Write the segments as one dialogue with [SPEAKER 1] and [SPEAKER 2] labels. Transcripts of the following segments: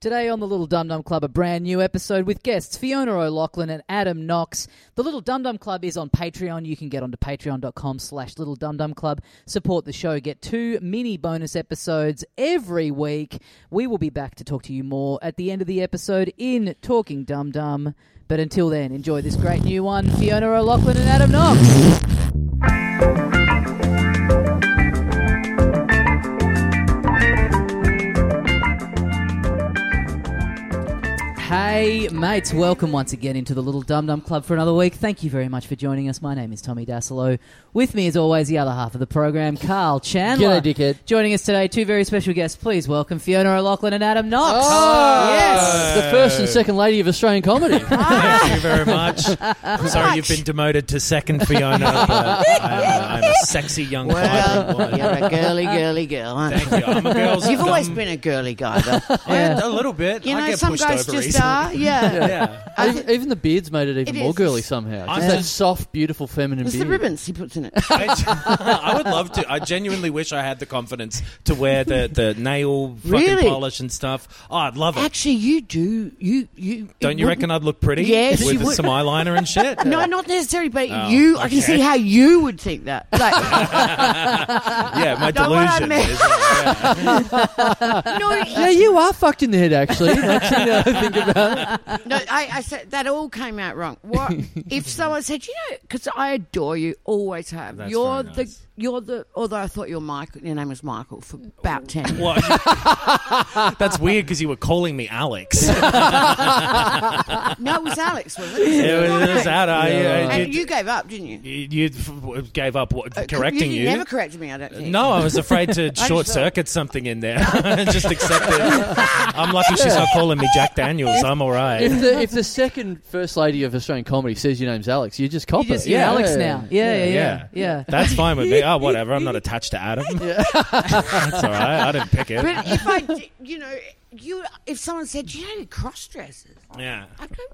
[SPEAKER 1] Today on the Little Dum Dum Club, a brand new episode with guests Fiona O'Loughlin and Adam Knox. The Little Dum Dum Club is on Patreon. You can get onto patreon.com slash Little Dum Dum Club. Support the show. Get two mini bonus episodes every week. We will be back to talk to you more at the end of the episode in Talking Dum Dum. But until then, enjoy this great new one. Fiona O'Loughlin and Adam Knox. Hey, mates, welcome once again into the Little Dum Dum Club for another week. Thank you very much for joining us. My name is Tommy Dasilo. With me, as always, the other half of the program, Carl Chandler.
[SPEAKER 2] G'day, dickhead.
[SPEAKER 1] Joining us today, two very special guests. Please welcome Fiona O'Loughlin and Adam Knox.
[SPEAKER 2] Oh!
[SPEAKER 1] Yes.
[SPEAKER 2] the first and second lady of Australian comedy.
[SPEAKER 3] Ah. Thank you very much. I'm sorry you've been demoted to second Fiona. But I'm, I'm a sexy young vibrant
[SPEAKER 4] Well,
[SPEAKER 3] woman.
[SPEAKER 4] you're a girly, girly girl. Aren't
[SPEAKER 3] Thank you. I'm a girl's
[SPEAKER 4] you? You've always
[SPEAKER 3] dumb-
[SPEAKER 4] been a girly guy, though.
[SPEAKER 3] Yeah, a little bit.
[SPEAKER 4] You
[SPEAKER 3] I
[SPEAKER 4] know,
[SPEAKER 3] get
[SPEAKER 4] some
[SPEAKER 3] pushed
[SPEAKER 4] guys
[SPEAKER 3] over
[SPEAKER 4] just
[SPEAKER 3] easily.
[SPEAKER 4] are. Yeah.
[SPEAKER 3] Yeah.
[SPEAKER 4] I
[SPEAKER 2] even,
[SPEAKER 4] thi-
[SPEAKER 2] even the beard's made it even
[SPEAKER 4] It
[SPEAKER 2] more
[SPEAKER 4] is.
[SPEAKER 2] girly somehow. Just
[SPEAKER 3] I'm
[SPEAKER 2] that
[SPEAKER 3] just-
[SPEAKER 2] soft, beautiful feminine
[SPEAKER 4] It's
[SPEAKER 2] beard.
[SPEAKER 4] the ribbons he puts in it.
[SPEAKER 3] I, I would love to. I genuinely wish I had the confidence to wear the, the nail fucking
[SPEAKER 4] Really?
[SPEAKER 3] polish and stuff. Oh, I'd love it.
[SPEAKER 4] Actually, you do. You you.
[SPEAKER 3] Don't you reckon I'd look pretty
[SPEAKER 4] Yes, you
[SPEAKER 3] with
[SPEAKER 4] would.
[SPEAKER 3] some eyeliner and shit?
[SPEAKER 4] No, not necessarily, but
[SPEAKER 3] Oh,
[SPEAKER 4] you. I can
[SPEAKER 3] okay.
[SPEAKER 4] see how you would think that. Like,
[SPEAKER 3] Yeah, my
[SPEAKER 4] No, what I
[SPEAKER 3] delusion.
[SPEAKER 4] meant-
[SPEAKER 3] is, uh, yeah.
[SPEAKER 4] no,
[SPEAKER 2] yeah, you are fucked in the head, actually. Actually, now I think about it.
[SPEAKER 4] no. I, I said that all came out wrong. What if someone said, you know, because I adore you, always have.
[SPEAKER 3] That's
[SPEAKER 4] you're
[SPEAKER 3] very
[SPEAKER 4] the
[SPEAKER 3] nice.
[SPEAKER 4] you're the. Although I thought your Michael, your name was Michael for
[SPEAKER 3] Oh.
[SPEAKER 4] about ten. years.
[SPEAKER 3] Well, that's weird because you were calling me Alex. it
[SPEAKER 4] No, it was Alex, wasn't it?
[SPEAKER 3] was, it was that. I, I,
[SPEAKER 4] And you gave up, didn't you?
[SPEAKER 3] You, you f- gave up what,
[SPEAKER 4] Uh,
[SPEAKER 3] correcting you.
[SPEAKER 4] never corrected me. I don't think.
[SPEAKER 3] no, I was afraid to
[SPEAKER 4] just
[SPEAKER 3] short circuit something in there. just accept it. I'm lucky she's not calling me Jack Daniels. I'm all right.
[SPEAKER 2] If the, if the second first lady of Australian comedy says your name's Alex, you just cop
[SPEAKER 1] You just,
[SPEAKER 2] it.
[SPEAKER 1] you're Alex now. Yeah, yeah, yeah.
[SPEAKER 3] Yeah.
[SPEAKER 1] Yeah. yeah.
[SPEAKER 3] That's fine with me. Oh, whatever. I'm not attached to Adam. That's all right. I didn't pick it.
[SPEAKER 4] But if I, d- you know, you if someone said you know cross dresses,
[SPEAKER 3] Yeah.
[SPEAKER 4] I don't.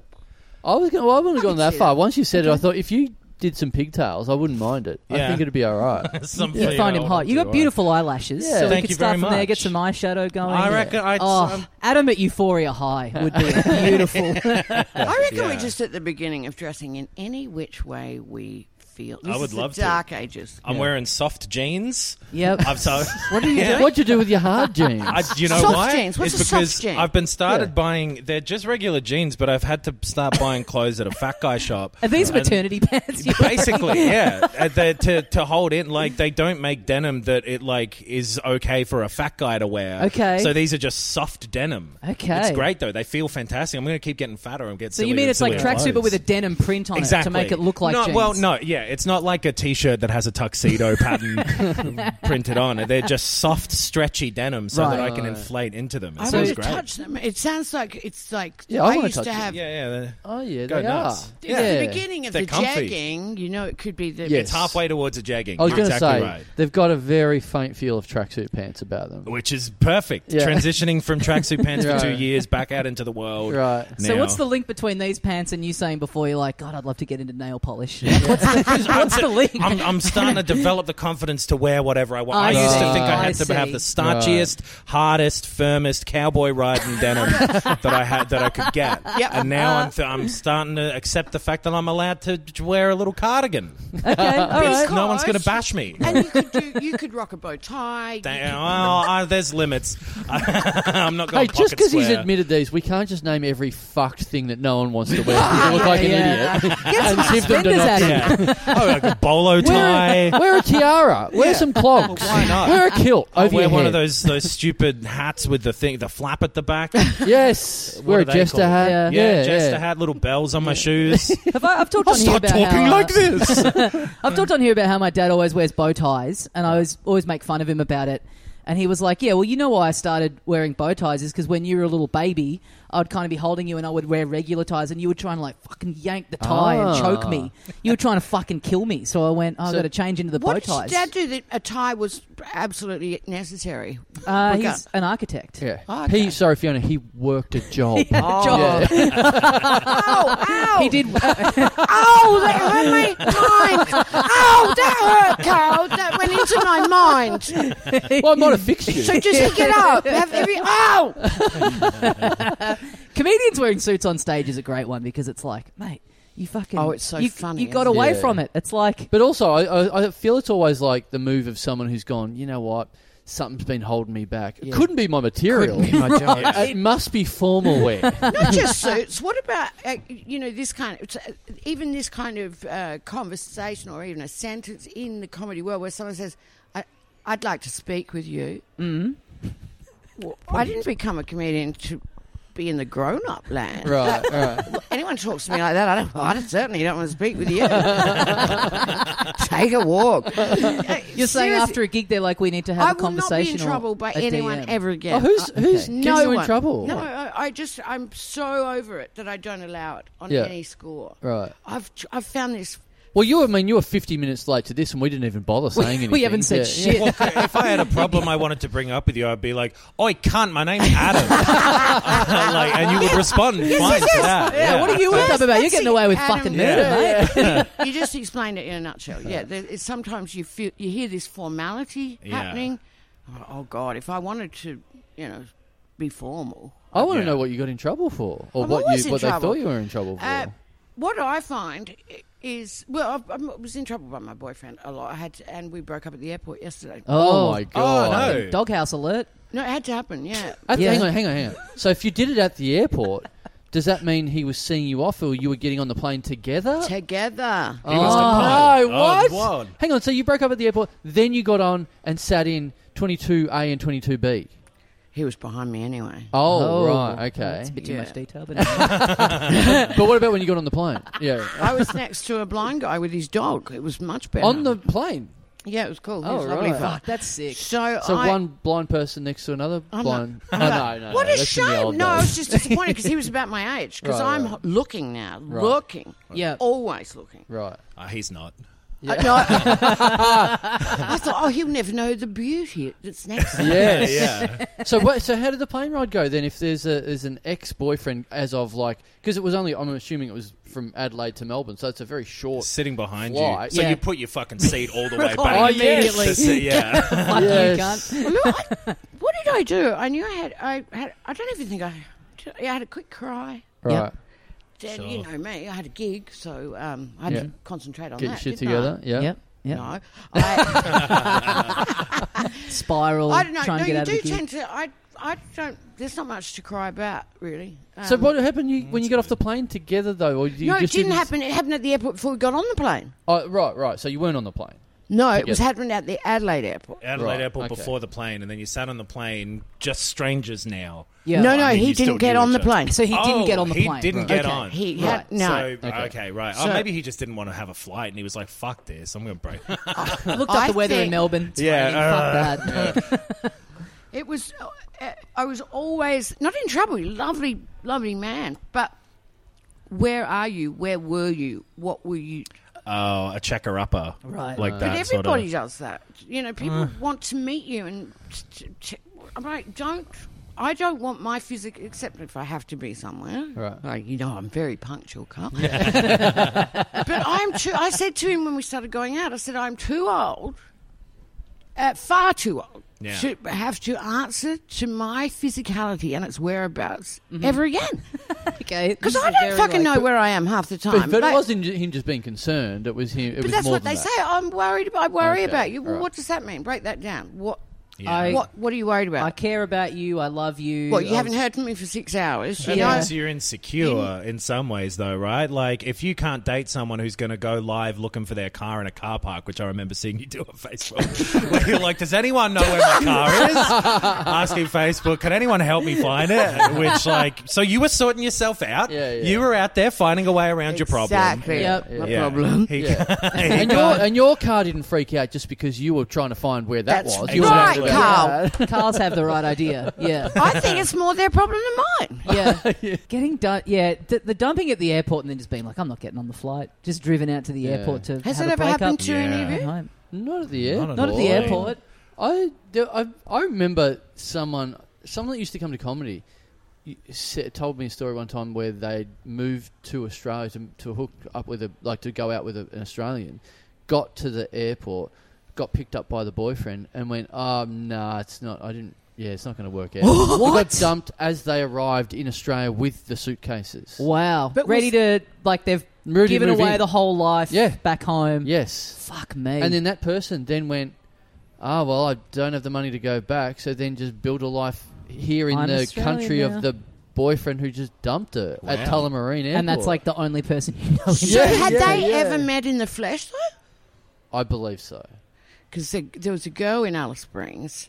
[SPEAKER 2] I was going. Well, I wouldn't have gone
[SPEAKER 4] can
[SPEAKER 2] that
[SPEAKER 4] see
[SPEAKER 2] far.
[SPEAKER 4] that.
[SPEAKER 2] Once you said it, I thought if you did some pigtails, I wouldn't mind it. I
[SPEAKER 3] Yeah.
[SPEAKER 2] think it'd be all right.
[SPEAKER 3] Some
[SPEAKER 1] You
[SPEAKER 3] Fiona
[SPEAKER 1] find him
[SPEAKER 3] would
[SPEAKER 1] hot. You
[SPEAKER 3] do
[SPEAKER 1] got
[SPEAKER 3] it.
[SPEAKER 1] beautiful eyelashes,
[SPEAKER 2] Yeah.
[SPEAKER 1] so we
[SPEAKER 3] Thank
[SPEAKER 1] could
[SPEAKER 3] you
[SPEAKER 1] start
[SPEAKER 3] very
[SPEAKER 1] from there.
[SPEAKER 3] much.
[SPEAKER 1] Get some eyeshadow going.
[SPEAKER 3] I reckon I'd-
[SPEAKER 1] Oh,
[SPEAKER 3] I'm-
[SPEAKER 1] Adam at Euphoria High would be beautiful.
[SPEAKER 4] I reckon
[SPEAKER 3] Yeah.
[SPEAKER 4] we're just at the beginning of dressing in any which way we feel.
[SPEAKER 3] I
[SPEAKER 4] This
[SPEAKER 3] would
[SPEAKER 4] is
[SPEAKER 3] love to. Oh,
[SPEAKER 4] the dark ages.
[SPEAKER 3] I'm wearing soft jeans.
[SPEAKER 1] yep.
[SPEAKER 3] I've so. What do you
[SPEAKER 2] Yeah. What'd you do with your hard jeans?
[SPEAKER 3] I, you know
[SPEAKER 4] Soft
[SPEAKER 3] why?
[SPEAKER 4] jeans. What's
[SPEAKER 3] it's
[SPEAKER 4] a soft
[SPEAKER 3] because
[SPEAKER 4] jean?
[SPEAKER 3] I've been started
[SPEAKER 2] Yeah.
[SPEAKER 3] buying. They're just regular jeans, but I've had to start buying clothes at a fat guy shop.
[SPEAKER 1] Are these
[SPEAKER 3] And-
[SPEAKER 1] maternity pants? you're wearing?
[SPEAKER 3] basically yeah Uh, they- to, to hold in like they don't make denim that it like is okay for a fat guy to wear
[SPEAKER 1] Okay.
[SPEAKER 3] so these are just soft denim
[SPEAKER 1] Okay.
[SPEAKER 3] it's great though they feel fantastic i'm gonna keep getting fatter and get
[SPEAKER 1] So you mean it's like tracksuit but with a denim print on
[SPEAKER 3] Exactly.
[SPEAKER 1] it to make it look like
[SPEAKER 3] no,
[SPEAKER 1] jeans?
[SPEAKER 3] Well, no, yeah. It's not like a t shirt that has a tuxedo pattern printed on it. They're just soft, stretchy denim so that I
[SPEAKER 1] Right.
[SPEAKER 3] can inflate into them. It
[SPEAKER 4] I
[SPEAKER 3] sounds
[SPEAKER 4] want to
[SPEAKER 3] great.
[SPEAKER 4] touch them. It sounds like it's like
[SPEAKER 2] Yeah, I
[SPEAKER 4] I,
[SPEAKER 2] wanna
[SPEAKER 4] used
[SPEAKER 2] touch
[SPEAKER 4] to
[SPEAKER 2] it.
[SPEAKER 4] have.
[SPEAKER 3] Yeah, yeah. they're-
[SPEAKER 2] oh yeah,
[SPEAKER 3] Go
[SPEAKER 2] they
[SPEAKER 3] nuts.
[SPEAKER 2] are.
[SPEAKER 3] Yeah.
[SPEAKER 4] At the beginning of
[SPEAKER 3] They're
[SPEAKER 4] the
[SPEAKER 3] comfy.
[SPEAKER 4] jagging, you know, it could be the.
[SPEAKER 2] Yes.
[SPEAKER 3] It's halfway towards a jagging.
[SPEAKER 2] I was
[SPEAKER 3] You're
[SPEAKER 2] going to
[SPEAKER 3] exactly
[SPEAKER 2] say
[SPEAKER 3] right.
[SPEAKER 2] they've got a very faint feel of tracksuit pants about them.
[SPEAKER 3] which is perfect.
[SPEAKER 2] Yeah.
[SPEAKER 3] Transitioning from tracksuit pants
[SPEAKER 2] Right.
[SPEAKER 3] for two years back out into the world.
[SPEAKER 2] Right.
[SPEAKER 1] So
[SPEAKER 3] now.
[SPEAKER 1] what's the link between these pants and you saying before you're like, God, I'd love to get into nail polish? What's the, what's the link?
[SPEAKER 3] I'm, I'm starting to develop the confidence to wear whatever I want. I,
[SPEAKER 1] I
[SPEAKER 3] used
[SPEAKER 2] see.
[SPEAKER 3] to think I
[SPEAKER 1] I
[SPEAKER 3] had to
[SPEAKER 1] see.
[SPEAKER 3] have the starchiest, hardest, firmest cowboy riding denim that I had that I could get.
[SPEAKER 4] Yep.
[SPEAKER 3] And
[SPEAKER 2] Uh,
[SPEAKER 3] now I'm, th- I'm starting to accept the fact that I'm allowed to j- wear a little cardigan.
[SPEAKER 1] okay, all right.
[SPEAKER 3] No one's going to
[SPEAKER 4] Because-
[SPEAKER 3] bash me.
[SPEAKER 4] And you could do. You could rock a bow tie.
[SPEAKER 3] Damn, well, I, there's limits. I'm not
[SPEAKER 2] Hey,
[SPEAKER 3] going.
[SPEAKER 2] just because
[SPEAKER 3] because
[SPEAKER 2] he's admitted these, we can't just name every fucked thing that no one wants to wear. You look like an
[SPEAKER 1] Yeah.
[SPEAKER 2] idiot.
[SPEAKER 1] Get some
[SPEAKER 2] give them to
[SPEAKER 1] suspenders
[SPEAKER 2] not-
[SPEAKER 1] at him.
[SPEAKER 3] Yeah. Oh, like a bolo tie.
[SPEAKER 2] Wear, a- wear a tiara. Wear some clogs.
[SPEAKER 3] Well, why not?
[SPEAKER 2] Wear a kilt over
[SPEAKER 3] wear
[SPEAKER 2] your
[SPEAKER 3] one
[SPEAKER 2] head.
[SPEAKER 3] of those those stupid hats with the thing, the flap at the back.
[SPEAKER 2] Yes.
[SPEAKER 3] What
[SPEAKER 2] wear
[SPEAKER 3] are
[SPEAKER 2] a
[SPEAKER 3] they
[SPEAKER 2] jester
[SPEAKER 3] called?
[SPEAKER 2] hat.
[SPEAKER 1] Yeah.
[SPEAKER 3] Yeah,
[SPEAKER 2] yeah,
[SPEAKER 3] just to have little bells on my shoes.
[SPEAKER 1] Have I, I've talked on here about how,
[SPEAKER 3] this.
[SPEAKER 1] I've talked on here about how my dad always wears bow ties, and I always always make fun of him about it. And he was like, "Yeah, well, you know why I started wearing bow ties is because when you were a little baby, I'd kind of be holding you, and I would wear regular ties, and you would try and like fucking yank the tie and choke me. You were trying to fucking kill me. So I went, oh, I've
[SPEAKER 2] So-
[SPEAKER 1] got to change into the
[SPEAKER 4] Ah. What
[SPEAKER 1] bow ties.
[SPEAKER 4] did Dad do that a tie was absolutely necessary?
[SPEAKER 1] uh,
[SPEAKER 4] Look
[SPEAKER 1] he's
[SPEAKER 4] up.
[SPEAKER 1] an architect.
[SPEAKER 2] Yeah.
[SPEAKER 4] Oh, okay.
[SPEAKER 2] He, sorry, Fiona, he worked a job.
[SPEAKER 1] He had a job.
[SPEAKER 2] Yeah.
[SPEAKER 4] Ow! Oh. Ow!
[SPEAKER 1] He did.
[SPEAKER 4] Oh, that hurt my mind. Oh, that hurt, Carl. That went into my mind.
[SPEAKER 2] Well, I might to fix you.
[SPEAKER 4] So just get up. Have every oh,
[SPEAKER 1] Comedians wearing suits on stage is a great one because it's like, mate, you fucking.
[SPEAKER 4] Oh, it's so
[SPEAKER 1] you,
[SPEAKER 4] funny,
[SPEAKER 1] You got
[SPEAKER 4] isn't
[SPEAKER 2] it?
[SPEAKER 1] away
[SPEAKER 2] Yeah.
[SPEAKER 1] from it. It's like,
[SPEAKER 2] But also, I, I, I feel it's always like the move of someone who's gone, you know what, something's been holding me back. It
[SPEAKER 1] Yeah.
[SPEAKER 2] couldn't be my material.
[SPEAKER 3] Couldn't be my job.
[SPEAKER 2] It must be formal wear.
[SPEAKER 4] not just suits. What about uh, you know this kind of it's, uh, even this kind of uh, conversation or even a sentence in the comedy world where someone says, I, "I'd like to speak with you."
[SPEAKER 1] mm.
[SPEAKER 4] Well, I didn't become a comedian to be in the grown-up land.
[SPEAKER 2] right, right.
[SPEAKER 4] Anyone talks to me like that, I don't. I don't, certainly don't want to speak with you. Take a walk. Uh,
[SPEAKER 1] You're saying after a gig, they're like, we need to have
[SPEAKER 4] I
[SPEAKER 1] a
[SPEAKER 4] will not be
[SPEAKER 1] conversation.
[SPEAKER 4] in
[SPEAKER 1] or
[SPEAKER 4] trouble by
[SPEAKER 1] a
[SPEAKER 4] anyone
[SPEAKER 1] DM.
[SPEAKER 4] ever again. Uh,
[SPEAKER 2] Oh, who's
[SPEAKER 1] Okay.
[SPEAKER 2] who's
[SPEAKER 4] no
[SPEAKER 2] gets you in
[SPEAKER 4] one.
[SPEAKER 2] trouble?
[SPEAKER 4] No, I, I just I'm so over it that I don't allow it on
[SPEAKER 2] Yeah.
[SPEAKER 4] any score.
[SPEAKER 2] Right.
[SPEAKER 4] I've tr- I've found this.
[SPEAKER 2] Well, you. I mean, you were 50 minutes late to this, and we didn't even bother saying anything.
[SPEAKER 1] We haven't said
[SPEAKER 2] Yeah, yeah.
[SPEAKER 1] shit.
[SPEAKER 3] Well, if I had a problem I wanted to bring up with you, I'd be like, "Oi, cunt! My name's Adam," like, and you would respond fine to that.
[SPEAKER 1] Yeah, what are you
[SPEAKER 4] That's-
[SPEAKER 1] whipped up about? You're
[SPEAKER 4] that's
[SPEAKER 1] getting
[SPEAKER 4] the
[SPEAKER 1] away with
[SPEAKER 4] Adam-
[SPEAKER 1] fucking
[SPEAKER 3] Yeah.
[SPEAKER 1] murder, mate.
[SPEAKER 4] you just explained it in a nutshell. Yeah. There, it's, sometimes you feel you hear this formality
[SPEAKER 3] Yeah.
[SPEAKER 4] happening. Oh, oh God! If I wanted to, you know, be formal.
[SPEAKER 2] I want to
[SPEAKER 3] Yeah.
[SPEAKER 2] know what you got in trouble for, or
[SPEAKER 4] I'm
[SPEAKER 2] what
[SPEAKER 4] always
[SPEAKER 2] you
[SPEAKER 4] in
[SPEAKER 2] what they
[SPEAKER 4] trouble.
[SPEAKER 2] thought you were in trouble for.
[SPEAKER 4] Uh, what I find i- is well, I, I was in trouble by my boyfriend a lot. I had to, and we broke up at the airport yesterday.
[SPEAKER 2] oh, my god!
[SPEAKER 3] no.
[SPEAKER 1] Doghouse alert.
[SPEAKER 4] No, it had to happen. Yeah.
[SPEAKER 2] At-
[SPEAKER 1] Yeah.
[SPEAKER 2] Hang on, hang on, hang on. So if you did it at the airport, does that mean he was seeing you off, or you were getting on the plane together?
[SPEAKER 4] Together.
[SPEAKER 3] He must have
[SPEAKER 2] Oh,
[SPEAKER 3] piled.
[SPEAKER 2] no,
[SPEAKER 3] Oh,
[SPEAKER 2] what?
[SPEAKER 3] God.
[SPEAKER 2] Hang on, so you broke up at the airport, then you got on and sat in 22A and 22B.
[SPEAKER 4] He was behind me anyway.
[SPEAKER 2] Oh, right, okay.
[SPEAKER 1] It's a bit too
[SPEAKER 4] Yeah.
[SPEAKER 1] much detail, but anyway.
[SPEAKER 2] but what about when you got on the plane? Yeah.
[SPEAKER 4] I was next to a blind guy with his dog. It was much better.
[SPEAKER 2] on the plane.
[SPEAKER 4] yeah, it was cool. He
[SPEAKER 2] Oh,
[SPEAKER 4] was lovely
[SPEAKER 2] right.
[SPEAKER 4] fella.
[SPEAKER 1] Fuck, that's sick.
[SPEAKER 4] So,
[SPEAKER 2] So
[SPEAKER 4] I,
[SPEAKER 2] one blind person next to another
[SPEAKER 4] I'm
[SPEAKER 2] blind.
[SPEAKER 4] not-
[SPEAKER 2] oh, no,
[SPEAKER 4] I'm not-
[SPEAKER 2] no.
[SPEAKER 4] What
[SPEAKER 2] no,
[SPEAKER 4] a
[SPEAKER 2] that's in the old
[SPEAKER 4] shame! No, I was
[SPEAKER 2] days.
[SPEAKER 4] just disappointed because he was about my age. Because
[SPEAKER 2] Right,
[SPEAKER 4] I'm
[SPEAKER 2] right.
[SPEAKER 4] h- looking now,
[SPEAKER 2] Right.
[SPEAKER 4] looking,
[SPEAKER 1] Yeah.
[SPEAKER 4] always looking.
[SPEAKER 2] Right.
[SPEAKER 3] Ah, he's not.
[SPEAKER 4] Uh, no, I, I thought, oh, he'll never know the beauty that's next. to him.
[SPEAKER 2] Yes.
[SPEAKER 3] Yeah,
[SPEAKER 2] So what, so how did the plane ride go then? If there's a there's an ex boyfriend as of like because it was only I'm assuming it was from Adelaide to Melbourne, so it's a very short.
[SPEAKER 3] sitting behind
[SPEAKER 2] Why?
[SPEAKER 3] you. So
[SPEAKER 1] Yeah.
[SPEAKER 3] you put your fucking seat all the way back.
[SPEAKER 1] Oh, immediately.
[SPEAKER 3] To sit- yeah.
[SPEAKER 1] Fuck
[SPEAKER 2] Yes.
[SPEAKER 1] you, cunt.
[SPEAKER 4] No, I- what did I do? I knew I had. I had. I don't even think I. I had a quick cry.
[SPEAKER 2] Right.
[SPEAKER 4] Dad,
[SPEAKER 3] Sure.
[SPEAKER 4] You know me. I had a gig, so um, I had
[SPEAKER 2] Yeah.
[SPEAKER 4] to concentrate on
[SPEAKER 2] Get your
[SPEAKER 4] that.
[SPEAKER 2] shit
[SPEAKER 4] didn't I?
[SPEAKER 2] together. Yeah.
[SPEAKER 1] Yep. Yep.
[SPEAKER 4] No, I,
[SPEAKER 1] Spiral.
[SPEAKER 4] I don't know.
[SPEAKER 1] Try
[SPEAKER 4] No,
[SPEAKER 1] and get
[SPEAKER 4] you
[SPEAKER 1] out
[SPEAKER 4] do
[SPEAKER 1] of the gig.
[SPEAKER 4] tend to. I, I don't. There's not much to cry about, really.
[SPEAKER 2] So
[SPEAKER 4] Um,
[SPEAKER 2] what happened you, when you got off the plane together though, or you
[SPEAKER 4] No, it
[SPEAKER 2] just
[SPEAKER 4] didn't happen. It happened at the airport before we got on the plane.
[SPEAKER 2] Oh, right, right. So you weren't on the
[SPEAKER 4] Um,
[SPEAKER 2] plane.
[SPEAKER 4] No, it was
[SPEAKER 2] Together.
[SPEAKER 4] happening at the Adelaide airport.
[SPEAKER 3] Adelaide
[SPEAKER 2] Right,
[SPEAKER 3] Airport
[SPEAKER 2] okay.
[SPEAKER 3] before the plane, and then you sat on the plane, just strangers now.
[SPEAKER 1] Yeah.
[SPEAKER 4] No, no,
[SPEAKER 3] I mean,
[SPEAKER 4] he
[SPEAKER 3] you still
[SPEAKER 4] didn't get
[SPEAKER 3] knew
[SPEAKER 4] on the
[SPEAKER 3] each other.
[SPEAKER 4] plane.
[SPEAKER 1] So he didn't
[SPEAKER 3] Oh,
[SPEAKER 1] get on the
[SPEAKER 3] he
[SPEAKER 1] plane.
[SPEAKER 3] didn't
[SPEAKER 1] Right.
[SPEAKER 3] get
[SPEAKER 4] Okay,
[SPEAKER 3] on.
[SPEAKER 4] He
[SPEAKER 1] Right.
[SPEAKER 4] had no.
[SPEAKER 3] So,
[SPEAKER 2] Okay.
[SPEAKER 3] okay, right.
[SPEAKER 4] So-
[SPEAKER 3] oh, maybe he just didn't want to have a flight, and he was like, "Fuck this, I'm going to break."
[SPEAKER 1] I looked up
[SPEAKER 4] I
[SPEAKER 1] the weather in
[SPEAKER 4] think-
[SPEAKER 1] Melbourne. It's
[SPEAKER 3] Yeah,
[SPEAKER 1] raining,
[SPEAKER 3] uh,
[SPEAKER 1] fuck that.
[SPEAKER 4] It was. uh, I was always not in trouble. Lovely, lovely man. But where are you? Where were you? What were you?
[SPEAKER 3] oh, a checker upper,
[SPEAKER 1] Right.
[SPEAKER 3] Like
[SPEAKER 4] But
[SPEAKER 3] that
[SPEAKER 4] everybody
[SPEAKER 3] sort
[SPEAKER 4] does that. You know, people want to meet you, and t- t- I'm like, don't. I don't want my physical, except if I have to be somewhere.
[SPEAKER 2] Right.
[SPEAKER 4] Like, you know, I'm very punctual, Carl. but I'm too. I said to him when we started going out, I said, I'm too old, uh, far too old,
[SPEAKER 3] Yeah.
[SPEAKER 4] to have to answer to my physicality and its whereabouts ever again.
[SPEAKER 1] okay.
[SPEAKER 4] Because I don't fucking know where I am half the time.
[SPEAKER 2] But, but it
[SPEAKER 4] Like-
[SPEAKER 2] wasn't ju- him just being concerned. It was him. It
[SPEAKER 4] but
[SPEAKER 2] was
[SPEAKER 4] that's
[SPEAKER 2] more
[SPEAKER 4] what
[SPEAKER 2] than
[SPEAKER 4] they
[SPEAKER 2] that.
[SPEAKER 4] say. I'm worried. I worry
[SPEAKER 2] Okay,
[SPEAKER 4] about you. Well,
[SPEAKER 2] right.
[SPEAKER 4] What does that mean? Break that down. What?
[SPEAKER 3] Yeah.
[SPEAKER 1] I-
[SPEAKER 4] What? What are you worried about?
[SPEAKER 1] I care about you. I love you.
[SPEAKER 4] well, you
[SPEAKER 1] I
[SPEAKER 4] haven't
[SPEAKER 1] was-
[SPEAKER 4] heard from me for six hours.
[SPEAKER 3] That
[SPEAKER 4] You know?
[SPEAKER 1] Yeah.
[SPEAKER 3] means you're insecure in some ways, though, right? Like, if you can't date someone who's going to go live looking for their car in a car park, which I remember seeing you do on Facebook, where you're like, does anyone know where my car is? Asking Facebook, can anyone help me find it? Which, like, so you were sorting yourself out.
[SPEAKER 2] Yeah, yeah.
[SPEAKER 3] You were out there finding a way around
[SPEAKER 4] Exactly.
[SPEAKER 3] your problem.
[SPEAKER 1] Yep.
[SPEAKER 4] My
[SPEAKER 3] Yeah.
[SPEAKER 4] problem.
[SPEAKER 3] He-
[SPEAKER 2] Yeah.
[SPEAKER 3] he
[SPEAKER 2] and your
[SPEAKER 3] got-
[SPEAKER 2] and your car didn't freak out just because you were trying to find where that
[SPEAKER 4] That's
[SPEAKER 2] was. You were
[SPEAKER 4] right,
[SPEAKER 2] like,
[SPEAKER 4] Carl.
[SPEAKER 1] Cars have the right idea. Yeah.
[SPEAKER 4] I think it's more their problem than mine.
[SPEAKER 1] Yeah. Getting done. Yeah. D- the dumping at the airport and then just being like, I'm not getting on the flight. Just driven out to the
[SPEAKER 2] Yeah.
[SPEAKER 1] airport to.
[SPEAKER 4] Has
[SPEAKER 1] have
[SPEAKER 4] it
[SPEAKER 1] a
[SPEAKER 4] ever
[SPEAKER 1] breakup.
[SPEAKER 4] happened to any
[SPEAKER 3] Yeah.
[SPEAKER 4] of you?
[SPEAKER 1] Home.
[SPEAKER 2] Not at the air.
[SPEAKER 3] Not at
[SPEAKER 1] Not at the
[SPEAKER 3] all.
[SPEAKER 1] airport.
[SPEAKER 2] I, do- I I remember someone someone that used to come to comedy you sa- told me a story one time where they moved to Australia to, to hook up with a like to go out with a, an Australian, got to the airport, got picked up by the boyfriend and went, um, nah, it's not. I didn't. Yeah, it's not going to work out. what? Got dumped as they arrived in Australia with the suitcases.
[SPEAKER 1] Wow.
[SPEAKER 4] But
[SPEAKER 1] Ready to like they've
[SPEAKER 2] Ready to
[SPEAKER 1] given
[SPEAKER 2] move
[SPEAKER 1] away
[SPEAKER 2] in.
[SPEAKER 1] the whole life
[SPEAKER 2] Yeah.
[SPEAKER 1] back home.
[SPEAKER 2] Yes.
[SPEAKER 1] Fuck me.
[SPEAKER 2] And then that person then went, ah, well, I don't have the money to go back, so then just build a life here in
[SPEAKER 1] I'm
[SPEAKER 2] the
[SPEAKER 1] Australian
[SPEAKER 2] country
[SPEAKER 1] now.
[SPEAKER 2] of the boyfriend who just dumped her at
[SPEAKER 3] Wow.
[SPEAKER 2] Tullamarine Airport.
[SPEAKER 1] And that's like the only person you know.
[SPEAKER 4] So
[SPEAKER 2] Yeah,
[SPEAKER 4] had
[SPEAKER 2] yeah,
[SPEAKER 4] they
[SPEAKER 2] yeah.
[SPEAKER 4] ever met in the flesh though?
[SPEAKER 2] I believe so.
[SPEAKER 4] Because there, there was a girl in Alice Springs,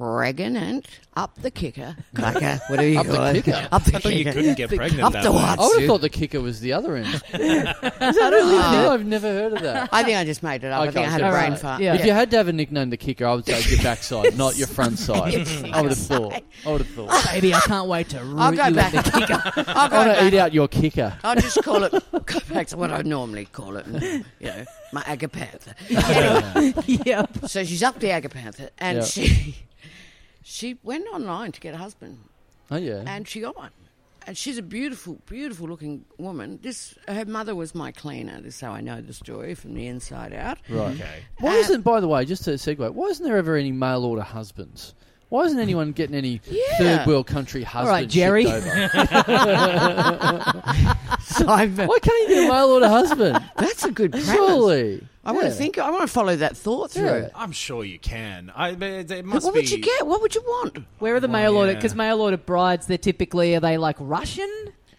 [SPEAKER 4] pregnant, up the kicker, clacker, whatever you
[SPEAKER 2] Up the
[SPEAKER 4] call it,
[SPEAKER 2] kicker?
[SPEAKER 4] up
[SPEAKER 3] I
[SPEAKER 4] the
[SPEAKER 3] thought you
[SPEAKER 4] kicker,
[SPEAKER 3] couldn't get pregnant.
[SPEAKER 4] up
[SPEAKER 3] that
[SPEAKER 4] the
[SPEAKER 3] way.
[SPEAKER 2] I would
[SPEAKER 4] what?
[SPEAKER 2] have thought the kicker was the other end. Is that really new? I've never heard of that.
[SPEAKER 4] I think I just made it up. I
[SPEAKER 2] Okay,
[SPEAKER 4] think I had
[SPEAKER 2] so
[SPEAKER 4] a brain
[SPEAKER 2] right.
[SPEAKER 4] fart.
[SPEAKER 1] Yeah.
[SPEAKER 2] If you had to have a nickname, the kicker, I would say your backside, not your front side. I would have thought. I would have thought.
[SPEAKER 1] Baby, I can't wait to root
[SPEAKER 4] I'll go
[SPEAKER 1] you
[SPEAKER 4] back.
[SPEAKER 1] at the
[SPEAKER 4] I'll
[SPEAKER 2] I want to
[SPEAKER 4] go
[SPEAKER 2] eat
[SPEAKER 4] back.
[SPEAKER 2] out your kicker.
[SPEAKER 4] I'll just call it go back to what I normally call it, you know, my agapantha. Anyway,
[SPEAKER 1] yeah.
[SPEAKER 4] so she's up the agapantha, and
[SPEAKER 2] Yeah.
[SPEAKER 4] she she went online to get a husband,
[SPEAKER 2] Oh yeah.
[SPEAKER 4] and she got one. And she's a beautiful, beautiful looking woman. This her mother was my cleaner. This is how I know the story from the inside out.
[SPEAKER 2] right.
[SPEAKER 3] Okay.
[SPEAKER 2] Why
[SPEAKER 4] Uh,
[SPEAKER 2] isn't, by the way, just to segue, why isn't there ever any mail order husbands? Why isn't anyone getting any third world country husbands?
[SPEAKER 1] right, Jerry.
[SPEAKER 4] So I've,
[SPEAKER 2] Why can't you get a mail order husband?
[SPEAKER 4] that's a good premise.
[SPEAKER 2] Surely.
[SPEAKER 4] I want to
[SPEAKER 2] Yeah.
[SPEAKER 4] think. I want to follow that thought through.
[SPEAKER 2] Yeah.
[SPEAKER 3] I'm sure you can. I, it it
[SPEAKER 4] What
[SPEAKER 3] must
[SPEAKER 4] would
[SPEAKER 3] be-
[SPEAKER 4] you get? What would you want?
[SPEAKER 1] Where are the
[SPEAKER 3] Well,
[SPEAKER 1] mail order?
[SPEAKER 3] yeah.
[SPEAKER 1] Because mail order brides, they're typically are they like Russian?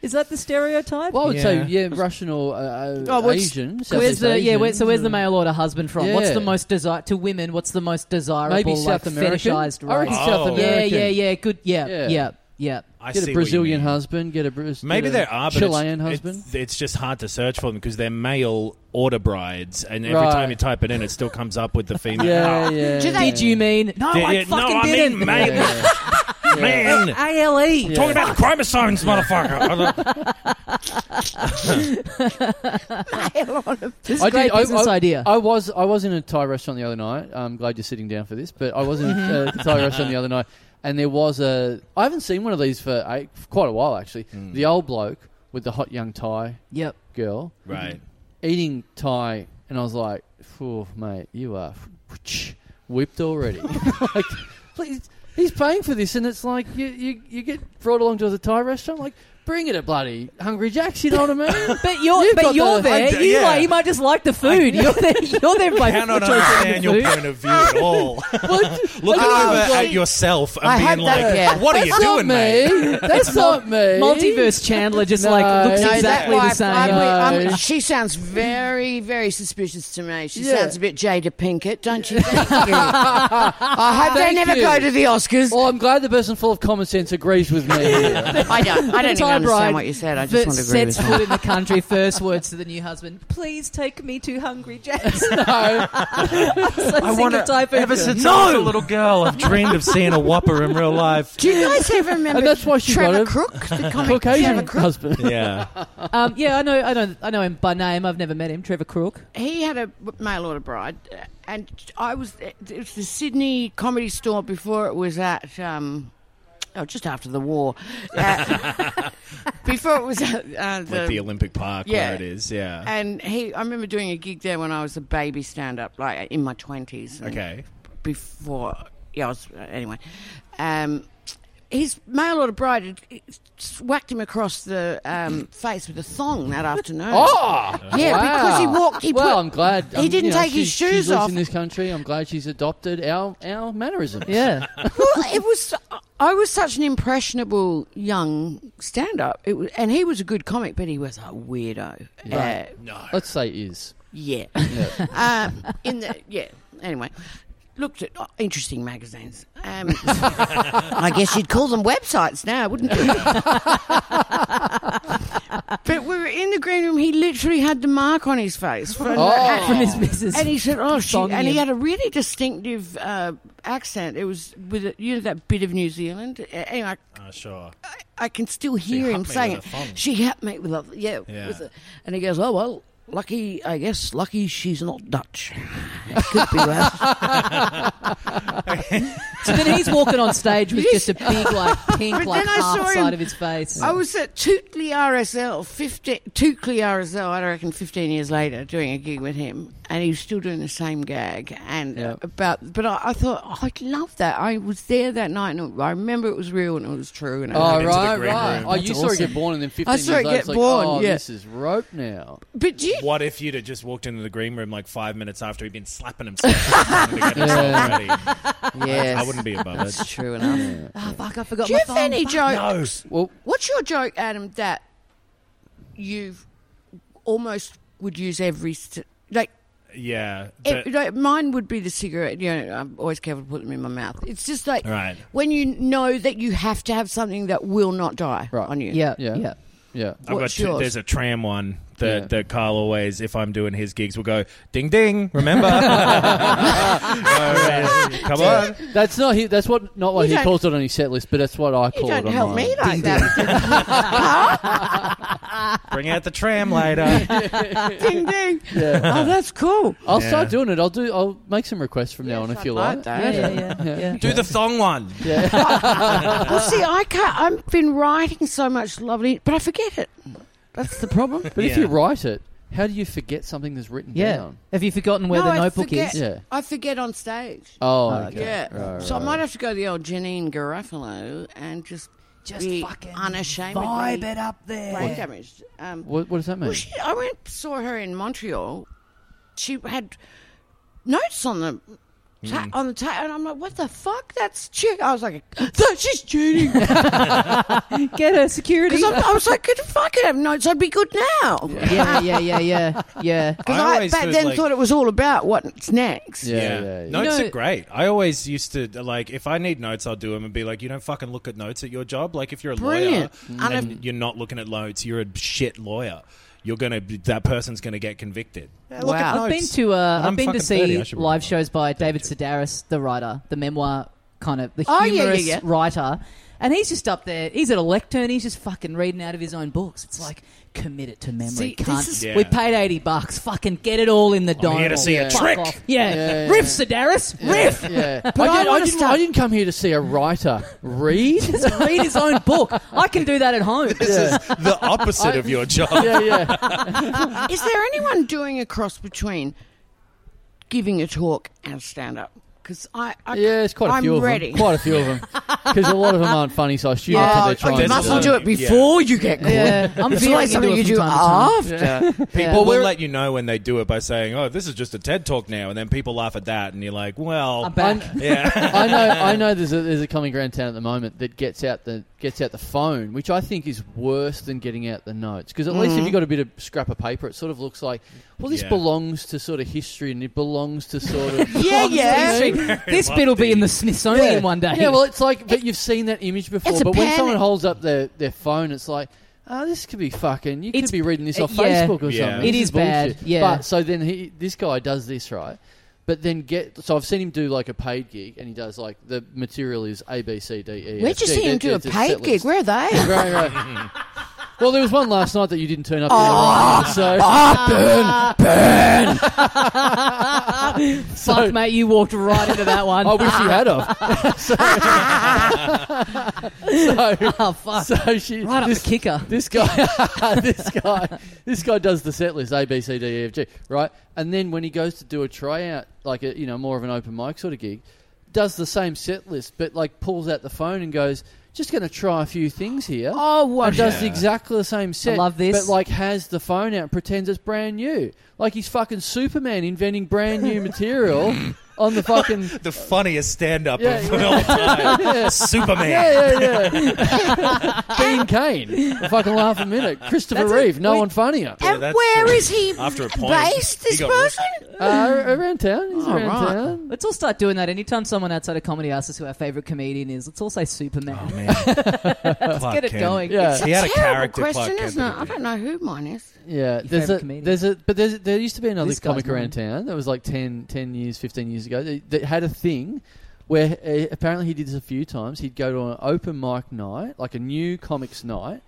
[SPEAKER 1] Is that the stereotype?
[SPEAKER 2] Well, I would
[SPEAKER 3] Yeah.
[SPEAKER 2] say, yeah, Russian or uh, uh,
[SPEAKER 4] Oh, what's-
[SPEAKER 2] Asian.
[SPEAKER 1] where's
[SPEAKER 2] Southeast
[SPEAKER 1] the yeah? Where, so
[SPEAKER 2] Asian.
[SPEAKER 1] where's the mail order husband from? What's
[SPEAKER 2] Yeah.
[SPEAKER 1] the most desire to women? What's the most desirable
[SPEAKER 2] Maybe
[SPEAKER 1] like
[SPEAKER 2] South American.
[SPEAKER 1] fetishized
[SPEAKER 2] I reckon
[SPEAKER 1] race?
[SPEAKER 3] Oh.
[SPEAKER 2] South
[SPEAKER 3] Yeah,
[SPEAKER 1] yeah,
[SPEAKER 2] American.
[SPEAKER 1] yeah, yeah. Good. Yeah, yeah,
[SPEAKER 2] Yeah.
[SPEAKER 1] yeah.
[SPEAKER 2] Get
[SPEAKER 3] I see
[SPEAKER 2] a
[SPEAKER 3] what you
[SPEAKER 2] Brazilian
[SPEAKER 3] mean.
[SPEAKER 2] husband. Get a Brazilian.
[SPEAKER 3] Maybe there are, but
[SPEAKER 2] Chilean
[SPEAKER 3] it's,
[SPEAKER 2] husband.
[SPEAKER 3] It's, it's just hard to search for them because they're male order brides, and every
[SPEAKER 2] Right.
[SPEAKER 3] time you type it in, it still comes up with the female.
[SPEAKER 2] yeah,
[SPEAKER 3] Oh,
[SPEAKER 2] yeah.
[SPEAKER 4] Do they-
[SPEAKER 1] Did you mean no?
[SPEAKER 3] yeah,
[SPEAKER 1] I
[SPEAKER 3] yeah,
[SPEAKER 1] fucking
[SPEAKER 3] no, I
[SPEAKER 1] didn't.
[SPEAKER 3] mean, male,
[SPEAKER 2] Yeah.
[SPEAKER 3] man.
[SPEAKER 1] Ale.
[SPEAKER 3] Talking about the chromosomes, motherfucker.
[SPEAKER 1] This is
[SPEAKER 2] I
[SPEAKER 1] a great
[SPEAKER 2] did- I-
[SPEAKER 1] business
[SPEAKER 2] I-
[SPEAKER 1] idea.
[SPEAKER 2] I was I was in a Thai restaurant the other night. I'm glad you're sitting down for this, but I was in a uh, Thai restaurant the other night, and there was a. I haven't seen one of these for, eight, for quite a while actually. The old bloke with the hot young Thai
[SPEAKER 1] yep.
[SPEAKER 2] girl
[SPEAKER 3] right.
[SPEAKER 2] eating Thai, and I was like, "Phew, mate, you are whipped already." like, please, he's paying for this, and it's like you, you you get brought along to the Thai restaurant, like. Bring it a bloody Hungry Jacks, you know what I mean?
[SPEAKER 1] But you're
[SPEAKER 2] You've
[SPEAKER 1] but
[SPEAKER 2] got
[SPEAKER 1] you're
[SPEAKER 2] the-
[SPEAKER 1] there.
[SPEAKER 3] I d-
[SPEAKER 1] you
[SPEAKER 3] yeah.
[SPEAKER 1] like you might just like the food. you're there. You're there by
[SPEAKER 3] Cannot
[SPEAKER 1] choice of
[SPEAKER 3] understand your
[SPEAKER 1] food.
[SPEAKER 3] point of view at all. Looking over
[SPEAKER 2] like-
[SPEAKER 3] at yourself and
[SPEAKER 4] I had
[SPEAKER 3] being
[SPEAKER 4] that-
[SPEAKER 3] like,
[SPEAKER 4] yeah.
[SPEAKER 3] "What are you
[SPEAKER 2] That's
[SPEAKER 3] doing,
[SPEAKER 2] not
[SPEAKER 3] mate?"
[SPEAKER 2] me. That's not me.
[SPEAKER 1] Multiverse Chandler just
[SPEAKER 2] No,
[SPEAKER 1] like looks
[SPEAKER 2] no, that
[SPEAKER 1] exactly the
[SPEAKER 4] wife,
[SPEAKER 1] same.
[SPEAKER 4] I'm- I'm-
[SPEAKER 2] No.
[SPEAKER 4] she sounds very, very suspicious to me. She
[SPEAKER 2] Yeah.
[SPEAKER 4] sounds a bit Jada Pinkett, don't you think? I hope they
[SPEAKER 2] Thank
[SPEAKER 4] never
[SPEAKER 2] you.
[SPEAKER 4] go to the Oscars.
[SPEAKER 2] Well, Oh, I'm glad the person full of common sense agrees with me. here.
[SPEAKER 4] I don't. I don't even
[SPEAKER 1] Thai bride
[SPEAKER 4] understand what you said. I just
[SPEAKER 1] that
[SPEAKER 4] want to agree with
[SPEAKER 1] sets
[SPEAKER 4] you.
[SPEAKER 1] foot in the country. First words to the new husband: Please take me to Hungry Jack's.
[SPEAKER 2] no,
[SPEAKER 1] so I want
[SPEAKER 3] wanna-
[SPEAKER 1] type
[SPEAKER 3] Ever since I was a little girl, I've dreamed of seeing a Whopper in real life.
[SPEAKER 4] Do you guys ever remember
[SPEAKER 2] And that's why she got
[SPEAKER 4] Trevor
[SPEAKER 2] it.
[SPEAKER 4] Crook, the comic Trevor
[SPEAKER 2] Caucasian
[SPEAKER 4] Crook?
[SPEAKER 2] husband.
[SPEAKER 3] Yeah.
[SPEAKER 1] Um, yeah, I know, I know, I know him by name. I've never met him. Trevor Crook.
[SPEAKER 4] He had a mail order bride, uh, and I was it was the Sydney Comedy Store before it was at. Um, Oh, just after the war. Uh, before it was at uh,
[SPEAKER 3] Like the Olympic Park
[SPEAKER 4] Yeah.
[SPEAKER 3] where it is. Yeah.
[SPEAKER 4] And he, I remember doing a gig there when I was a baby stand up, like in my 20s. and
[SPEAKER 3] Okay.
[SPEAKER 4] Before, yeah, I was, anyway. Um, his mail order bride had it whacked him across the um, face with a thong that afternoon.
[SPEAKER 2] Oh,
[SPEAKER 4] Yeah,
[SPEAKER 2] wow.
[SPEAKER 4] because he walked- he
[SPEAKER 2] well,
[SPEAKER 4] put-
[SPEAKER 2] I'm glad
[SPEAKER 4] he
[SPEAKER 2] um,
[SPEAKER 4] didn't
[SPEAKER 2] you know,
[SPEAKER 4] take his
[SPEAKER 2] she- she
[SPEAKER 4] shoes
[SPEAKER 2] lives
[SPEAKER 4] off.
[SPEAKER 2] in this country. I'm glad she's adopted our our mannerisms.
[SPEAKER 1] Yeah,
[SPEAKER 4] well, it was. I was such an impressionable young stand-up, it was, and he was a good comic, but he was a weirdo.
[SPEAKER 2] Yeah.
[SPEAKER 4] Uh,
[SPEAKER 3] No.
[SPEAKER 2] let's say is.
[SPEAKER 4] yeah.
[SPEAKER 2] Yeah.
[SPEAKER 4] um, in the yeah. Anyway, looked at oh, interesting magazines. Um, I guess you'd call them websites now, wouldn't you? but we were in the green room. He literally had the mark on his face from,
[SPEAKER 2] Oh.
[SPEAKER 1] from his missus.
[SPEAKER 4] and he said, "Oh, she,"
[SPEAKER 1] Bong
[SPEAKER 4] and he
[SPEAKER 1] him.
[SPEAKER 4] had a really distinctive uh, accent. It was with a, you know that bit of New Zealand. Uh, Anyway,
[SPEAKER 3] Oh, sure.
[SPEAKER 4] I, I can still hear him
[SPEAKER 3] humped me
[SPEAKER 4] saying,
[SPEAKER 3] with a
[SPEAKER 4] it.
[SPEAKER 3] thong.
[SPEAKER 4] "She helped me with a yeah."
[SPEAKER 3] Yeah.
[SPEAKER 4] With a, and he goes, "Oh well, Lucky, I guess, lucky she's not Dutch. It could be that.
[SPEAKER 1] So then he's walking on stage with just a big, like, pink,
[SPEAKER 4] But
[SPEAKER 1] like,
[SPEAKER 4] then I
[SPEAKER 1] half
[SPEAKER 4] saw him-
[SPEAKER 1] side of his face.
[SPEAKER 4] I was at Tootley RSL, 15, Tootley RSL, I reckon 15 years later, doing a gig with him, and he was still doing the same gag. And
[SPEAKER 2] Yeah.
[SPEAKER 4] about, but I, I thought, oh, I'd love that. I was there that night, and I remember it was real and it was true. And
[SPEAKER 2] Oh
[SPEAKER 4] everything.
[SPEAKER 3] into the
[SPEAKER 2] right,
[SPEAKER 3] green
[SPEAKER 2] right.
[SPEAKER 3] room.
[SPEAKER 2] Oh, you
[SPEAKER 1] That's
[SPEAKER 2] saw her
[SPEAKER 1] awesome.
[SPEAKER 2] get born and then fifteen
[SPEAKER 4] I saw
[SPEAKER 2] years
[SPEAKER 4] her
[SPEAKER 2] later,
[SPEAKER 4] get
[SPEAKER 2] it's like,
[SPEAKER 4] born,
[SPEAKER 2] oh,
[SPEAKER 4] yeah.
[SPEAKER 2] this is rope now.
[SPEAKER 4] But do you,
[SPEAKER 3] What if you'd have just walked into the green room like five minutes after he'd been slapping himself? to get himself
[SPEAKER 2] Yeah.
[SPEAKER 3] ready?
[SPEAKER 4] yes,
[SPEAKER 3] I wouldn't be above it.
[SPEAKER 4] That's true enough.
[SPEAKER 1] oh, fuck, I forgot
[SPEAKER 4] Do
[SPEAKER 1] my
[SPEAKER 4] you have
[SPEAKER 1] phone.
[SPEAKER 4] any
[SPEAKER 1] Fuck.
[SPEAKER 4] jokes?
[SPEAKER 3] No.
[SPEAKER 2] Well,
[SPEAKER 4] What's your joke, Adam? That you almost would use every st- like.
[SPEAKER 3] Yeah.
[SPEAKER 4] It,
[SPEAKER 3] but-
[SPEAKER 4] like, mine would be the cigarette. You know, I'm always careful to put them in my mouth. It's just like
[SPEAKER 3] Right.
[SPEAKER 4] when you know that you have to have something that will not die
[SPEAKER 2] Right.
[SPEAKER 4] on you.
[SPEAKER 1] Yeah, yeah.
[SPEAKER 2] Yeah. yeah.
[SPEAKER 3] I've got
[SPEAKER 4] What's
[SPEAKER 3] two,
[SPEAKER 4] yours?
[SPEAKER 3] there's a tram one that,
[SPEAKER 2] Yeah.
[SPEAKER 3] that Kyle always, if I'm doing his gigs, will go ding ding. Remember? Oh, yeah. Come on.
[SPEAKER 2] That's not he, that's what not what
[SPEAKER 4] You
[SPEAKER 2] he
[SPEAKER 4] don't-
[SPEAKER 2] calls it on his set list, but that's what I
[SPEAKER 4] You
[SPEAKER 2] call
[SPEAKER 4] don't
[SPEAKER 2] it. on
[SPEAKER 4] help
[SPEAKER 2] mine.
[SPEAKER 4] me like that.
[SPEAKER 3] Bring out the tram later.
[SPEAKER 4] ding ding.
[SPEAKER 2] Yeah.
[SPEAKER 4] Oh, that's cool.
[SPEAKER 2] I'll
[SPEAKER 3] Yeah.
[SPEAKER 2] start doing it. I'll do. I'll make some requests from now on
[SPEAKER 4] Yes,
[SPEAKER 2] if you
[SPEAKER 4] I'd
[SPEAKER 2] like.
[SPEAKER 4] like
[SPEAKER 1] Yeah,
[SPEAKER 4] that.
[SPEAKER 1] yeah, yeah, yeah. yeah.
[SPEAKER 3] Do the thong one.
[SPEAKER 2] Yeah.
[SPEAKER 4] well, see, I can't. I've been writing so much lovely, but I forget it. That's the problem.
[SPEAKER 2] But if
[SPEAKER 3] Yeah.
[SPEAKER 2] you write it, how do you forget something that's written down?
[SPEAKER 1] Have you forgotten where
[SPEAKER 4] No,
[SPEAKER 1] the
[SPEAKER 4] I
[SPEAKER 1] notebook
[SPEAKER 4] forget.
[SPEAKER 1] is?
[SPEAKER 2] Yeah.
[SPEAKER 4] I forget on stage.
[SPEAKER 2] Oh,
[SPEAKER 1] Oh,
[SPEAKER 2] okay.
[SPEAKER 4] Yeah.
[SPEAKER 2] Right,
[SPEAKER 4] so
[SPEAKER 2] right.
[SPEAKER 4] I might have to go to the old Janine Garofalo and just
[SPEAKER 1] Just
[SPEAKER 4] be
[SPEAKER 1] fucking
[SPEAKER 4] unashamedly
[SPEAKER 1] vibe it up there.
[SPEAKER 4] brain damaged. Um,
[SPEAKER 2] What, what does that mean?
[SPEAKER 4] well, she, I went saw her in Montreal. She had notes on the. Ta- On the ta- and I'm like, what the fuck? That's chick. I was like, that she's cheating.
[SPEAKER 1] Get her security.
[SPEAKER 4] Because I was like, could fucking have notes. I'd be good now. Because
[SPEAKER 1] yeah, yeah, yeah, yeah, yeah.
[SPEAKER 3] I
[SPEAKER 4] I,
[SPEAKER 3] always
[SPEAKER 4] back
[SPEAKER 3] was
[SPEAKER 4] then
[SPEAKER 3] like-
[SPEAKER 4] thought it was all about what's next.
[SPEAKER 2] yeah, yeah. yeah.
[SPEAKER 3] Notes
[SPEAKER 1] You know-
[SPEAKER 3] are great. I always used to like if I need notes, I'll do them and be like, you don't fucking look at notes at your job. Like if you're a
[SPEAKER 4] Brilliant.
[SPEAKER 3] lawyer
[SPEAKER 4] And
[SPEAKER 3] and you're not looking at notes, you're a shit lawyer. You're gonna be- that person's gonna get convicted. Yeah, look
[SPEAKER 4] Wow.
[SPEAKER 3] at
[SPEAKER 4] I've
[SPEAKER 1] I've been
[SPEAKER 3] notes.
[SPEAKER 1] to uh,
[SPEAKER 3] When
[SPEAKER 1] I've
[SPEAKER 3] I'm
[SPEAKER 1] been to
[SPEAKER 3] fucking 30, I
[SPEAKER 1] see
[SPEAKER 3] should be
[SPEAKER 1] live
[SPEAKER 3] like,
[SPEAKER 1] shows by David Sedaris, the writer, the memoir kind of the
[SPEAKER 4] Oh, yeah, yeah,
[SPEAKER 1] humorous
[SPEAKER 4] yeah.
[SPEAKER 1] writer, and he's just up there. He's at a lectern. He's just fucking reading out of his own books. It's like commit it to memory,
[SPEAKER 4] See, this
[SPEAKER 1] cunt.
[SPEAKER 4] is-
[SPEAKER 3] Yeah.
[SPEAKER 1] We paid eighty bucks. Fucking get it all in the dome.
[SPEAKER 3] here to see a
[SPEAKER 1] Fuck
[SPEAKER 3] trick.
[SPEAKER 1] off. Yeah.
[SPEAKER 2] Yeah, yeah,
[SPEAKER 1] riff
[SPEAKER 2] yeah.
[SPEAKER 1] Sedaris, riff.
[SPEAKER 2] Yeah.
[SPEAKER 4] But
[SPEAKER 2] I, did,
[SPEAKER 4] I
[SPEAKER 2] I,
[SPEAKER 4] wanna
[SPEAKER 2] didn't,
[SPEAKER 4] start-
[SPEAKER 2] I didn't come here to see a writer read.
[SPEAKER 1] Just read his own book. I can do that at home.
[SPEAKER 2] yeah.
[SPEAKER 3] the opposite of your job.
[SPEAKER 2] yeah, yeah.
[SPEAKER 4] Is there anyone doing a cross between giving a talk and stand up? Because I, I,
[SPEAKER 2] Yeah, it's quite a
[SPEAKER 4] I'm
[SPEAKER 2] few of
[SPEAKER 4] ready.
[SPEAKER 2] them. Quite a few of them. Because a lot of them aren't funny, so I assume that's
[SPEAKER 4] Oh,
[SPEAKER 2] what they're
[SPEAKER 4] you
[SPEAKER 2] trying
[SPEAKER 3] must
[SPEAKER 4] mustn't
[SPEAKER 2] to
[SPEAKER 4] do it
[SPEAKER 3] Yeah.
[SPEAKER 4] before you get caught.
[SPEAKER 1] Yeah, I'm
[SPEAKER 4] It's
[SPEAKER 1] feeling
[SPEAKER 4] always something you
[SPEAKER 1] it
[SPEAKER 4] do
[SPEAKER 1] from time to time.
[SPEAKER 4] after.
[SPEAKER 3] People
[SPEAKER 2] Well,
[SPEAKER 3] will
[SPEAKER 2] we're-
[SPEAKER 3] let you know when they do it by saying, "Oh, this is just a TED talk now," and then people laugh at that, and you're like, "Well,
[SPEAKER 1] I'm back.
[SPEAKER 2] I'm-
[SPEAKER 3] yeah."
[SPEAKER 2] I know, I know. There's a there's a common ground town at the moment that gets out the gets out the phone, which I think is worse than getting out the notes. Because at least if you have got a bit of scrap of paper, it sort of looks like, well, this
[SPEAKER 3] Yeah.
[SPEAKER 2] belongs to sort of history, and it belongs to sort of
[SPEAKER 4] Yeah, yeah.
[SPEAKER 1] This bit will be in the Smithsonian one day.
[SPEAKER 2] Yeah, well, it's like, but you've seen that image before.
[SPEAKER 4] It's a
[SPEAKER 2] But when someone
[SPEAKER 4] panic.
[SPEAKER 2] holds up their, their phone, it's like, oh, this could be fucking. You
[SPEAKER 1] It's-
[SPEAKER 2] could be reading this
[SPEAKER 1] uh,
[SPEAKER 2] off
[SPEAKER 1] yeah.
[SPEAKER 2] Facebook or
[SPEAKER 3] Yeah.
[SPEAKER 2] something.
[SPEAKER 1] It
[SPEAKER 2] This
[SPEAKER 1] is bad,
[SPEAKER 2] bullshit.
[SPEAKER 1] yeah.
[SPEAKER 2] But so then he, this guy does this right. But then get so I've seen him do like a paid gig, and he does like the material is A B C D E.
[SPEAKER 4] Where'd you see him do a paid gig? Where are they?
[SPEAKER 2] Right, right. well, there was one last night that you didn't
[SPEAKER 1] Oh.
[SPEAKER 2] turn up. to so
[SPEAKER 1] Fuck, mate, you walked right into that one.
[SPEAKER 2] I wish you had of. so,
[SPEAKER 1] oh, fuck.
[SPEAKER 2] so, so she
[SPEAKER 1] right up
[SPEAKER 2] this,
[SPEAKER 1] the kicker.
[SPEAKER 2] This guy, this guy, this guy does the set list A B C D E F G, right? And then when he goes to do a tryout, like a you know more of an open mic sort of gig, does the same set list, but like pulls out the phone and goes, "Just going to try a few things here."
[SPEAKER 1] Oh, what?
[SPEAKER 2] And does
[SPEAKER 3] Yeah.
[SPEAKER 2] exactly the same set.
[SPEAKER 1] love this.
[SPEAKER 2] But like has the phone out and pretends it's brand new. Like he's fucking Superman inventing brand new material on the fucking.
[SPEAKER 3] the funniest stand up
[SPEAKER 2] Yeah,
[SPEAKER 3] of
[SPEAKER 2] yeah.
[SPEAKER 3] all time.
[SPEAKER 2] Yeah.
[SPEAKER 3] Superman.
[SPEAKER 2] Yeah, yeah, yeah. Dean Kane. I fucking laugh a minute. Christopher
[SPEAKER 1] That's it.
[SPEAKER 2] Reeve. No
[SPEAKER 1] We-
[SPEAKER 2] one funnier.
[SPEAKER 3] Yeah,
[SPEAKER 4] and
[SPEAKER 3] that's
[SPEAKER 4] where
[SPEAKER 3] true.
[SPEAKER 4] is he
[SPEAKER 3] After a point,
[SPEAKER 4] based,
[SPEAKER 3] he
[SPEAKER 4] this
[SPEAKER 3] got
[SPEAKER 4] person?
[SPEAKER 2] Uh, around town. He's
[SPEAKER 4] All
[SPEAKER 2] around
[SPEAKER 4] right.
[SPEAKER 2] town.
[SPEAKER 1] Let's all start doing that. Anytime someone outside of comedy asks us who our favourite comedian is, let's all say Superman.
[SPEAKER 3] Oh, man. Clark
[SPEAKER 1] Get it
[SPEAKER 3] Kent.
[SPEAKER 1] going.
[SPEAKER 2] Yeah.
[SPEAKER 4] It's
[SPEAKER 3] He had a
[SPEAKER 4] terrible
[SPEAKER 3] character, Clark
[SPEAKER 4] question,
[SPEAKER 3] Kent,
[SPEAKER 4] isn't it? I
[SPEAKER 3] didn't he?
[SPEAKER 4] don't know who mine is.
[SPEAKER 2] Yeah. There's
[SPEAKER 1] favourite
[SPEAKER 2] a,
[SPEAKER 1] comedian.
[SPEAKER 2] there's a, but there's, there used to be another
[SPEAKER 1] This guy's
[SPEAKER 2] comic around town that was like 10, 10 years, 15 years ago that, that had a thing where uh, apparently he did this a few times. He'd go to an open mic night, like a new comics night,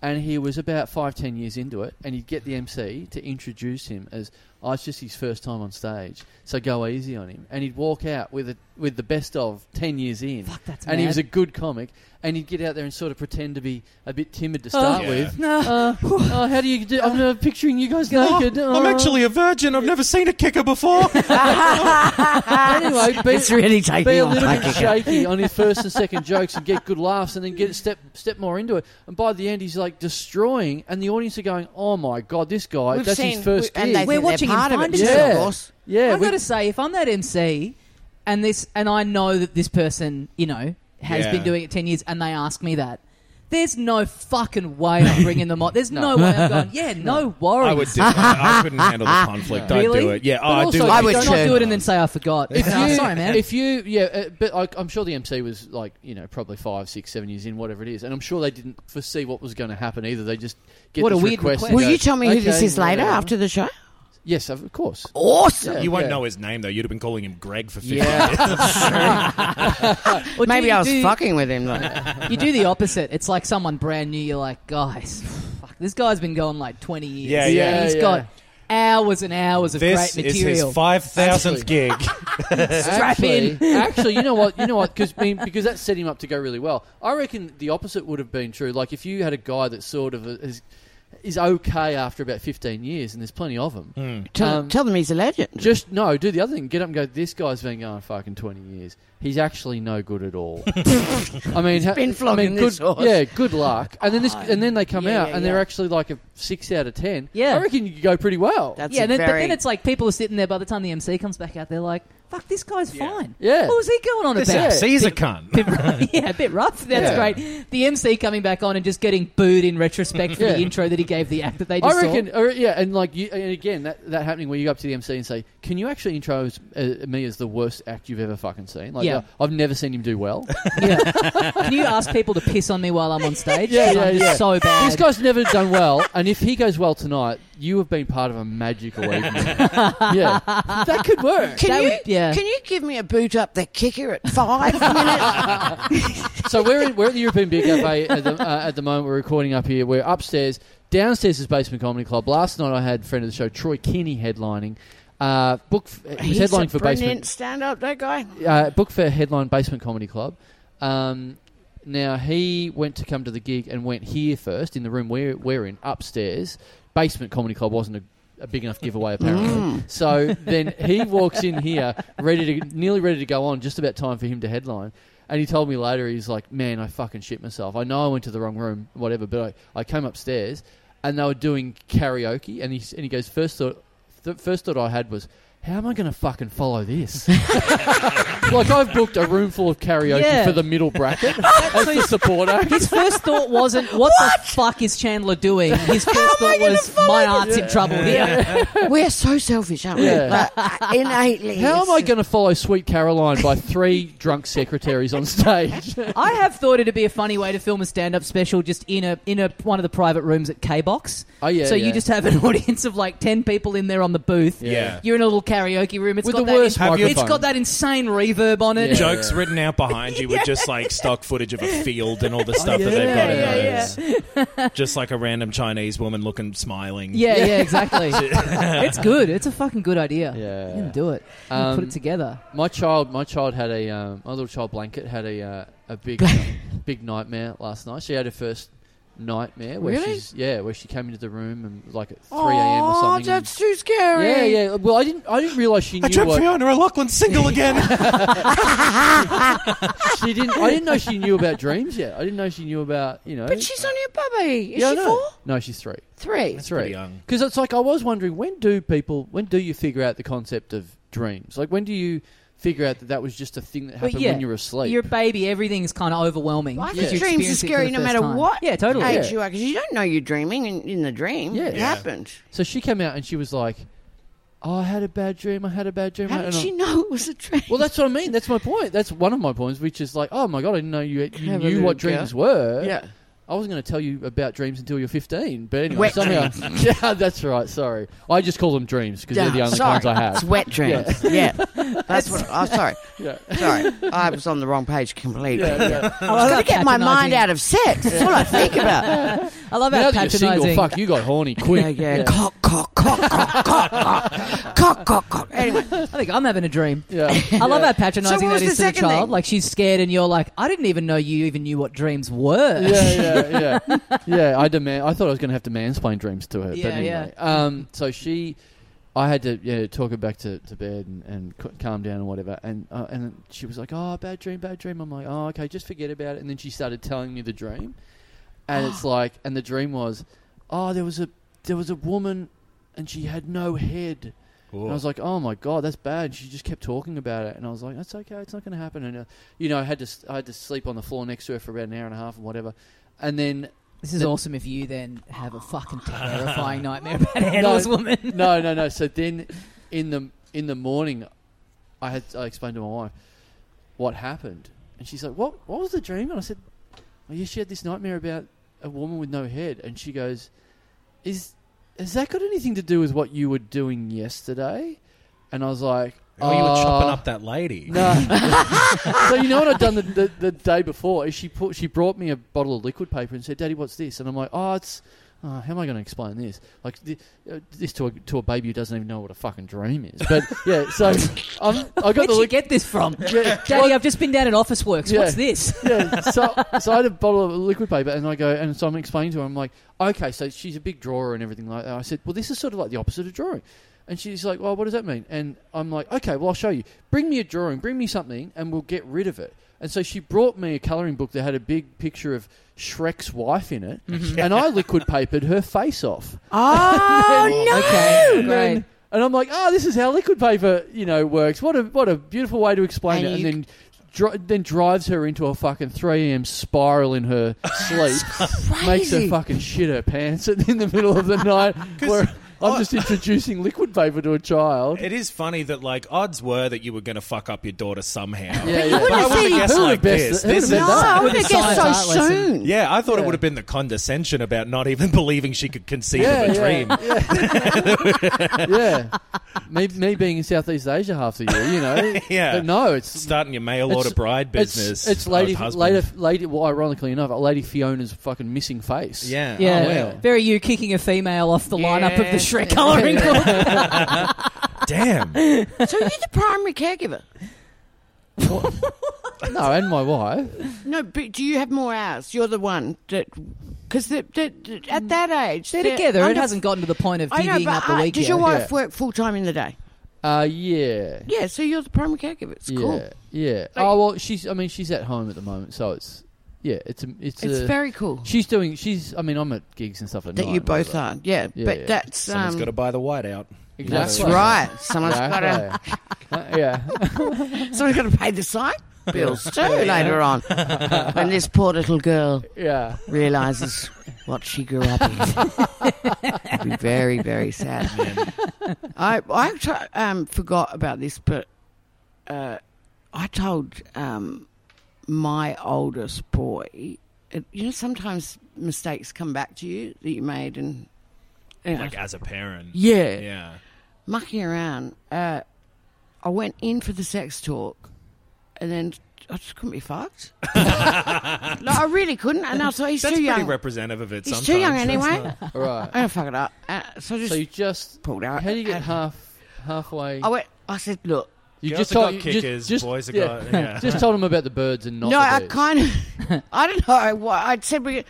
[SPEAKER 2] and he was about five, ten years into it, and he'd get the MC to introduce him as, "Oh, it's just his first time on stage, so go easy on him." And he'd walk out with a, with the best of ten years in,
[SPEAKER 1] Fuck, that's
[SPEAKER 2] and he was a
[SPEAKER 1] mad.
[SPEAKER 2] good comic, and he'd get out there and sort of pretend to be a bit timid to start
[SPEAKER 3] Oh. Yeah.
[SPEAKER 2] with.
[SPEAKER 1] No.
[SPEAKER 2] Uh, oh, how do you do? I'm uh, picturing you guys
[SPEAKER 3] Oh,
[SPEAKER 2] naked.
[SPEAKER 3] I'm
[SPEAKER 1] uh,
[SPEAKER 2] Oh.
[SPEAKER 3] actually a virgin. I've never seen a kicker before.
[SPEAKER 1] Uh,
[SPEAKER 2] anyway.
[SPEAKER 4] it's
[SPEAKER 2] Be,
[SPEAKER 4] really taking
[SPEAKER 2] be a
[SPEAKER 4] off.
[SPEAKER 2] little
[SPEAKER 4] like
[SPEAKER 2] bit shaky on his first and second jokes and get good laughs and then get a step step more into it. And by the end, he's like destroying, and the audience are going, "Oh my god, this guy!
[SPEAKER 4] We've
[SPEAKER 2] that's
[SPEAKER 4] seen-
[SPEAKER 2] his first
[SPEAKER 4] we- and they
[SPEAKER 2] gig."
[SPEAKER 1] We're
[SPEAKER 4] think
[SPEAKER 1] watching
[SPEAKER 4] they're
[SPEAKER 1] him
[SPEAKER 4] part of
[SPEAKER 1] find
[SPEAKER 4] it,
[SPEAKER 2] himself.
[SPEAKER 4] Of course.
[SPEAKER 2] yeah,
[SPEAKER 1] I've
[SPEAKER 2] we-
[SPEAKER 1] got to say, if I'm that MC and this, and I know that this person, you know, has
[SPEAKER 3] Yeah.
[SPEAKER 1] been doing it ten years, and they ask me that, there's no fucking way I'm bringing them on. There's no,
[SPEAKER 2] No.
[SPEAKER 1] way I'm going. Yeah, no worries.
[SPEAKER 3] I would do it. I couldn't handle the conflict. I'd
[SPEAKER 1] Really?
[SPEAKER 3] do it. Yeah,
[SPEAKER 1] But
[SPEAKER 3] I
[SPEAKER 1] also,
[SPEAKER 3] do. it.
[SPEAKER 4] I
[SPEAKER 1] you
[SPEAKER 4] would
[SPEAKER 1] don't
[SPEAKER 4] too.
[SPEAKER 1] do it and then say I forgot.
[SPEAKER 2] If
[SPEAKER 1] No,
[SPEAKER 2] you,
[SPEAKER 1] sorry, man.
[SPEAKER 2] If you, yeah, uh, but I, I'm sure the MC was like, you know, probably five, six, seven years in, whatever it is, and I'm sure they didn't foresee what was going to happen either. They just get
[SPEAKER 1] What a
[SPEAKER 2] this
[SPEAKER 1] weird request.
[SPEAKER 2] and
[SPEAKER 4] Will
[SPEAKER 2] go,
[SPEAKER 4] you tell me who this
[SPEAKER 2] "Okay,
[SPEAKER 4] is later
[SPEAKER 2] whatever."
[SPEAKER 4] after the show?
[SPEAKER 2] Yes, of course.
[SPEAKER 4] Awesome.
[SPEAKER 2] Yeah,
[SPEAKER 3] You won't
[SPEAKER 2] yeah.
[SPEAKER 3] know his name though. You'd have been calling him Greg for 50
[SPEAKER 2] Yeah.
[SPEAKER 3] years.
[SPEAKER 1] Or do
[SPEAKER 4] Maybe
[SPEAKER 1] you
[SPEAKER 4] I was
[SPEAKER 1] do-
[SPEAKER 4] fucking with him. Like,
[SPEAKER 1] You do the opposite. It's like someone brand new. You're like, guys, fuck, this guy's been going like 20 years.
[SPEAKER 3] Yeah, yeah,
[SPEAKER 1] He's
[SPEAKER 2] yeah.
[SPEAKER 1] got hours and hours of
[SPEAKER 3] This
[SPEAKER 1] great
[SPEAKER 3] is his
[SPEAKER 1] material.
[SPEAKER 3] five thousandth gig.
[SPEAKER 1] Strap
[SPEAKER 2] actually,
[SPEAKER 1] in.
[SPEAKER 2] actually, you know what? You know what? Cause, I mean, because that set him up to go really well. I reckon the opposite would have been true. Like if you had a guy that sort of is is okay after about 15 years, and there's plenty of them.
[SPEAKER 4] tell,
[SPEAKER 2] Um,
[SPEAKER 4] tell them he's a legend.
[SPEAKER 2] Just no, do the other thing. Get up and go. This guy's been going fucking twenty years. He's actually no good at all. I mean, ha-
[SPEAKER 4] been flogging
[SPEAKER 2] I mean, good,
[SPEAKER 4] this horse.
[SPEAKER 2] Yeah, good luck. And then this, and then they come
[SPEAKER 4] Yeah,
[SPEAKER 2] out,
[SPEAKER 4] yeah,
[SPEAKER 2] and they're
[SPEAKER 4] yeah.
[SPEAKER 2] actually like a six out of ten.
[SPEAKER 1] Yeah.
[SPEAKER 2] I reckon you could go pretty well.
[SPEAKER 4] That's
[SPEAKER 1] yeah,
[SPEAKER 4] a
[SPEAKER 1] and then, but
[SPEAKER 4] very-
[SPEAKER 1] then it's like people are sitting there by the time the MC comes back out, they're like, fuck, this guy's fine.
[SPEAKER 2] Yeah.
[SPEAKER 1] What was he going on
[SPEAKER 3] This
[SPEAKER 1] about?
[SPEAKER 3] MC's a cunt.
[SPEAKER 1] yeah, a bit rough. That's
[SPEAKER 2] Yeah.
[SPEAKER 1] great. The MC coming back on and just getting booed in retrospect for
[SPEAKER 2] Yeah.
[SPEAKER 1] the intro that he gave the act that they just
[SPEAKER 2] I reckon,
[SPEAKER 1] saw.
[SPEAKER 2] or, yeah, and like, you, and again, that, that happening where you go up to the MC and say, "Can you actually intro as, uh, me as the worst act you've ever fucking seen?" Like,
[SPEAKER 1] Yeah.
[SPEAKER 2] uh, I've never seen him do well.
[SPEAKER 1] Yeah. Can you ask people to piss on me while I'm on stage?
[SPEAKER 2] Yeah, yeah,
[SPEAKER 1] I'm
[SPEAKER 2] yeah.
[SPEAKER 1] so bad.
[SPEAKER 2] this guy's never done well, and if he goes well tonight, you have been part of a magical evening. yeah, that could work.
[SPEAKER 4] Can
[SPEAKER 1] That
[SPEAKER 4] you
[SPEAKER 1] would- yeah.
[SPEAKER 4] can you give me a boot up the kicker at five minutes?
[SPEAKER 2] So we're in, we're at the European Beer Cafe at the, uh, at the moment. We're recording up here. We're upstairs. Downstairs is Basement Comedy Club. Last night I had friend of the show Troy Kinney headlining. Uh, book f- he was
[SPEAKER 4] He's a
[SPEAKER 2] headlining for
[SPEAKER 4] brilliant
[SPEAKER 2] Basement.
[SPEAKER 4] stand up, that guy.
[SPEAKER 2] Uh, book for headline Basement Comedy Club. Um, now he went to come to the gig and went here first in the room we're, we're in upstairs. Basement Comedy Club wasn't a a big enough giveaway apparently.
[SPEAKER 4] Mm.
[SPEAKER 2] So then he walks in here, ready to nearly ready to go on, just about time for him to headline. And he told me later, he's like, "Man, I fucking shit myself. I know I went to the wrong room, whatever, but I, I came upstairs and they were doing karaoke." And he s- and he goes, first thought, th- first thought I had was." How am I going to fucking follow this? like I've booked a room full of karaoke
[SPEAKER 1] Yeah.
[SPEAKER 2] for the middle bracket as the support act.
[SPEAKER 1] His first thought wasn't what, the fuck is Chandler doing. His first thought
[SPEAKER 4] gonna
[SPEAKER 1] was my art's in trouble here.
[SPEAKER 4] We're so selfish, aren't we?
[SPEAKER 2] Yeah.
[SPEAKER 4] Like, innately.
[SPEAKER 2] How am
[SPEAKER 4] it's
[SPEAKER 2] I
[SPEAKER 4] just-
[SPEAKER 2] going to follow Sweet Caroline by three drunk secretaries on stage?
[SPEAKER 1] I have thought it'd be a funny way to film a stand-up special just in a in a one of the private rooms at K Box.
[SPEAKER 2] Oh, yeah,
[SPEAKER 1] So you
[SPEAKER 2] yeah.
[SPEAKER 1] just have an audience of like ten people in there on the booth.
[SPEAKER 3] Yeah.
[SPEAKER 1] You're in a little karaoke room. It's
[SPEAKER 2] With
[SPEAKER 1] got
[SPEAKER 2] the
[SPEAKER 1] that
[SPEAKER 2] worst
[SPEAKER 1] in-
[SPEAKER 3] Have you-
[SPEAKER 1] It's got that insane reverb on it.
[SPEAKER 2] Yeah.
[SPEAKER 3] Jokes written out behind you with just like stock footage of a field and all the stuff that they've got in
[SPEAKER 1] Oh, yeah,
[SPEAKER 3] those. Just like a random Chinese woman looking smiling.
[SPEAKER 1] Yeah, yeah, exactly. it's good. It's a fucking good idea.
[SPEAKER 2] Yeah.
[SPEAKER 1] You can do it. You can put
[SPEAKER 2] Um,
[SPEAKER 1] it together.
[SPEAKER 2] My child, my child had a um, my little child blanket had a uh, a big big nightmare last night. She had her first nightmare where
[SPEAKER 4] Really?
[SPEAKER 2] she's yeah where she came into the room and like at three a.m. or
[SPEAKER 4] Oh,
[SPEAKER 2] something.
[SPEAKER 4] that's too
[SPEAKER 2] and-
[SPEAKER 4] scary.
[SPEAKER 2] yeah, yeah. Well, I didn't I didn't realize she
[SPEAKER 3] I
[SPEAKER 2] knew
[SPEAKER 3] dreamt
[SPEAKER 2] what
[SPEAKER 3] Fiona O'Loughlin's single again.
[SPEAKER 2] she didn't. I didn't know she knew about dreams yet. I didn't know she knew about you know.
[SPEAKER 4] But she's only a baby. Is
[SPEAKER 2] yeah, I
[SPEAKER 4] she
[SPEAKER 2] know.
[SPEAKER 4] four?
[SPEAKER 2] No, she's three.
[SPEAKER 4] Three.
[SPEAKER 2] That's
[SPEAKER 3] pretty
[SPEAKER 2] right.
[SPEAKER 3] young.
[SPEAKER 2] Because it's like I was wondering when do people when do you figure out the concept of dreams? Like when do you figure out that that was just a thing that happened when you were asleep?
[SPEAKER 1] You're a baby. Everything's kind of overwhelming.
[SPEAKER 4] I
[SPEAKER 1] because
[SPEAKER 4] think
[SPEAKER 1] you
[SPEAKER 4] dreams are
[SPEAKER 1] experience it for
[SPEAKER 4] scary
[SPEAKER 1] the
[SPEAKER 4] no
[SPEAKER 1] first
[SPEAKER 4] matter
[SPEAKER 1] time.
[SPEAKER 4] what
[SPEAKER 1] Yeah, totally.
[SPEAKER 4] age
[SPEAKER 2] Yeah.
[SPEAKER 4] you are because you don't know you're dreaming in, in the dream.
[SPEAKER 2] Yeah.
[SPEAKER 4] It
[SPEAKER 2] Yeah.
[SPEAKER 4] happened.
[SPEAKER 2] So she came out and she was like, oh, "I had a bad dream. I had a bad dream."
[SPEAKER 4] How
[SPEAKER 2] I-
[SPEAKER 4] did
[SPEAKER 2] and I-
[SPEAKER 4] she know it was a dream?
[SPEAKER 2] well, that's what I mean. That's my point. That's one of my points, which is like, "Oh my god, I didn't know you you
[SPEAKER 4] Have a
[SPEAKER 2] knew
[SPEAKER 4] little
[SPEAKER 2] what
[SPEAKER 4] girl.
[SPEAKER 2] dreams were."
[SPEAKER 4] yeah.
[SPEAKER 2] I wasn't going to tell you about dreams until you're 15, but anyway,
[SPEAKER 4] Wet
[SPEAKER 2] somehow, yeah, that's right. Sorry, I just call them dreams because they're the
[SPEAKER 4] Yeah,
[SPEAKER 2] only
[SPEAKER 4] sorry.
[SPEAKER 2] kinds I
[SPEAKER 4] It's
[SPEAKER 2] have.
[SPEAKER 4] wet dreams. Yeah. That's what. Oh, sorry.
[SPEAKER 2] Yeah.
[SPEAKER 4] Sorry. I was on the wrong page completely.
[SPEAKER 2] Yeah, yeah.
[SPEAKER 4] I was going to get my mind
[SPEAKER 1] Patronising.
[SPEAKER 4] out of sex. That's what I think about.
[SPEAKER 1] I love
[SPEAKER 2] now
[SPEAKER 1] how
[SPEAKER 2] that you're single,
[SPEAKER 1] patronising.
[SPEAKER 2] fuck, you got horny quick.
[SPEAKER 4] Yeah, yeah. Cock, cock, cock, cock, cock, cock, cock, cock, cock. Anyway,
[SPEAKER 1] I think I'm having a dream.
[SPEAKER 2] Yeah.
[SPEAKER 1] I love how patronising
[SPEAKER 4] So what
[SPEAKER 1] that
[SPEAKER 4] was
[SPEAKER 1] is
[SPEAKER 4] the
[SPEAKER 1] to the
[SPEAKER 4] second
[SPEAKER 1] child.
[SPEAKER 4] thing?
[SPEAKER 1] Like she's scared, and you're like, I didn't even know you even knew what dreams were.
[SPEAKER 2] yeah, yeah, yeah. Yeah, I demand. I thought I was going to have to mansplain dreams to her.
[SPEAKER 1] Yeah,
[SPEAKER 2] but anyway, um, so she, I had to yeah talk her back to, to bed and, and c- calm down and whatever. And uh, and she was like, "Oh, bad dream, bad dream." I'm like, "Oh, okay, just forget about it." And then she started telling me the dream, and it's like, and the dream was, "Oh, there was a there was a woman, and she had no head." And I was like, "Oh my god, that's bad." She just kept talking about it, and I was like, "That's okay, it's not going to happen." And uh, you know, I had to s- I had to sleep on the floor next to her for about an hour and a half and whatever. And then
[SPEAKER 1] This is awesome if you then have a fucking terrifying nightmare about a headless woman.
[SPEAKER 2] no, no, no. So then, in the in the morning, I had I explained to my wife what happened, and she's like, "What? What was the dream?" And I said, "Oh yeah, she had this nightmare about a woman with no head," and she goes, "Is has that got anything to do with what you were doing yesterday?" And I was like,
[SPEAKER 3] oh, you were chopping
[SPEAKER 2] "Uh,
[SPEAKER 3] up that lady.
[SPEAKER 2] no. so you know what I'd done the, the, the day before is she put she brought me a bottle of liquid paper and said, "Daddy, what's this?" And I'm like, "Oh, it's." Oh, how am I going to explain this? Like th- uh, this to a, to a baby who doesn't even know what a fucking dream is. But yeah, so I'm, I
[SPEAKER 1] Where'd
[SPEAKER 2] got the
[SPEAKER 1] you
[SPEAKER 2] liquid.
[SPEAKER 1] get this from?
[SPEAKER 2] Yeah,
[SPEAKER 1] Daddy, I've just been down at Office Works.
[SPEAKER 2] Yeah.
[SPEAKER 1] What's
[SPEAKER 4] Oh,
[SPEAKER 1] this?
[SPEAKER 2] yeah, so so I had a bottle of liquid paper, and I go, and so I'm explaining to her, I'm like, okay, so she's a big drawer and everything like that. I said, well, this is sort of like the opposite of drawing, and she's like, well, what does that mean? And I'm like, okay, well, I'll show you. Bring me a drawing, bring me something, and we'll get rid of it. And so she brought me a colouring book that had a big picture of Shrek's wife in it, and I liquid papered her face off.
[SPEAKER 4] oh no.
[SPEAKER 1] Okay,
[SPEAKER 2] And then-
[SPEAKER 1] great.
[SPEAKER 2] and I'm like, oh, this is how liquid paper, you know, works. What a what a beautiful way to explain
[SPEAKER 4] And
[SPEAKER 2] it.
[SPEAKER 4] you-
[SPEAKER 2] And then dri- then drives her into a fucking 3 a.m. spiral in her sleep, makes her
[SPEAKER 4] crazy.
[SPEAKER 2] fucking shit her pants in the middle of the night. Where I'm
[SPEAKER 3] I-
[SPEAKER 2] just introducing liquid paper to a child.
[SPEAKER 3] It is funny that like odds were that you were going to fuck up your daughter somehow.
[SPEAKER 2] Yeah, yeah.
[SPEAKER 3] But I
[SPEAKER 4] would've
[SPEAKER 3] wouldn't
[SPEAKER 4] said-
[SPEAKER 3] guess
[SPEAKER 2] Who would've
[SPEAKER 3] like
[SPEAKER 2] guessed
[SPEAKER 3] this.
[SPEAKER 2] it? Who'd have
[SPEAKER 3] This is
[SPEAKER 2] been
[SPEAKER 4] No, I would
[SPEAKER 1] With a
[SPEAKER 4] have guessed so
[SPEAKER 1] science art lesson.
[SPEAKER 4] soon.
[SPEAKER 3] yeah. I thought
[SPEAKER 2] Yeah.
[SPEAKER 3] it would have been the condescension about not even believing she could conceive
[SPEAKER 2] yeah,
[SPEAKER 3] of a
[SPEAKER 2] yeah,
[SPEAKER 3] dream.
[SPEAKER 2] Yeah. yeah. Me, me being in Southeast Asia half the year, you know.
[SPEAKER 3] Yeah.
[SPEAKER 2] But no, it's
[SPEAKER 3] Starting your mail
[SPEAKER 2] It's-
[SPEAKER 3] order bride
[SPEAKER 2] it's-
[SPEAKER 3] business.
[SPEAKER 2] It's, lady,
[SPEAKER 3] of husband.
[SPEAKER 2] lady, lady. Well, ironically enough, Lady Fiona's fucking missing face.
[SPEAKER 3] Yeah.
[SPEAKER 1] Yeah,
[SPEAKER 2] Oh, wow.
[SPEAKER 1] very you kicking a female off the lineup of the
[SPEAKER 4] Yes.
[SPEAKER 1] Shrek colouring book.
[SPEAKER 3] Oh, Damn.
[SPEAKER 4] So you're the primary caregiver.
[SPEAKER 2] No, and my wife.
[SPEAKER 4] No, but do you have more hours? You're the one that, because at that age
[SPEAKER 1] They're together. It
[SPEAKER 4] under-
[SPEAKER 1] hasn't gotten to the point of
[SPEAKER 4] I know,
[SPEAKER 1] divvying
[SPEAKER 4] but
[SPEAKER 1] up the
[SPEAKER 4] uh,
[SPEAKER 1] week
[SPEAKER 4] does
[SPEAKER 1] yet.
[SPEAKER 4] your wife
[SPEAKER 2] Yeah.
[SPEAKER 4] work full time in the day?
[SPEAKER 2] Uh, yeah.
[SPEAKER 4] Yeah, so you're the primary caregiver. It's
[SPEAKER 2] yeah.
[SPEAKER 4] cool.
[SPEAKER 2] Yeah. oh well, she's. I mean, she's at home at the moment, so it's. Yeah, it's a. It's,
[SPEAKER 4] It's
[SPEAKER 2] a,
[SPEAKER 4] very cool
[SPEAKER 2] She's doing. She's. I mean, I'm at gigs and stuff at
[SPEAKER 4] that
[SPEAKER 2] night
[SPEAKER 4] you
[SPEAKER 2] and
[SPEAKER 4] both
[SPEAKER 2] whatever.
[SPEAKER 4] are. Yeah,
[SPEAKER 2] Yeah,
[SPEAKER 4] but
[SPEAKER 2] yeah.
[SPEAKER 4] that's
[SPEAKER 3] Someone's
[SPEAKER 4] um,
[SPEAKER 3] got to buy the white out.
[SPEAKER 4] that's
[SPEAKER 2] Exactly.
[SPEAKER 4] right. Someone's got to
[SPEAKER 2] Exactly. Uh, yeah.
[SPEAKER 4] someone's got to pay the side bills too later on when this poor little girl
[SPEAKER 2] Yeah.
[SPEAKER 4] realizes what she grew up in. It'd be very, very sad. I I t- um, forgot about this, but uh, I told um, my oldest boy. It, you know, sometimes mistakes come back to you that you made, and you know,
[SPEAKER 3] Like as a parent.
[SPEAKER 4] yeah,
[SPEAKER 3] Yeah.
[SPEAKER 4] mucking around. Uh, I went in for the sex talk, and then I just couldn't be fucked. no, I really couldn't, and I thought he's
[SPEAKER 3] That's
[SPEAKER 4] too
[SPEAKER 3] pretty
[SPEAKER 4] young.
[SPEAKER 3] representative of it
[SPEAKER 4] He's
[SPEAKER 3] sometimes.
[SPEAKER 4] too young
[SPEAKER 3] That's
[SPEAKER 4] anyway.
[SPEAKER 3] not-
[SPEAKER 2] All right.
[SPEAKER 4] I'm gonna fuck it up. Uh, so I just
[SPEAKER 2] So you just.
[SPEAKER 4] pulled out.
[SPEAKER 2] How do you get
[SPEAKER 4] and
[SPEAKER 2] half halfway?
[SPEAKER 4] Uh, I went. I said, look.
[SPEAKER 2] you
[SPEAKER 3] Girls
[SPEAKER 2] just
[SPEAKER 3] have
[SPEAKER 2] told
[SPEAKER 3] got
[SPEAKER 2] you
[SPEAKER 3] kickers,
[SPEAKER 2] Just, just,
[SPEAKER 3] boys have
[SPEAKER 2] yeah.
[SPEAKER 3] got. Yeah.
[SPEAKER 2] Just told him about the birds and not
[SPEAKER 4] no,
[SPEAKER 2] the
[SPEAKER 4] I
[SPEAKER 2] bees.
[SPEAKER 4] kind of. I don't know. What I said we.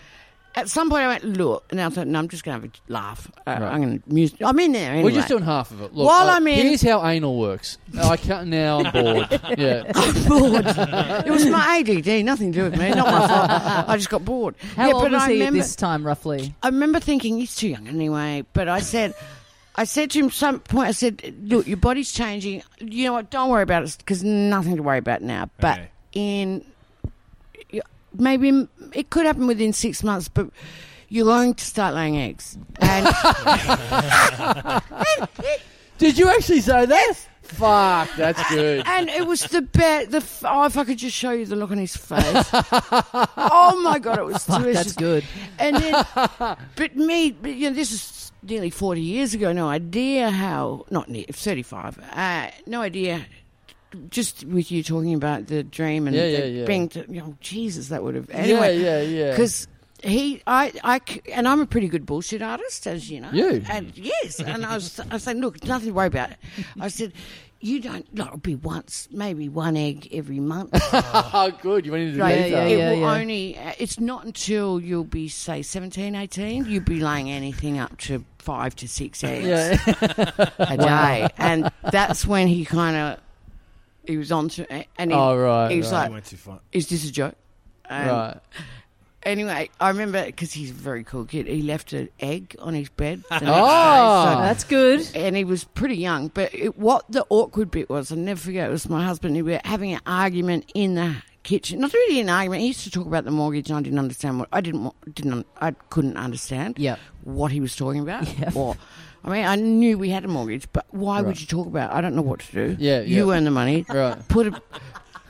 [SPEAKER 4] At some point, I went look, and I thought, no, I'm just gonna have a laugh. Uh,
[SPEAKER 2] Right.
[SPEAKER 4] I'm gonna. Muse- I'm in there anyway.
[SPEAKER 2] We're just doing half of it. Look,
[SPEAKER 4] While
[SPEAKER 2] I-
[SPEAKER 4] I'm in-
[SPEAKER 2] here's how anal works. I can't now. I'm bored. Yeah,
[SPEAKER 4] bored. it was my ADD. Nothing to do with me. Not my fault. I just got bored.
[SPEAKER 1] How
[SPEAKER 4] yeah,
[SPEAKER 1] old
[SPEAKER 4] but
[SPEAKER 1] was
[SPEAKER 4] I
[SPEAKER 1] he at
[SPEAKER 4] remember.
[SPEAKER 1] this time, roughly?
[SPEAKER 4] I remember thinking he's too young anyway. But I said, I said to him some point. I said, "Look, your body's changing. You know what? Don't worry about it because nothing to worry about now. But
[SPEAKER 3] Okay.
[SPEAKER 4] in maybe m- it could happen within six months, but." You're going to start laying eggs, and
[SPEAKER 2] Did you actually say that? Fuck, that's good.
[SPEAKER 4] and it was the best. The f- oh, if I could just show you the look on his face. oh my god, it was
[SPEAKER 1] That's
[SPEAKER 4] delicious.
[SPEAKER 1] good.
[SPEAKER 4] And then, but me, but, you know, this is nearly 40 years ago. No idea how, not near, 35, uh, no idea. Just with you talking about the dream and
[SPEAKER 2] Yeah, yeah,
[SPEAKER 4] the
[SPEAKER 2] yeah.
[SPEAKER 4] being, to, you know, Jesus, that would have. Anyway,
[SPEAKER 2] yeah, yeah, yeah.
[SPEAKER 4] because he, I, I c- and I'm a pretty good bullshit artist, as you know.
[SPEAKER 2] You?
[SPEAKER 4] And yes, and I was, I was saying, look, nothing to worry about. I said, you don't, no, it'll be once, maybe one egg every month.
[SPEAKER 2] Oh, good. You went into
[SPEAKER 4] Right.
[SPEAKER 1] Yeah, yeah,
[SPEAKER 2] detail.
[SPEAKER 4] it
[SPEAKER 1] yeah,
[SPEAKER 4] will
[SPEAKER 1] yeah.
[SPEAKER 4] only, uh, it's not until you'll be, say, 17, 18, you'll be laying anything up to five to six eggs
[SPEAKER 1] Yeah.
[SPEAKER 4] a day. and that's when he kind of, he was on to, and he,
[SPEAKER 2] Oh, right,
[SPEAKER 4] he was um,
[SPEAKER 2] right.
[SPEAKER 3] I
[SPEAKER 4] like,
[SPEAKER 3] went too far.
[SPEAKER 4] is this a joke? And
[SPEAKER 2] Right.
[SPEAKER 4] Anyway, I remember because he's a very cool kid. He left an egg on his bed. The
[SPEAKER 2] Oh.
[SPEAKER 4] next day, so-
[SPEAKER 1] Ah! That's good.
[SPEAKER 4] and he was pretty young. But it, what the awkward bit was, I never forget. It was my husband. and We were having an argument in the kitchen. Not really an argument. He used to talk about the mortgage, and I didn't understand what I didn't wa- didn't un- I couldn't understand.
[SPEAKER 1] Yep.
[SPEAKER 4] what he was talking about. Or, I mean, I knew we had a mortgage, but why
[SPEAKER 2] Right.
[SPEAKER 4] would you talk about? it? I don't know what to do.
[SPEAKER 2] Yeah,
[SPEAKER 4] you
[SPEAKER 2] yeah.
[SPEAKER 4] earn the money.
[SPEAKER 2] Right.
[SPEAKER 4] Put a.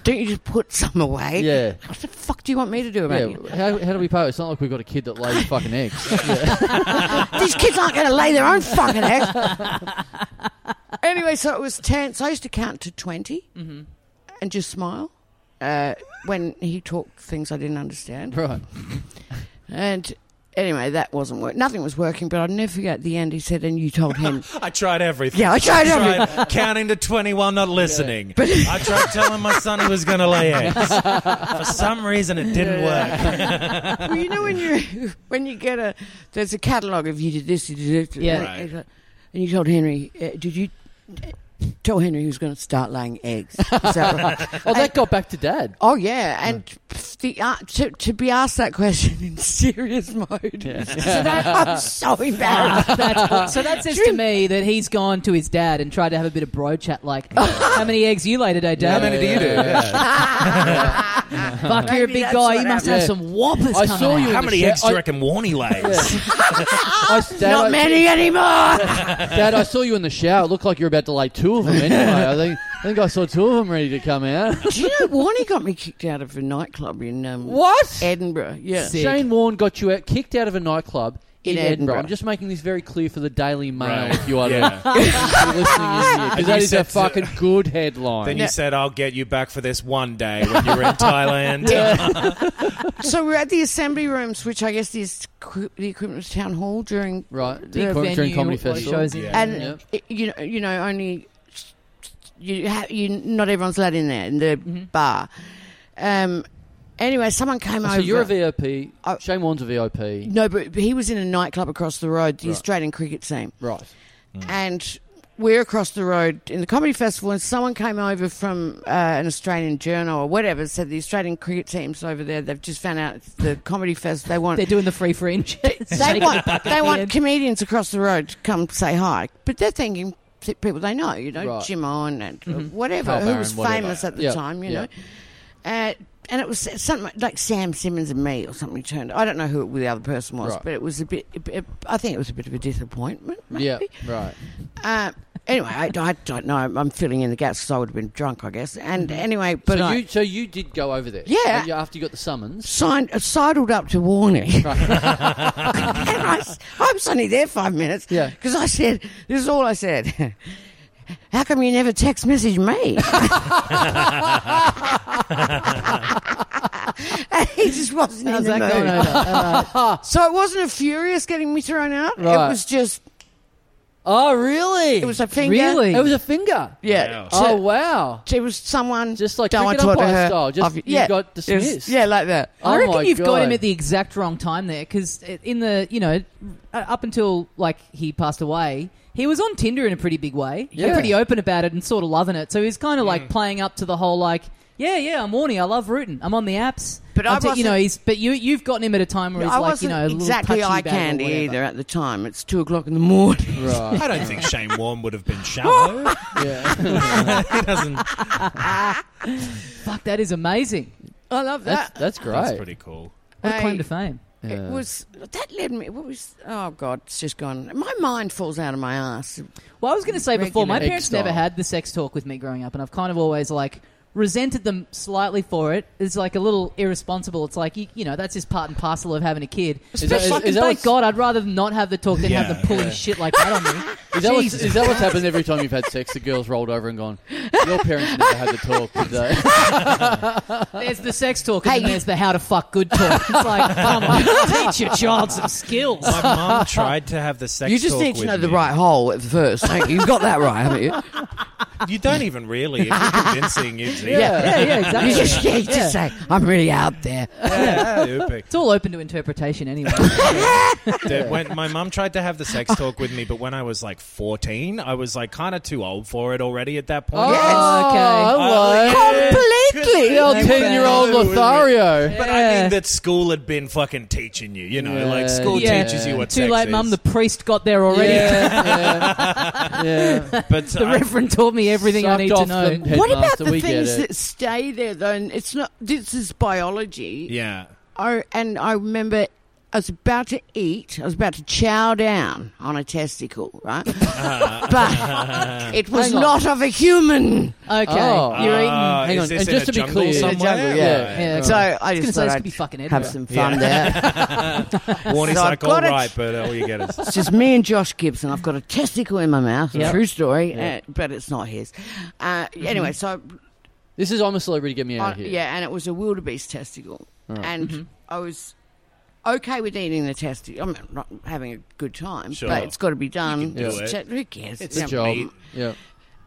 [SPEAKER 4] Don't you just put some away?
[SPEAKER 2] Yeah.
[SPEAKER 4] What the fuck do you want me to do about it?
[SPEAKER 2] Yeah, how, how do we pay? It's not like we've got a kid that lays fucking eggs. Yeah.
[SPEAKER 4] These kids aren't going to lay their own fucking eggs. anyway, so it was tense. I used to count to 20 and just smile uh, when he talked things I didn't understand.
[SPEAKER 2] Right.
[SPEAKER 4] And anyway, that wasn't working. Nothing was working, but I'll never forget at the end he said, and you told him.
[SPEAKER 3] I tried everything.
[SPEAKER 4] yeah, I tried everything.
[SPEAKER 3] tried counting to 20 while not listening. I tried telling my son he was going to lay eggs. For some reason, it didn't work.
[SPEAKER 4] well, you know when you when you get a there's a catalogue of you did this, you did this,
[SPEAKER 1] Yeah.
[SPEAKER 4] and, and you told Henry, uh, did you uh, tell Henry he was going to start laying eggs? Is that right?
[SPEAKER 2] Oh, that got back to dad.
[SPEAKER 4] Oh yeah, and pff, the uh, to to be asked that question in serious mode. so that, I'm so embarrassed.
[SPEAKER 1] That's, so that says to me that he's gone to his dad and tried to have a bit of bro chat, like, "How many eggs you lay today,
[SPEAKER 2] Yeah,
[SPEAKER 1] Dad?
[SPEAKER 3] many do you do?
[SPEAKER 2] yeah, yeah.
[SPEAKER 1] Fuck, you're a
[SPEAKER 4] Maybe
[SPEAKER 1] big
[SPEAKER 4] that's
[SPEAKER 1] guy.
[SPEAKER 4] what
[SPEAKER 1] You must
[SPEAKER 2] happened.
[SPEAKER 1] have some whoppers."
[SPEAKER 2] I
[SPEAKER 1] coming
[SPEAKER 2] saw
[SPEAKER 1] out."
[SPEAKER 2] you in
[SPEAKER 3] How
[SPEAKER 2] the
[SPEAKER 3] many
[SPEAKER 2] shed.
[SPEAKER 3] eggs do
[SPEAKER 2] I-
[SPEAKER 3] you reckon Warnie lays?
[SPEAKER 2] I, dad, I,
[SPEAKER 4] Not many anymore.
[SPEAKER 2] Dad, I saw you in the shower. It looked like you were about to lay two of them anyway. I think, I think I saw two of them ready to come out.
[SPEAKER 4] Do you know Warney got me kicked out of a nightclub in um,
[SPEAKER 2] What?
[SPEAKER 4] Edinburgh? Yeah.
[SPEAKER 1] Sick.
[SPEAKER 2] Shane Warne got you out, kicked out of a nightclub in,
[SPEAKER 4] In
[SPEAKER 2] Edinburgh.
[SPEAKER 4] Edinburgh.
[SPEAKER 2] I'm just making this very clear for the Daily Mail
[SPEAKER 3] Right.
[SPEAKER 2] if you are
[SPEAKER 3] Yeah.
[SPEAKER 2] there. If you're listening in here. 'Cause
[SPEAKER 3] And
[SPEAKER 2] that
[SPEAKER 3] you
[SPEAKER 2] is a
[SPEAKER 3] said to-
[SPEAKER 2] fucking good headline.
[SPEAKER 3] Then you said, I'll get you back for this one day when you were in Thailand.
[SPEAKER 4] So we're at the assembly rooms, which I guess is equi- the equipment of town hall during
[SPEAKER 2] right.
[SPEAKER 1] Big
[SPEAKER 2] during
[SPEAKER 1] venue,
[SPEAKER 2] comedy
[SPEAKER 1] a lot of
[SPEAKER 2] festival.
[SPEAKER 1] shows in-
[SPEAKER 3] Yeah.
[SPEAKER 4] and it- you know, you know, only you, ha- you not everyone's allowed in there in the bar. Um, anyway, someone came
[SPEAKER 2] Oh, So
[SPEAKER 4] over.
[SPEAKER 2] you're a VIP.
[SPEAKER 4] I-
[SPEAKER 2] Shane Warne's a VIP.
[SPEAKER 4] no, but he was in a nightclub across the road, the
[SPEAKER 2] Right.
[SPEAKER 4] Australian cricket team,
[SPEAKER 2] Right.
[SPEAKER 4] and we're across the road in the comedy festival, and someone came over from uh, an Australian journal or whatever said the Australian cricket team's over there. They've just found out it's the comedy fest. They want
[SPEAKER 1] They're doing the free fringe.
[SPEAKER 4] they want they want
[SPEAKER 1] end.
[SPEAKER 4] comedians across the road to come say hi, but they're thinking p- people they know, you know,
[SPEAKER 2] Right.
[SPEAKER 4] Jim On and uh, whatever,
[SPEAKER 2] Carl
[SPEAKER 4] who
[SPEAKER 2] Barron,
[SPEAKER 4] was
[SPEAKER 2] whatever.
[SPEAKER 4] famous at the
[SPEAKER 2] Yeah,
[SPEAKER 4] time, you
[SPEAKER 2] yeah.
[SPEAKER 4] know. Uh, and it was something like Sam Simmons and me or something turned. I don't know who the other person was,
[SPEAKER 2] Right.
[SPEAKER 4] but it was a bit. a bit- I think it was a bit of a disappointment. maybe.
[SPEAKER 2] Yeah. Right.
[SPEAKER 4] Uh, anyway, I, I don't know. I'm filling in the gaps because I would have been drunk, I guess. And anyway,
[SPEAKER 2] Mm-hmm.
[SPEAKER 4] but
[SPEAKER 2] so
[SPEAKER 4] I
[SPEAKER 2] you so you did go over there.
[SPEAKER 4] Yeah.
[SPEAKER 2] Uh, you- After you got the summons.
[SPEAKER 4] signed, uh, sidled up to Warney. and I, am suddenly there five minutes.
[SPEAKER 2] Yeah.
[SPEAKER 4] Because I said, this is all I said. How come you never text message me? And he just wasn't
[SPEAKER 1] How's
[SPEAKER 4] in the
[SPEAKER 1] that going
[SPEAKER 4] mood.
[SPEAKER 1] over? All right.
[SPEAKER 4] So it wasn't a furious getting me thrown out.
[SPEAKER 2] Right.
[SPEAKER 4] It was just,
[SPEAKER 2] Oh, really?
[SPEAKER 4] it was a finger.
[SPEAKER 1] Really?
[SPEAKER 2] It was a finger.
[SPEAKER 4] Yeah.
[SPEAKER 3] Wow.
[SPEAKER 4] To-
[SPEAKER 2] Oh, wow.
[SPEAKER 4] It was someone
[SPEAKER 2] Just like
[SPEAKER 4] don't want
[SPEAKER 2] cricket
[SPEAKER 4] to talk to
[SPEAKER 2] umpire
[SPEAKER 4] her.
[SPEAKER 2] style, just
[SPEAKER 4] I've-
[SPEAKER 2] you
[SPEAKER 4] yeah,
[SPEAKER 2] got
[SPEAKER 4] It was-
[SPEAKER 2] dismissed.
[SPEAKER 4] Yeah, like that.
[SPEAKER 2] Oh
[SPEAKER 1] I
[SPEAKER 2] my
[SPEAKER 1] reckon you've got him
[SPEAKER 2] God.
[SPEAKER 1] at the exact wrong time there because in the you know uh, up until like he passed away, he was on Tinder in a pretty big way. and
[SPEAKER 2] Yeah.
[SPEAKER 1] pretty open about it and sort of loving it. So he's
[SPEAKER 4] Mm.
[SPEAKER 1] kind of like playing up to the whole like. Yeah, yeah, I'm warning. I love rooting. I'm on the apps.
[SPEAKER 4] But I
[SPEAKER 1] I'll ta- you know,
[SPEAKER 4] wasn't-
[SPEAKER 1] he's but you you've gotten him at a time where he's
[SPEAKER 4] I
[SPEAKER 1] like, you
[SPEAKER 4] wasn't
[SPEAKER 1] know, a little
[SPEAKER 4] exactly
[SPEAKER 1] touchy about
[SPEAKER 4] eye
[SPEAKER 1] it or
[SPEAKER 4] candy
[SPEAKER 1] whatever.
[SPEAKER 4] either at the time. It's two o'clock in the morning.
[SPEAKER 2] Right.
[SPEAKER 3] I don't think Shane Warne would have been shallow.
[SPEAKER 2] Yeah.
[SPEAKER 3] he doesn't.
[SPEAKER 1] Fuck, that is amazing.
[SPEAKER 4] I love
[SPEAKER 2] That's,
[SPEAKER 4] that.
[SPEAKER 2] that's great.
[SPEAKER 3] That's pretty cool.
[SPEAKER 1] What a
[SPEAKER 4] Hey.
[SPEAKER 1] claim to fame.
[SPEAKER 2] Yeah.
[SPEAKER 4] It was that led me. What was? Oh God, it's just gone. My mind falls out of my ass.
[SPEAKER 1] Well, I was going to say before, my
[SPEAKER 2] Regular
[SPEAKER 1] parents
[SPEAKER 2] egg
[SPEAKER 1] never
[SPEAKER 2] style.
[SPEAKER 1] had the sex talk with me growing up, and I've kind of always like resented them slightly for it. It's like a little irresponsible. It's like you, you know that's just part and parcel of having a kid.
[SPEAKER 2] that- is-
[SPEAKER 1] Fucking
[SPEAKER 2] is that
[SPEAKER 1] thank
[SPEAKER 2] what's-
[SPEAKER 1] God, I'd rather not have the talk than have
[SPEAKER 3] Yeah,
[SPEAKER 1] them pulling
[SPEAKER 3] yeah.
[SPEAKER 1] shit like that on me.
[SPEAKER 2] Is that, what's,
[SPEAKER 1] Jesus
[SPEAKER 2] is that what's happened every time you've had sex? The girls rolled over and gone, Your parents never had the talk, did they?
[SPEAKER 1] There's the sex talk, and
[SPEAKER 4] Hey,
[SPEAKER 1] then
[SPEAKER 4] you-
[SPEAKER 1] there's the how to fuck good talk. It's like, come on, teach your child some skills.
[SPEAKER 3] My mum tried to have the sex.
[SPEAKER 4] You just
[SPEAKER 3] talk
[SPEAKER 4] need to
[SPEAKER 3] with
[SPEAKER 4] know the
[SPEAKER 3] me.
[SPEAKER 4] right hole at first. Don't you? You've got that right, haven't you?
[SPEAKER 3] You don't even really. If you're convincing, it's
[SPEAKER 2] Yeah.
[SPEAKER 1] yeah, yeah, exactly.
[SPEAKER 4] You just need
[SPEAKER 1] Yeah.
[SPEAKER 4] to say, "I'm really out there."
[SPEAKER 3] yeah, stupid.
[SPEAKER 1] It's all open to interpretation anyway.
[SPEAKER 3] Dude, when my mum tried to have the sex talk with me, but when I was like 14, I was like kind of too old for it already at that point.
[SPEAKER 1] Oh, okay.
[SPEAKER 2] hello.
[SPEAKER 4] Completely.
[SPEAKER 2] The old
[SPEAKER 1] Yeah.
[SPEAKER 2] 10 year old Lothario.
[SPEAKER 3] But I mean that school had been fucking teaching you, you know,
[SPEAKER 2] Yeah,
[SPEAKER 3] like school
[SPEAKER 1] yeah.
[SPEAKER 3] teaches you what
[SPEAKER 1] Too
[SPEAKER 3] sex
[SPEAKER 1] late,
[SPEAKER 3] is.
[SPEAKER 1] mum. The priest got there already.
[SPEAKER 2] Yeah, yeah, yeah.
[SPEAKER 3] but uh,
[SPEAKER 1] The
[SPEAKER 3] I-
[SPEAKER 1] reverend taught me everything I
[SPEAKER 2] Sucked
[SPEAKER 1] need to
[SPEAKER 2] off
[SPEAKER 1] know.
[SPEAKER 2] the
[SPEAKER 4] What about
[SPEAKER 2] headmaster,
[SPEAKER 4] the
[SPEAKER 2] we get
[SPEAKER 4] things
[SPEAKER 2] it.
[SPEAKER 4] that stay there though? And it's not. This is biology.
[SPEAKER 3] yeah,
[SPEAKER 4] I, and I remember I was about to eat. I was about to chow down on a testicle, right? but it was
[SPEAKER 2] Hang on.
[SPEAKER 4] not of a human.
[SPEAKER 1] Okay,
[SPEAKER 2] Oh.
[SPEAKER 1] you're eating.
[SPEAKER 3] Ah,
[SPEAKER 2] Hang
[SPEAKER 3] is
[SPEAKER 2] on,
[SPEAKER 3] this
[SPEAKER 2] and
[SPEAKER 3] in
[SPEAKER 2] just
[SPEAKER 3] a
[SPEAKER 2] to be
[SPEAKER 3] jungle
[SPEAKER 2] clear-
[SPEAKER 3] somewhere?
[SPEAKER 4] Jungle, yeah.
[SPEAKER 3] Right.
[SPEAKER 1] Yeah,
[SPEAKER 4] So
[SPEAKER 1] I
[SPEAKER 4] I
[SPEAKER 1] was
[SPEAKER 4] just
[SPEAKER 1] going to
[SPEAKER 4] thought
[SPEAKER 1] say this
[SPEAKER 4] I'd
[SPEAKER 1] could be fucking Edinburgh.
[SPEAKER 4] have some fun there.
[SPEAKER 3] Warning's
[SPEAKER 4] So I've
[SPEAKER 3] like all
[SPEAKER 4] got it.
[SPEAKER 3] right, but all you get is
[SPEAKER 4] It's just me and Josh Gibson. I've got a testicle in my mouth.
[SPEAKER 1] Yep.
[SPEAKER 4] True story,
[SPEAKER 2] Yeah. Mm-hmm.
[SPEAKER 4] uh, but it's not his. Uh, Anyway, so
[SPEAKER 2] This is I'm a celebrity, get me out
[SPEAKER 4] I,
[SPEAKER 2] of here.
[SPEAKER 4] Uh, yeah, and it was a wildebeest testicle,
[SPEAKER 2] Right. Mm-hmm.
[SPEAKER 4] and I was okay with eating the testicle. I'm not having a good time,
[SPEAKER 3] Sure.
[SPEAKER 4] but it's got to be done.
[SPEAKER 3] do
[SPEAKER 4] It's
[SPEAKER 3] it.
[SPEAKER 4] ch- who cares?
[SPEAKER 3] It's
[SPEAKER 2] Good
[SPEAKER 3] Yeah,
[SPEAKER 2] job.
[SPEAKER 3] mate. Yeah.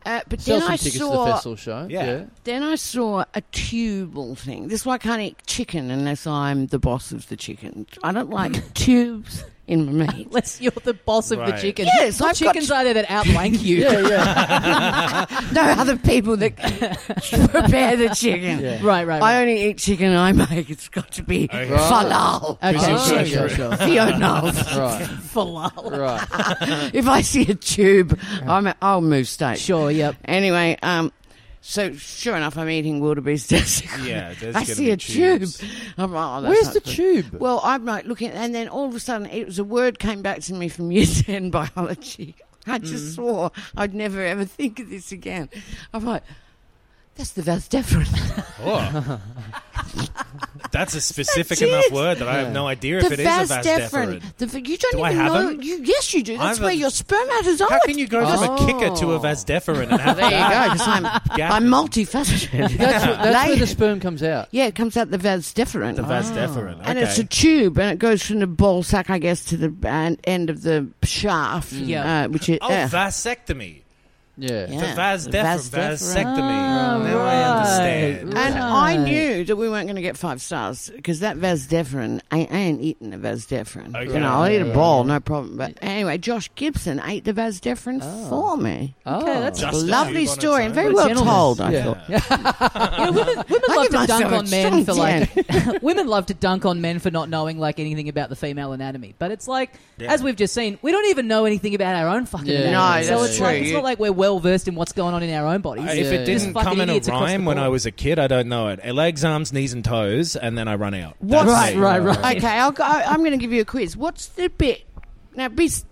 [SPEAKER 4] Uh, but
[SPEAKER 2] Sell
[SPEAKER 4] then
[SPEAKER 2] some
[SPEAKER 4] I
[SPEAKER 2] tickets
[SPEAKER 4] saw,
[SPEAKER 2] to the festival show.
[SPEAKER 3] Yeah.
[SPEAKER 2] Yeah.
[SPEAKER 4] then I saw a tubal thing. This is why I can't eat chicken unless I'm the boss of the chicken. I don't like tubes in my meat.
[SPEAKER 1] Unless you're the boss of the
[SPEAKER 3] Right.
[SPEAKER 1] chicken.
[SPEAKER 4] Yes,
[SPEAKER 1] what
[SPEAKER 4] I've got-
[SPEAKER 1] chickens are there that outlank you?
[SPEAKER 2] Yeah, yeah.
[SPEAKER 4] no other people that prepare the chicken.
[SPEAKER 2] Yeah.
[SPEAKER 1] Right, right.
[SPEAKER 4] I
[SPEAKER 1] right.
[SPEAKER 4] only eat chicken I make. It's got to be
[SPEAKER 3] Okay.
[SPEAKER 4] halal.
[SPEAKER 1] Okay,
[SPEAKER 3] Who's
[SPEAKER 1] sure,
[SPEAKER 3] your
[SPEAKER 2] Oh,
[SPEAKER 1] sure.
[SPEAKER 2] sure,
[SPEAKER 3] favourite?
[SPEAKER 2] sure.
[SPEAKER 4] Fiona's.
[SPEAKER 2] Right,
[SPEAKER 1] Falafel.
[SPEAKER 2] right.
[SPEAKER 4] if I see a tube, I'm, I'll move state.
[SPEAKER 1] Sure, yep.
[SPEAKER 4] Anyway, um, so sure enough, I'm eating wildebeest testicle.
[SPEAKER 3] Yeah, there's
[SPEAKER 4] I
[SPEAKER 3] gonna
[SPEAKER 4] see
[SPEAKER 3] be
[SPEAKER 4] a tube.
[SPEAKER 3] tubes.
[SPEAKER 4] I'm like, oh, that's
[SPEAKER 2] Where's
[SPEAKER 4] not
[SPEAKER 2] the
[SPEAKER 4] good.
[SPEAKER 2] tube?
[SPEAKER 4] Well, I'm like looking, and then all of a sudden, it was a word came back to me from Year Ten biology. I just
[SPEAKER 3] Mm.
[SPEAKER 4] swore I'd never ever think of this again. I'm like, that's the vas deferens.
[SPEAKER 3] Oh. That's a specific
[SPEAKER 4] That's
[SPEAKER 3] enough
[SPEAKER 4] it.
[SPEAKER 3] word that I have no idea if
[SPEAKER 4] the
[SPEAKER 3] it is a
[SPEAKER 4] vas
[SPEAKER 3] vas
[SPEAKER 4] deferens.
[SPEAKER 3] deferens.
[SPEAKER 4] The v- you don't
[SPEAKER 3] Do I
[SPEAKER 4] even
[SPEAKER 3] have
[SPEAKER 4] know.
[SPEAKER 3] 'em?
[SPEAKER 4] You, yes, you do. That's
[SPEAKER 3] I've-
[SPEAKER 4] where your spermatozoa.
[SPEAKER 3] How can you go from
[SPEAKER 2] Oh.
[SPEAKER 3] a kicker to a vas deferens? And have
[SPEAKER 4] There you
[SPEAKER 3] that?
[SPEAKER 4] go. Because I'm, I'm multifaceted.
[SPEAKER 2] That's, wh- that's where
[SPEAKER 4] Later.
[SPEAKER 2] the sperm comes out.
[SPEAKER 4] Yeah, it comes out the vas deferens.
[SPEAKER 3] The vas deferens.
[SPEAKER 4] And
[SPEAKER 3] okay.
[SPEAKER 4] it's a tube, and it goes from the ball sack, I guess, to the an- end of the shaft.
[SPEAKER 1] Yeah.
[SPEAKER 4] uh, which is
[SPEAKER 3] oh
[SPEAKER 4] uh,
[SPEAKER 3] vasectomy.
[SPEAKER 2] Yeah.
[SPEAKER 4] Yeah.
[SPEAKER 3] The vas
[SPEAKER 4] The vas
[SPEAKER 3] deferens.
[SPEAKER 4] deferens.
[SPEAKER 1] Ah,
[SPEAKER 3] Vasectomy. Now
[SPEAKER 1] right.
[SPEAKER 3] I understand.
[SPEAKER 4] And I
[SPEAKER 1] Right.
[SPEAKER 4] knew that we weren't going to get five stars because that Vasdeferin, I, I ain't eating a Vasdeferin.
[SPEAKER 3] Okay.
[SPEAKER 4] You know, I'll eat a
[SPEAKER 2] Yeah.
[SPEAKER 4] ball, no problem. But anyway, Josh Gibson ate the Vasdeferin for me.
[SPEAKER 2] Oh.
[SPEAKER 1] Okay, that's-
[SPEAKER 3] Just a
[SPEAKER 4] Lovely
[SPEAKER 3] tube on its
[SPEAKER 4] story
[SPEAKER 3] own.
[SPEAKER 4] and very
[SPEAKER 1] What a
[SPEAKER 4] well
[SPEAKER 1] gentleman.
[SPEAKER 4] told, I
[SPEAKER 2] Yeah.
[SPEAKER 4] thought.
[SPEAKER 1] You know, women, women
[SPEAKER 4] I
[SPEAKER 1] love to dunk
[SPEAKER 4] give myself
[SPEAKER 1] on
[SPEAKER 4] a
[SPEAKER 1] men
[SPEAKER 4] strong
[SPEAKER 1] for like women love to dunk on men for not knowing like anything about the female anatomy. But it's like
[SPEAKER 3] Yeah.
[SPEAKER 1] as we've just seen, we don't even know anything about our own fucking
[SPEAKER 2] Yeah.
[SPEAKER 1] anatomy.
[SPEAKER 2] No,
[SPEAKER 1] so
[SPEAKER 2] that's
[SPEAKER 1] it's like
[SPEAKER 4] true.
[SPEAKER 1] it's not like we're well versed in what's going on in our own bodies.
[SPEAKER 3] if
[SPEAKER 2] Yeah,
[SPEAKER 3] it
[SPEAKER 2] yeah.
[SPEAKER 3] didn't
[SPEAKER 1] Just
[SPEAKER 3] come
[SPEAKER 1] uh, fucking
[SPEAKER 3] in a
[SPEAKER 1] idiots across the
[SPEAKER 3] rhyme when
[SPEAKER 1] board.
[SPEAKER 3] I was a kid, I don't know it. Legs, arms, knees, and toes, and then I run out.
[SPEAKER 4] What's-
[SPEAKER 3] That's me.
[SPEAKER 2] Right, right.
[SPEAKER 4] Okay, I'll go, I'm going to give you a quiz. What's the bit? Now, be, s-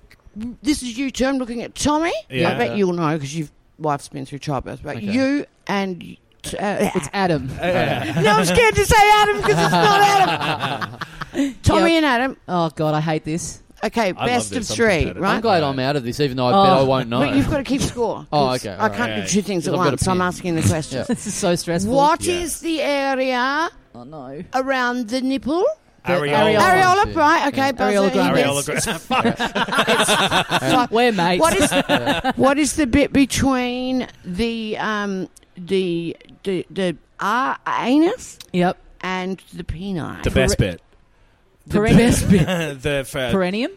[SPEAKER 4] this is you two. I'm looking at Tommy.
[SPEAKER 3] Yeah.
[SPEAKER 4] I bet you'll know because your wife's been through childbirth. But
[SPEAKER 2] Okay.
[SPEAKER 4] you and. t- uh,
[SPEAKER 1] It's Adam.
[SPEAKER 4] no, I'm scared to say Adam because it's not Adam. Tommy
[SPEAKER 1] Yep.
[SPEAKER 4] and Adam.
[SPEAKER 1] Oh god, I hate this.
[SPEAKER 4] Okay,
[SPEAKER 3] love
[SPEAKER 4] best of
[SPEAKER 3] this, I'm
[SPEAKER 4] three,
[SPEAKER 3] competitive.
[SPEAKER 2] I'm
[SPEAKER 4] right?
[SPEAKER 2] glad I'm out of this, even though I bet
[SPEAKER 1] Oh.
[SPEAKER 2] I won't know.
[SPEAKER 4] But you've got to keep score.
[SPEAKER 2] Oh,
[SPEAKER 4] 'cause
[SPEAKER 2] okay, all
[SPEAKER 4] I can't
[SPEAKER 3] right.
[SPEAKER 4] do two things at
[SPEAKER 2] I've got a
[SPEAKER 4] once. I'm
[SPEAKER 2] pin.
[SPEAKER 4] asking the question.
[SPEAKER 2] Yeah.
[SPEAKER 1] This is so stressful.
[SPEAKER 4] What is
[SPEAKER 3] Yeah.
[SPEAKER 4] the area
[SPEAKER 1] Oh no.
[SPEAKER 4] around the nipple?
[SPEAKER 1] Areola.
[SPEAKER 3] Areola.
[SPEAKER 4] Areola,
[SPEAKER 2] Yeah.
[SPEAKER 4] right? Okay,
[SPEAKER 2] Yeah.
[SPEAKER 4] buzzer
[SPEAKER 1] Areola
[SPEAKER 4] in.
[SPEAKER 1] grande.
[SPEAKER 3] Areola. gra- Fuck.
[SPEAKER 1] We're mates.
[SPEAKER 4] What is what is the bit between the um the the the uh, anus
[SPEAKER 1] Yep.
[SPEAKER 4] and the penile?
[SPEAKER 3] The best bit.
[SPEAKER 1] Perineum.
[SPEAKER 3] the for,
[SPEAKER 1] Perineum.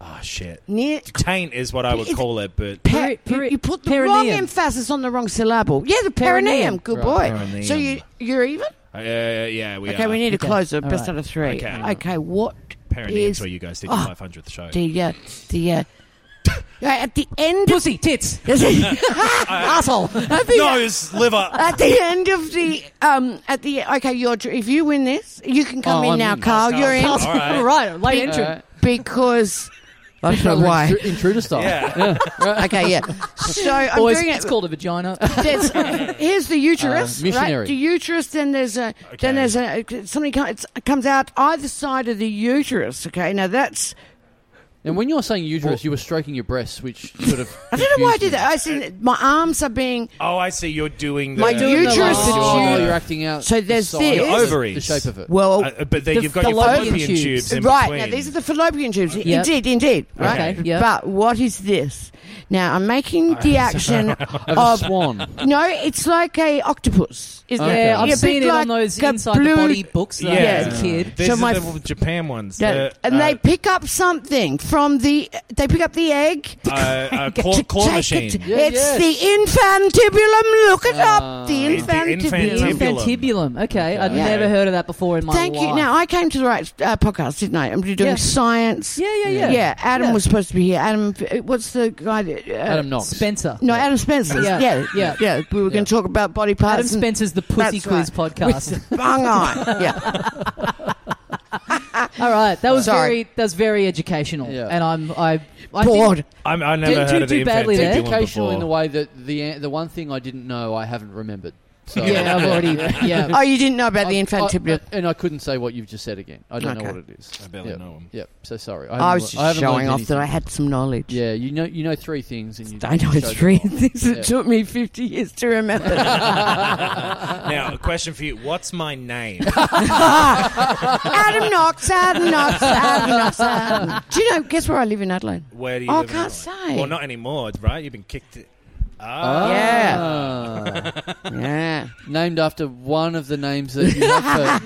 [SPEAKER 3] oh shit.
[SPEAKER 4] Near,
[SPEAKER 3] Taint is what I would
[SPEAKER 4] Is-
[SPEAKER 3] call it, but
[SPEAKER 1] Peri-
[SPEAKER 4] Pe-
[SPEAKER 1] peri-
[SPEAKER 4] you, you put the wrong
[SPEAKER 1] perineum.
[SPEAKER 4] emphasis on the wrong syllable. Yeah, the perineum.
[SPEAKER 1] Perineum.
[SPEAKER 4] Good
[SPEAKER 2] Right,
[SPEAKER 4] boy.
[SPEAKER 3] perineum.
[SPEAKER 4] So you you're even.
[SPEAKER 3] uh, yeah, we
[SPEAKER 4] okay,
[SPEAKER 3] are.
[SPEAKER 4] we need
[SPEAKER 1] Okay.
[SPEAKER 4] a closer.
[SPEAKER 1] All
[SPEAKER 4] Best
[SPEAKER 1] right.
[SPEAKER 4] out of three.
[SPEAKER 3] Okay.
[SPEAKER 4] Okay. what
[SPEAKER 3] Perineum's
[SPEAKER 4] is
[SPEAKER 3] where you guys did
[SPEAKER 4] Oh.
[SPEAKER 3] your 500th show.
[SPEAKER 4] the uh, the uh, right, at the end? Of,
[SPEAKER 1] Pussy tits.
[SPEAKER 4] asshole. At the,
[SPEAKER 3] Nose, liver.
[SPEAKER 1] Ah.
[SPEAKER 4] At the end of the um, at the okay, you're if you win this, you can come
[SPEAKER 2] Oh,
[SPEAKER 4] in
[SPEAKER 2] I'm
[SPEAKER 4] now,
[SPEAKER 2] in.
[SPEAKER 4] Carl.
[SPEAKER 3] Carl,
[SPEAKER 4] You're in
[SPEAKER 3] Carl. All right.
[SPEAKER 1] right, late entrant.
[SPEAKER 2] Alright.
[SPEAKER 4] because I don't know
[SPEAKER 2] Rather
[SPEAKER 4] why.
[SPEAKER 2] intru- intruder style.
[SPEAKER 3] Yeah.
[SPEAKER 4] okay, yeah. So I'm
[SPEAKER 1] Boys,
[SPEAKER 4] doing it.
[SPEAKER 1] it's called a vagina.
[SPEAKER 4] There's, here's the uterus,
[SPEAKER 2] Uh, missionary.
[SPEAKER 4] right? The uterus. Then there's a
[SPEAKER 3] Okay.
[SPEAKER 4] then there's a something co- it's, comes out either side of the uterus. Okay, now that's
[SPEAKER 2] And when you were saying uterus, you were stroking your breasts, which sort of.
[SPEAKER 4] I don't know why I did that. I said my arms are being.
[SPEAKER 3] Oh, I see. You're doing the
[SPEAKER 4] My doing the uterus
[SPEAKER 2] is
[SPEAKER 4] is
[SPEAKER 2] oh,
[SPEAKER 4] huge.
[SPEAKER 2] you're acting out.
[SPEAKER 4] So there's
[SPEAKER 2] the size
[SPEAKER 4] this.
[SPEAKER 2] of it,
[SPEAKER 3] Ovaries.
[SPEAKER 2] The shape of it.
[SPEAKER 4] Well,
[SPEAKER 3] Uh, but then
[SPEAKER 1] The
[SPEAKER 3] you've got your
[SPEAKER 1] fallopian
[SPEAKER 3] fallopian
[SPEAKER 1] tubes.
[SPEAKER 3] tubes, in
[SPEAKER 4] right
[SPEAKER 3] between.
[SPEAKER 4] now these are the fallopian tubes.
[SPEAKER 1] Yep.
[SPEAKER 4] Indeed, indeed. Right.
[SPEAKER 1] Okay, yep.
[SPEAKER 4] But what is this? Now I'm making the action
[SPEAKER 2] Of a
[SPEAKER 4] of
[SPEAKER 2] swan.
[SPEAKER 4] no. It's like a octopus. Isn't
[SPEAKER 2] Okay.
[SPEAKER 4] it?
[SPEAKER 1] Yeah, I've
[SPEAKER 4] A bit
[SPEAKER 1] seen it on
[SPEAKER 4] like
[SPEAKER 1] those
[SPEAKER 4] a
[SPEAKER 1] inside the
[SPEAKER 4] blue-
[SPEAKER 1] body books that I had as
[SPEAKER 4] Yeah.
[SPEAKER 1] a kid.
[SPEAKER 3] These
[SPEAKER 4] So
[SPEAKER 3] are
[SPEAKER 4] my
[SPEAKER 3] the
[SPEAKER 4] f-
[SPEAKER 3] Japan ones.
[SPEAKER 4] that-
[SPEAKER 3] The,
[SPEAKER 4] and
[SPEAKER 3] uh,
[SPEAKER 4] they pick up something from the. They pick up the egg.
[SPEAKER 3] uh, uh, claw,
[SPEAKER 4] to
[SPEAKER 3] claw
[SPEAKER 4] take
[SPEAKER 3] machine.
[SPEAKER 4] It.
[SPEAKER 2] Yeah,
[SPEAKER 4] it's
[SPEAKER 2] yes.
[SPEAKER 4] the infantibulum. Look it
[SPEAKER 2] Ah.
[SPEAKER 4] up. The
[SPEAKER 3] The- the
[SPEAKER 4] infantibulum.
[SPEAKER 3] infantibulum.
[SPEAKER 1] Infantibulum. Okay, I'd
[SPEAKER 2] Okay.
[SPEAKER 1] never heard of that before in my
[SPEAKER 4] Thank
[SPEAKER 1] life.
[SPEAKER 4] you. Now I came to the right uh, podcast, didn't I? I'm doing
[SPEAKER 1] Yeah.
[SPEAKER 4] science.
[SPEAKER 1] yeah, yeah, yeah.
[SPEAKER 4] Yeah, Adam
[SPEAKER 1] Yeah.
[SPEAKER 4] was supposed to be here. Adam, uh, what's the guy? That, uh,
[SPEAKER 2] Adam Knox.
[SPEAKER 1] Spencer.
[SPEAKER 4] No, Adam Spencer.
[SPEAKER 1] Yeah,
[SPEAKER 4] Yeah, yeah,
[SPEAKER 1] yeah.
[SPEAKER 4] yeah. We were
[SPEAKER 2] Yeah.
[SPEAKER 4] going to talk about body parts.
[SPEAKER 1] Adam
[SPEAKER 4] and-
[SPEAKER 1] Spencer's the Pussy
[SPEAKER 4] That's
[SPEAKER 1] Quiz podcast.
[SPEAKER 4] Bang on. Yeah.
[SPEAKER 1] All right, that was
[SPEAKER 4] Sorry.
[SPEAKER 1] very that was very educational,
[SPEAKER 2] Yeah.
[SPEAKER 1] and I'm I I think-
[SPEAKER 4] Bored.
[SPEAKER 3] I'm, I never
[SPEAKER 1] Do-
[SPEAKER 3] heard
[SPEAKER 1] do-
[SPEAKER 3] of the
[SPEAKER 1] do badly there.
[SPEAKER 3] infantibulum
[SPEAKER 2] Educational
[SPEAKER 3] before.
[SPEAKER 2] in the way that the an- the one thing I didn't know I haven't remembered. So
[SPEAKER 1] yeah, I've already yeah.
[SPEAKER 4] Oh, you didn't know about the
[SPEAKER 2] I-
[SPEAKER 4] infantibulum.
[SPEAKER 2] I- and I couldn't say what you've just said again. I don't know
[SPEAKER 4] Okay.
[SPEAKER 2] what it is.
[SPEAKER 3] I barely
[SPEAKER 2] yeah.
[SPEAKER 3] know 'em.
[SPEAKER 2] Yep. So sorry.
[SPEAKER 4] I,
[SPEAKER 2] haven't le- I
[SPEAKER 4] was just
[SPEAKER 2] haven't
[SPEAKER 4] showing
[SPEAKER 2] learned
[SPEAKER 4] off that I
[SPEAKER 2] anything.
[SPEAKER 4] had some knowledge.
[SPEAKER 2] Yeah, you know you know three things, and you
[SPEAKER 4] I know
[SPEAKER 2] you showed
[SPEAKER 4] three
[SPEAKER 2] them off.
[SPEAKER 4] things. It
[SPEAKER 2] Yeah.
[SPEAKER 4] took me 50 years to remember. Uh-uh.
[SPEAKER 3] Now, a question for you. What's my name?
[SPEAKER 4] Adam Knox, Adam Knox, Adam Knox. Adam. Do you know, guess where I live in Adelaide?
[SPEAKER 3] Where do you
[SPEAKER 4] Oh, I
[SPEAKER 3] live in
[SPEAKER 4] can't
[SPEAKER 3] Adelaide?
[SPEAKER 4] say. Uh,
[SPEAKER 3] Well, not anymore, right? You've been kicked.
[SPEAKER 2] Ah.
[SPEAKER 3] Ah.
[SPEAKER 4] Yeah. Yeah.
[SPEAKER 2] named after one of the names that you have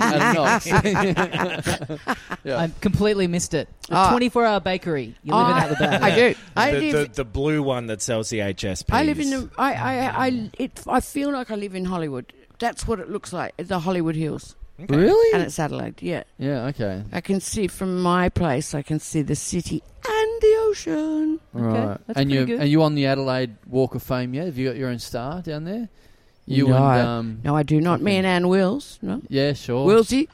[SPEAKER 2] for Adam Knox. yeah.
[SPEAKER 1] I completely missed it. A
[SPEAKER 4] Ah.
[SPEAKER 1] 24 hour bakery. You live in out the back.
[SPEAKER 4] I do. I
[SPEAKER 3] the,
[SPEAKER 4] live
[SPEAKER 3] the, the blue one that sells the HSPs.
[SPEAKER 4] I live in the. I, I, I, it, I feel like I live in Hollywood. That's what it looks like, the Hollywood Hills. And
[SPEAKER 2] Really?
[SPEAKER 4] it's Adelaide, yeah.
[SPEAKER 2] Yeah. Okay.
[SPEAKER 4] I can see from my place, I can see the city and the ocean.
[SPEAKER 2] Right.
[SPEAKER 1] that's
[SPEAKER 2] and
[SPEAKER 1] pretty
[SPEAKER 2] you
[SPEAKER 1] good.
[SPEAKER 2] and you on the Adelaide Walk of Fame yet? Have you got your own star down there? You
[SPEAKER 4] No.
[SPEAKER 2] and um,
[SPEAKER 4] No, I do not. Me and Anne Wills. No.
[SPEAKER 2] yeah, sure.
[SPEAKER 4] Willsy.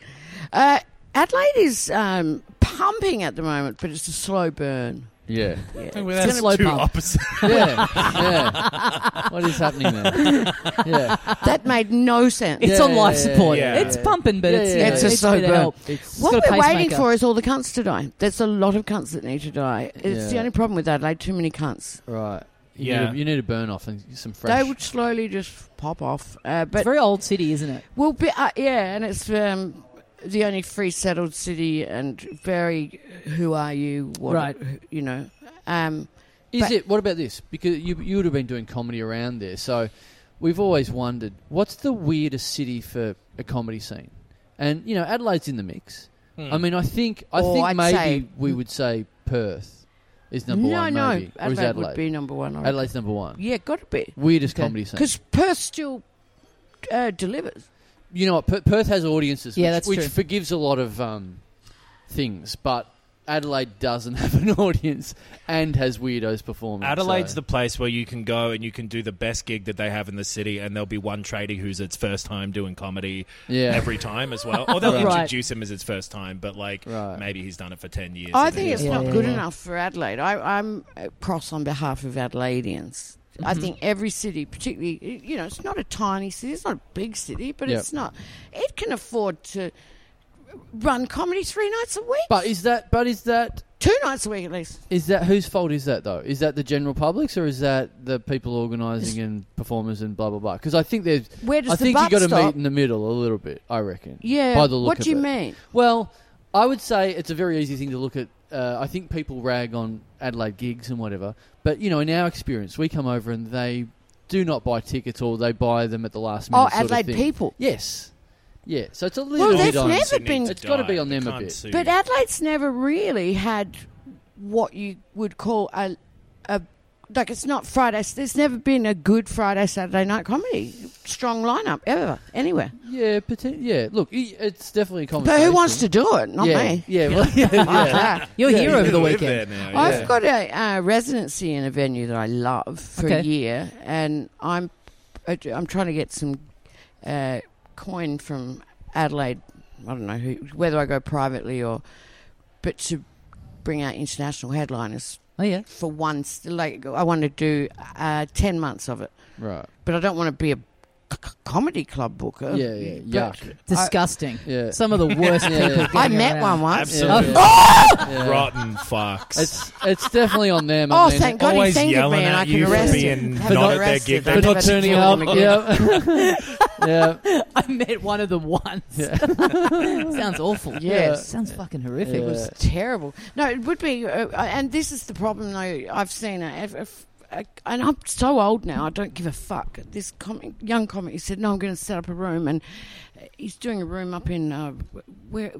[SPEAKER 4] Uh, Adelaide is um, pumping at the moment, but it's a slow burn.
[SPEAKER 2] Yeah.
[SPEAKER 4] Yeah.
[SPEAKER 3] Well,
[SPEAKER 1] It's
[SPEAKER 3] that's
[SPEAKER 1] gonna low
[SPEAKER 3] two
[SPEAKER 1] pump.
[SPEAKER 3] opposite.
[SPEAKER 2] Yeah. yeah. What is happening there? Yeah.
[SPEAKER 4] That made no sense.
[SPEAKER 1] It's
[SPEAKER 2] Yeah,
[SPEAKER 1] on life
[SPEAKER 2] yeah,
[SPEAKER 1] support.
[SPEAKER 3] yeah,
[SPEAKER 1] It's
[SPEAKER 2] yeah.
[SPEAKER 1] pumping, but
[SPEAKER 2] Yeah,
[SPEAKER 1] it's,
[SPEAKER 2] yeah,
[SPEAKER 1] you know,
[SPEAKER 2] yeah. It's a
[SPEAKER 1] it needs a
[SPEAKER 4] slow
[SPEAKER 1] bit of
[SPEAKER 4] burn.
[SPEAKER 1] help.
[SPEAKER 2] It's
[SPEAKER 1] got
[SPEAKER 4] What
[SPEAKER 1] a
[SPEAKER 4] we're waiting
[SPEAKER 1] pacemaker.
[SPEAKER 4] for is all the cunts to die. There's a lot of cunts that need to die. It's the
[SPEAKER 2] Yeah.
[SPEAKER 4] only problem with Adelaide, too many cunts.
[SPEAKER 2] right. You
[SPEAKER 3] Yeah.
[SPEAKER 2] Need a, you need a burn off and some
[SPEAKER 4] They
[SPEAKER 2] fresh.
[SPEAKER 4] would slowly just pop off.
[SPEAKER 1] It's
[SPEAKER 4] Uh,
[SPEAKER 1] a
[SPEAKER 4] but
[SPEAKER 1] very old city, isn't it?
[SPEAKER 4] Well, be, uh, yeah, and it's um, the only free settled city, and very who are you? What,
[SPEAKER 1] Right.
[SPEAKER 4] You know. Um,
[SPEAKER 2] Is
[SPEAKER 4] But-
[SPEAKER 2] it? What about this? Because you you would have been doing comedy around there, so we've always wondered what's the weirdest city for a comedy scene, and you know Adelaide's in the mix.
[SPEAKER 1] Hmm.
[SPEAKER 3] Hmm.
[SPEAKER 2] I mean, I think I
[SPEAKER 4] Or
[SPEAKER 2] think
[SPEAKER 4] I'd
[SPEAKER 2] maybe
[SPEAKER 4] say-
[SPEAKER 2] we would say Perth is number
[SPEAKER 4] no,
[SPEAKER 2] one,
[SPEAKER 4] no,
[SPEAKER 2] maybe, or is
[SPEAKER 4] Adelaide,
[SPEAKER 2] Adelaide?
[SPEAKER 4] would be number one. I reckon.
[SPEAKER 2] Adelaide's number one.
[SPEAKER 4] Yeah, got to be
[SPEAKER 2] Weirdest
[SPEAKER 1] Okay.
[SPEAKER 2] comedy scene.
[SPEAKER 4] because Perth still uh, delivers.
[SPEAKER 2] you know what? Per- Perth has audiences,
[SPEAKER 1] Yeah,
[SPEAKER 2] which,
[SPEAKER 1] that's
[SPEAKER 2] which
[SPEAKER 1] true.
[SPEAKER 2] forgives a lot of um, things, but Adelaide doesn't have an audience and has weirdos performing.
[SPEAKER 3] Adelaide's
[SPEAKER 2] so-
[SPEAKER 3] the place where you can go and you can do the best gig that they have in the city, and there'll be one tradie who's its first time doing comedy
[SPEAKER 2] Yeah.
[SPEAKER 3] every time as well. Or they'll
[SPEAKER 1] Right.
[SPEAKER 3] introduce him as its first time, but like
[SPEAKER 2] Right.
[SPEAKER 3] maybe he's done it for 10 years.
[SPEAKER 4] I
[SPEAKER 3] and
[SPEAKER 4] think
[SPEAKER 3] then
[SPEAKER 4] it's
[SPEAKER 3] he's
[SPEAKER 1] yeah,
[SPEAKER 4] not
[SPEAKER 1] yeah,
[SPEAKER 4] good
[SPEAKER 1] yeah.
[SPEAKER 4] enough for Adelaide. I, I'm uh, cross on behalf of Adelaideans. I
[SPEAKER 2] Mm-hmm.
[SPEAKER 4] think every city, particularly, y- you know, it's not a tiny city, it's not a big city, but
[SPEAKER 2] Yeah.
[SPEAKER 4] it's not. It can afford to run comedy three nights a week.
[SPEAKER 2] But is that? But is that?
[SPEAKER 4] Two nights a week at least.
[SPEAKER 2] Is that whose fault is that though? Is that the general public's or is that the people organising and performers and blah blah blah? Because I think there's,
[SPEAKER 4] Where does
[SPEAKER 2] I
[SPEAKER 4] the
[SPEAKER 2] think you
[SPEAKER 4] buck
[SPEAKER 2] got to
[SPEAKER 4] stop?
[SPEAKER 2] meet in the middle a little bit. I reckon.
[SPEAKER 4] Yeah.
[SPEAKER 2] By the look
[SPEAKER 4] what
[SPEAKER 2] of
[SPEAKER 4] do you
[SPEAKER 2] it.
[SPEAKER 4] mean?
[SPEAKER 2] Well, I would say it's a very easy thing to look at. Uh, I think people rag on Adelaide gigs and whatever, but you know, in our experience, we come over and they do not buy tickets or they buy them at the last minute.
[SPEAKER 4] Oh,
[SPEAKER 2] sort of
[SPEAKER 4] Adelaide
[SPEAKER 2] thing.
[SPEAKER 4] people.
[SPEAKER 2] Yes. Yeah. So it's a little
[SPEAKER 4] Well,
[SPEAKER 2] bit
[SPEAKER 4] they've
[SPEAKER 2] on.
[SPEAKER 4] never
[SPEAKER 3] Sydney
[SPEAKER 4] been-
[SPEAKER 3] to
[SPEAKER 2] It's gotta
[SPEAKER 3] die.
[SPEAKER 2] be on them a
[SPEAKER 3] Can't
[SPEAKER 2] bit.
[SPEAKER 3] sue
[SPEAKER 4] But
[SPEAKER 3] you.
[SPEAKER 4] Adelaide's never really had what you would call a, a like it's not Friday. There's never been a good Friday Saturday night comedy strong lineup ever anywhere.
[SPEAKER 2] Yeah. Poten- yeah. Look, i- it's definitely a
[SPEAKER 4] But who wants to do it? Not
[SPEAKER 2] yeah,
[SPEAKER 4] me.
[SPEAKER 2] Yeah, well, yeah, yeah.
[SPEAKER 1] You're
[SPEAKER 2] Yeah,
[SPEAKER 1] here
[SPEAKER 2] you
[SPEAKER 1] over the
[SPEAKER 3] live
[SPEAKER 1] weekend.
[SPEAKER 3] there now, yeah.
[SPEAKER 4] I've got a uh, residency in a venue that I love for
[SPEAKER 1] Okay.
[SPEAKER 4] a year, and I'm uh, I'm trying to get some uh, coin from Adelaide. I don't know who, whether I go privately or, but to bring out international headliners
[SPEAKER 1] Oh, yeah.
[SPEAKER 4] for once. Like I want to do uh, ten months of it,
[SPEAKER 2] Right.
[SPEAKER 4] but I don't want to be a c- c- comedy club booker.
[SPEAKER 2] Yeah, yeah,
[SPEAKER 4] but
[SPEAKER 2] yuck.
[SPEAKER 1] Disgusting.
[SPEAKER 2] Yeah.
[SPEAKER 1] Some of the worst
[SPEAKER 2] Yeah.
[SPEAKER 1] people.
[SPEAKER 2] I
[SPEAKER 4] I
[SPEAKER 1] getting
[SPEAKER 4] met
[SPEAKER 1] around.
[SPEAKER 4] one once.
[SPEAKER 2] Absolutely. Yeah.
[SPEAKER 3] Rotten fucks.
[SPEAKER 2] It's it's definitely on them. I
[SPEAKER 4] Oh,
[SPEAKER 2] mean,
[SPEAKER 4] thank God he
[SPEAKER 3] Always
[SPEAKER 4] fingered me
[SPEAKER 3] yelling
[SPEAKER 4] and
[SPEAKER 3] at
[SPEAKER 4] I
[SPEAKER 3] you
[SPEAKER 4] can
[SPEAKER 3] for
[SPEAKER 4] arrest
[SPEAKER 3] being
[SPEAKER 4] him.
[SPEAKER 3] not
[SPEAKER 4] Have
[SPEAKER 3] at their
[SPEAKER 4] arrested.
[SPEAKER 3] gig.
[SPEAKER 4] I've
[SPEAKER 2] For
[SPEAKER 3] But
[SPEAKER 2] not
[SPEAKER 4] never
[SPEAKER 2] turning
[SPEAKER 4] killed
[SPEAKER 2] up.
[SPEAKER 4] him again.
[SPEAKER 2] Yeah. yeah.
[SPEAKER 1] I met one of them once.
[SPEAKER 2] Yeah.
[SPEAKER 1] Sounds awful.
[SPEAKER 4] Yeah.
[SPEAKER 1] Sounds fucking horrific.
[SPEAKER 4] It was terrible. No, it would be, uh, and this is the problem. Though I've seen it, if, if, uh, and I'm so old now. I don't give a fuck. This comic, young comic, he said, "No, I'm going to set up a room," and uh, he's doing a room up in uh, where.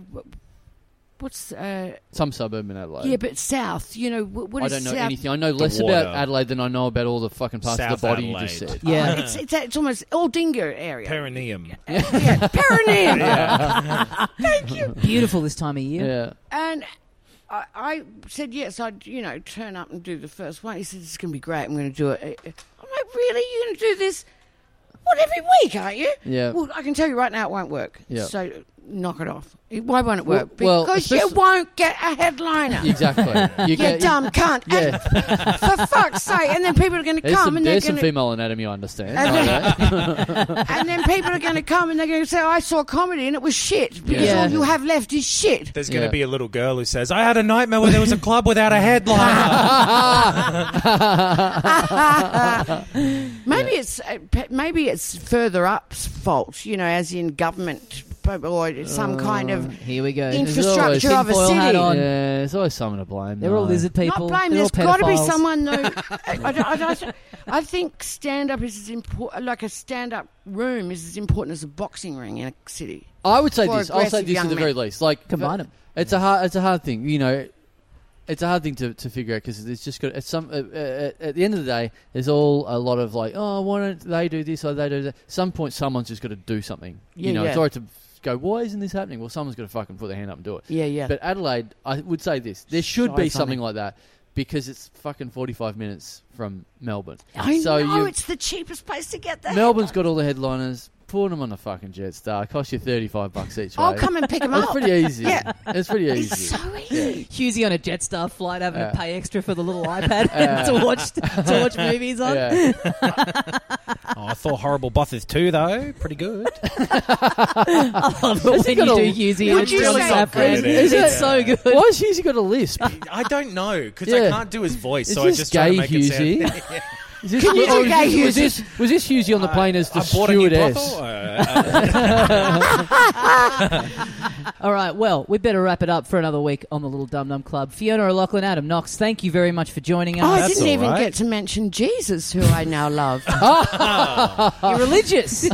[SPEAKER 4] What's uh,
[SPEAKER 2] Some suburb in Adelaide.
[SPEAKER 4] yeah, but south. You know wh- what
[SPEAKER 2] I
[SPEAKER 4] is
[SPEAKER 2] don't know
[SPEAKER 4] south?
[SPEAKER 2] anything. I know less about
[SPEAKER 3] water.
[SPEAKER 2] Adelaide than I know about all the fucking parts of
[SPEAKER 3] South
[SPEAKER 2] the body you just
[SPEAKER 3] Adelaide.
[SPEAKER 2] said.
[SPEAKER 1] Yeah.
[SPEAKER 4] It's, it's it's almost Aldinga area.
[SPEAKER 3] Perineum.
[SPEAKER 4] yeah, perineum.
[SPEAKER 1] Beautiful this time of year.
[SPEAKER 2] Yeah.
[SPEAKER 4] And I, I said, yes, I'd, you know, turn up and do the first one. He said, it's going to be great. I'm going to do it. I'm like, really? You're going to do this? What, every week, aren't you?
[SPEAKER 2] Yeah.
[SPEAKER 4] Well, I can tell you right now it won't work.
[SPEAKER 2] Yeah.
[SPEAKER 4] So knock it off. Why won't it work?
[SPEAKER 2] Well- well,
[SPEAKER 4] because you
[SPEAKER 2] especially-
[SPEAKER 4] won't get a headliner. you
[SPEAKER 2] Exactly. You get
[SPEAKER 4] dumb cunt.
[SPEAKER 2] Yeah.
[SPEAKER 4] And for fuck's sake. And then people are going to
[SPEAKER 2] There's,
[SPEAKER 4] come
[SPEAKER 2] some,
[SPEAKER 4] and they're
[SPEAKER 2] there's some
[SPEAKER 4] going to.
[SPEAKER 2] female anatomy I understand.
[SPEAKER 4] And
[SPEAKER 2] I know.
[SPEAKER 4] And then people are going to come and they're going to say, I saw comedy and it was shit. Because
[SPEAKER 1] Yeah.
[SPEAKER 4] all you have left is shit.
[SPEAKER 3] There's going to
[SPEAKER 2] Yeah.
[SPEAKER 3] be a little girl who says, I had a nightmare where there was a club without a headliner.
[SPEAKER 4] Maybe it's uh, pe- maybe it's further up's fault, you know, as in government p- or some kind of
[SPEAKER 1] Here we go.
[SPEAKER 2] Inf- always
[SPEAKER 4] infrastructure of a
[SPEAKER 1] tinfoil hat
[SPEAKER 4] city.
[SPEAKER 1] on.
[SPEAKER 2] Yeah, there's always someone to blame.
[SPEAKER 1] They're all
[SPEAKER 2] though.
[SPEAKER 1] lizard people.
[SPEAKER 4] Not blame.
[SPEAKER 1] They're all
[SPEAKER 4] There's got to be
[SPEAKER 1] pedophiles.
[SPEAKER 4] someone though. I, I, don't- I, don't- I think stand up is as important. Like a stand up room is as important as a boxing ring in a city.
[SPEAKER 2] I would say
[SPEAKER 4] for
[SPEAKER 2] this. I'll say
[SPEAKER 4] aggressive
[SPEAKER 2] this at
[SPEAKER 4] young
[SPEAKER 2] the very
[SPEAKER 4] men.
[SPEAKER 2] least. Like
[SPEAKER 1] Combine
[SPEAKER 2] uh,
[SPEAKER 1] 'em.
[SPEAKER 2] It's a hard. It's a hard thing. You know, it's a hard thing to, to figure out because it's just got. It's some. Uh, uh, at the end of the day, there's all a lot of like, oh, why don't they do this or they do that? Some point, someone's just got to do something.
[SPEAKER 4] Yeah,
[SPEAKER 2] you know, it's
[SPEAKER 4] yeah.
[SPEAKER 2] alright to go. Why isn't this happening? Well, someone's got to fucking put their hand up and do it.
[SPEAKER 4] Yeah, yeah.
[SPEAKER 2] But Adelaide, I would say this. There should
[SPEAKER 4] Try
[SPEAKER 2] be
[SPEAKER 4] something.
[SPEAKER 2] something like that because it's fucking 45 minutes from Melbourne.
[SPEAKER 4] I
[SPEAKER 2] so
[SPEAKER 4] know
[SPEAKER 2] you,
[SPEAKER 4] it's the cheapest place to get that.
[SPEAKER 2] Melbourne's got all the headliners. Put them on a fucking jet star. Cost you 35 bucks each way.
[SPEAKER 4] I'll come and pick them
[SPEAKER 2] It's
[SPEAKER 4] up.
[SPEAKER 2] pretty easy.
[SPEAKER 4] Yeah.
[SPEAKER 2] It's pretty easy.
[SPEAKER 4] It's so easy.
[SPEAKER 1] Husey on a Jetstar flight having
[SPEAKER 2] Yeah.
[SPEAKER 1] to pay extra for the little iPad
[SPEAKER 2] Yeah.
[SPEAKER 1] to watch to watch movies on.
[SPEAKER 2] yeah.
[SPEAKER 3] oh, I thought Horrible Bosses too, though. Pretty good.
[SPEAKER 1] I love it when you
[SPEAKER 2] got
[SPEAKER 1] do
[SPEAKER 2] a-
[SPEAKER 1] Husey
[SPEAKER 4] Would
[SPEAKER 1] on a
[SPEAKER 4] you
[SPEAKER 1] Johnny
[SPEAKER 4] say-
[SPEAKER 1] Saffron.
[SPEAKER 3] It is.
[SPEAKER 1] It's
[SPEAKER 3] Yeah.
[SPEAKER 1] so good.
[SPEAKER 2] Why has she got a lisp?
[SPEAKER 3] I don't know because I
[SPEAKER 2] Yeah.
[SPEAKER 3] can't do his voice,
[SPEAKER 2] Is
[SPEAKER 3] so I
[SPEAKER 2] this
[SPEAKER 3] just try to
[SPEAKER 2] gay
[SPEAKER 3] make
[SPEAKER 2] Husey?
[SPEAKER 3] it sound.
[SPEAKER 2] Is this,
[SPEAKER 4] Can you do
[SPEAKER 2] or is
[SPEAKER 4] gay
[SPEAKER 2] this- was
[SPEAKER 4] Husey?
[SPEAKER 2] this was this Husey on the plane as the
[SPEAKER 3] Uh, I bought a new brothel.
[SPEAKER 2] stewardess?
[SPEAKER 3] Uh,
[SPEAKER 1] All right, well, we better wrap it up for another week on the Little Dum Dum Club. Fiona O'Loughlin, Adam Knox, thank you very much for joining
[SPEAKER 4] Oh,
[SPEAKER 1] us.
[SPEAKER 4] I
[SPEAKER 3] That's
[SPEAKER 4] didn't
[SPEAKER 3] all
[SPEAKER 4] even
[SPEAKER 3] right.
[SPEAKER 4] get to mention Jesus, who I now love.
[SPEAKER 1] You're religious.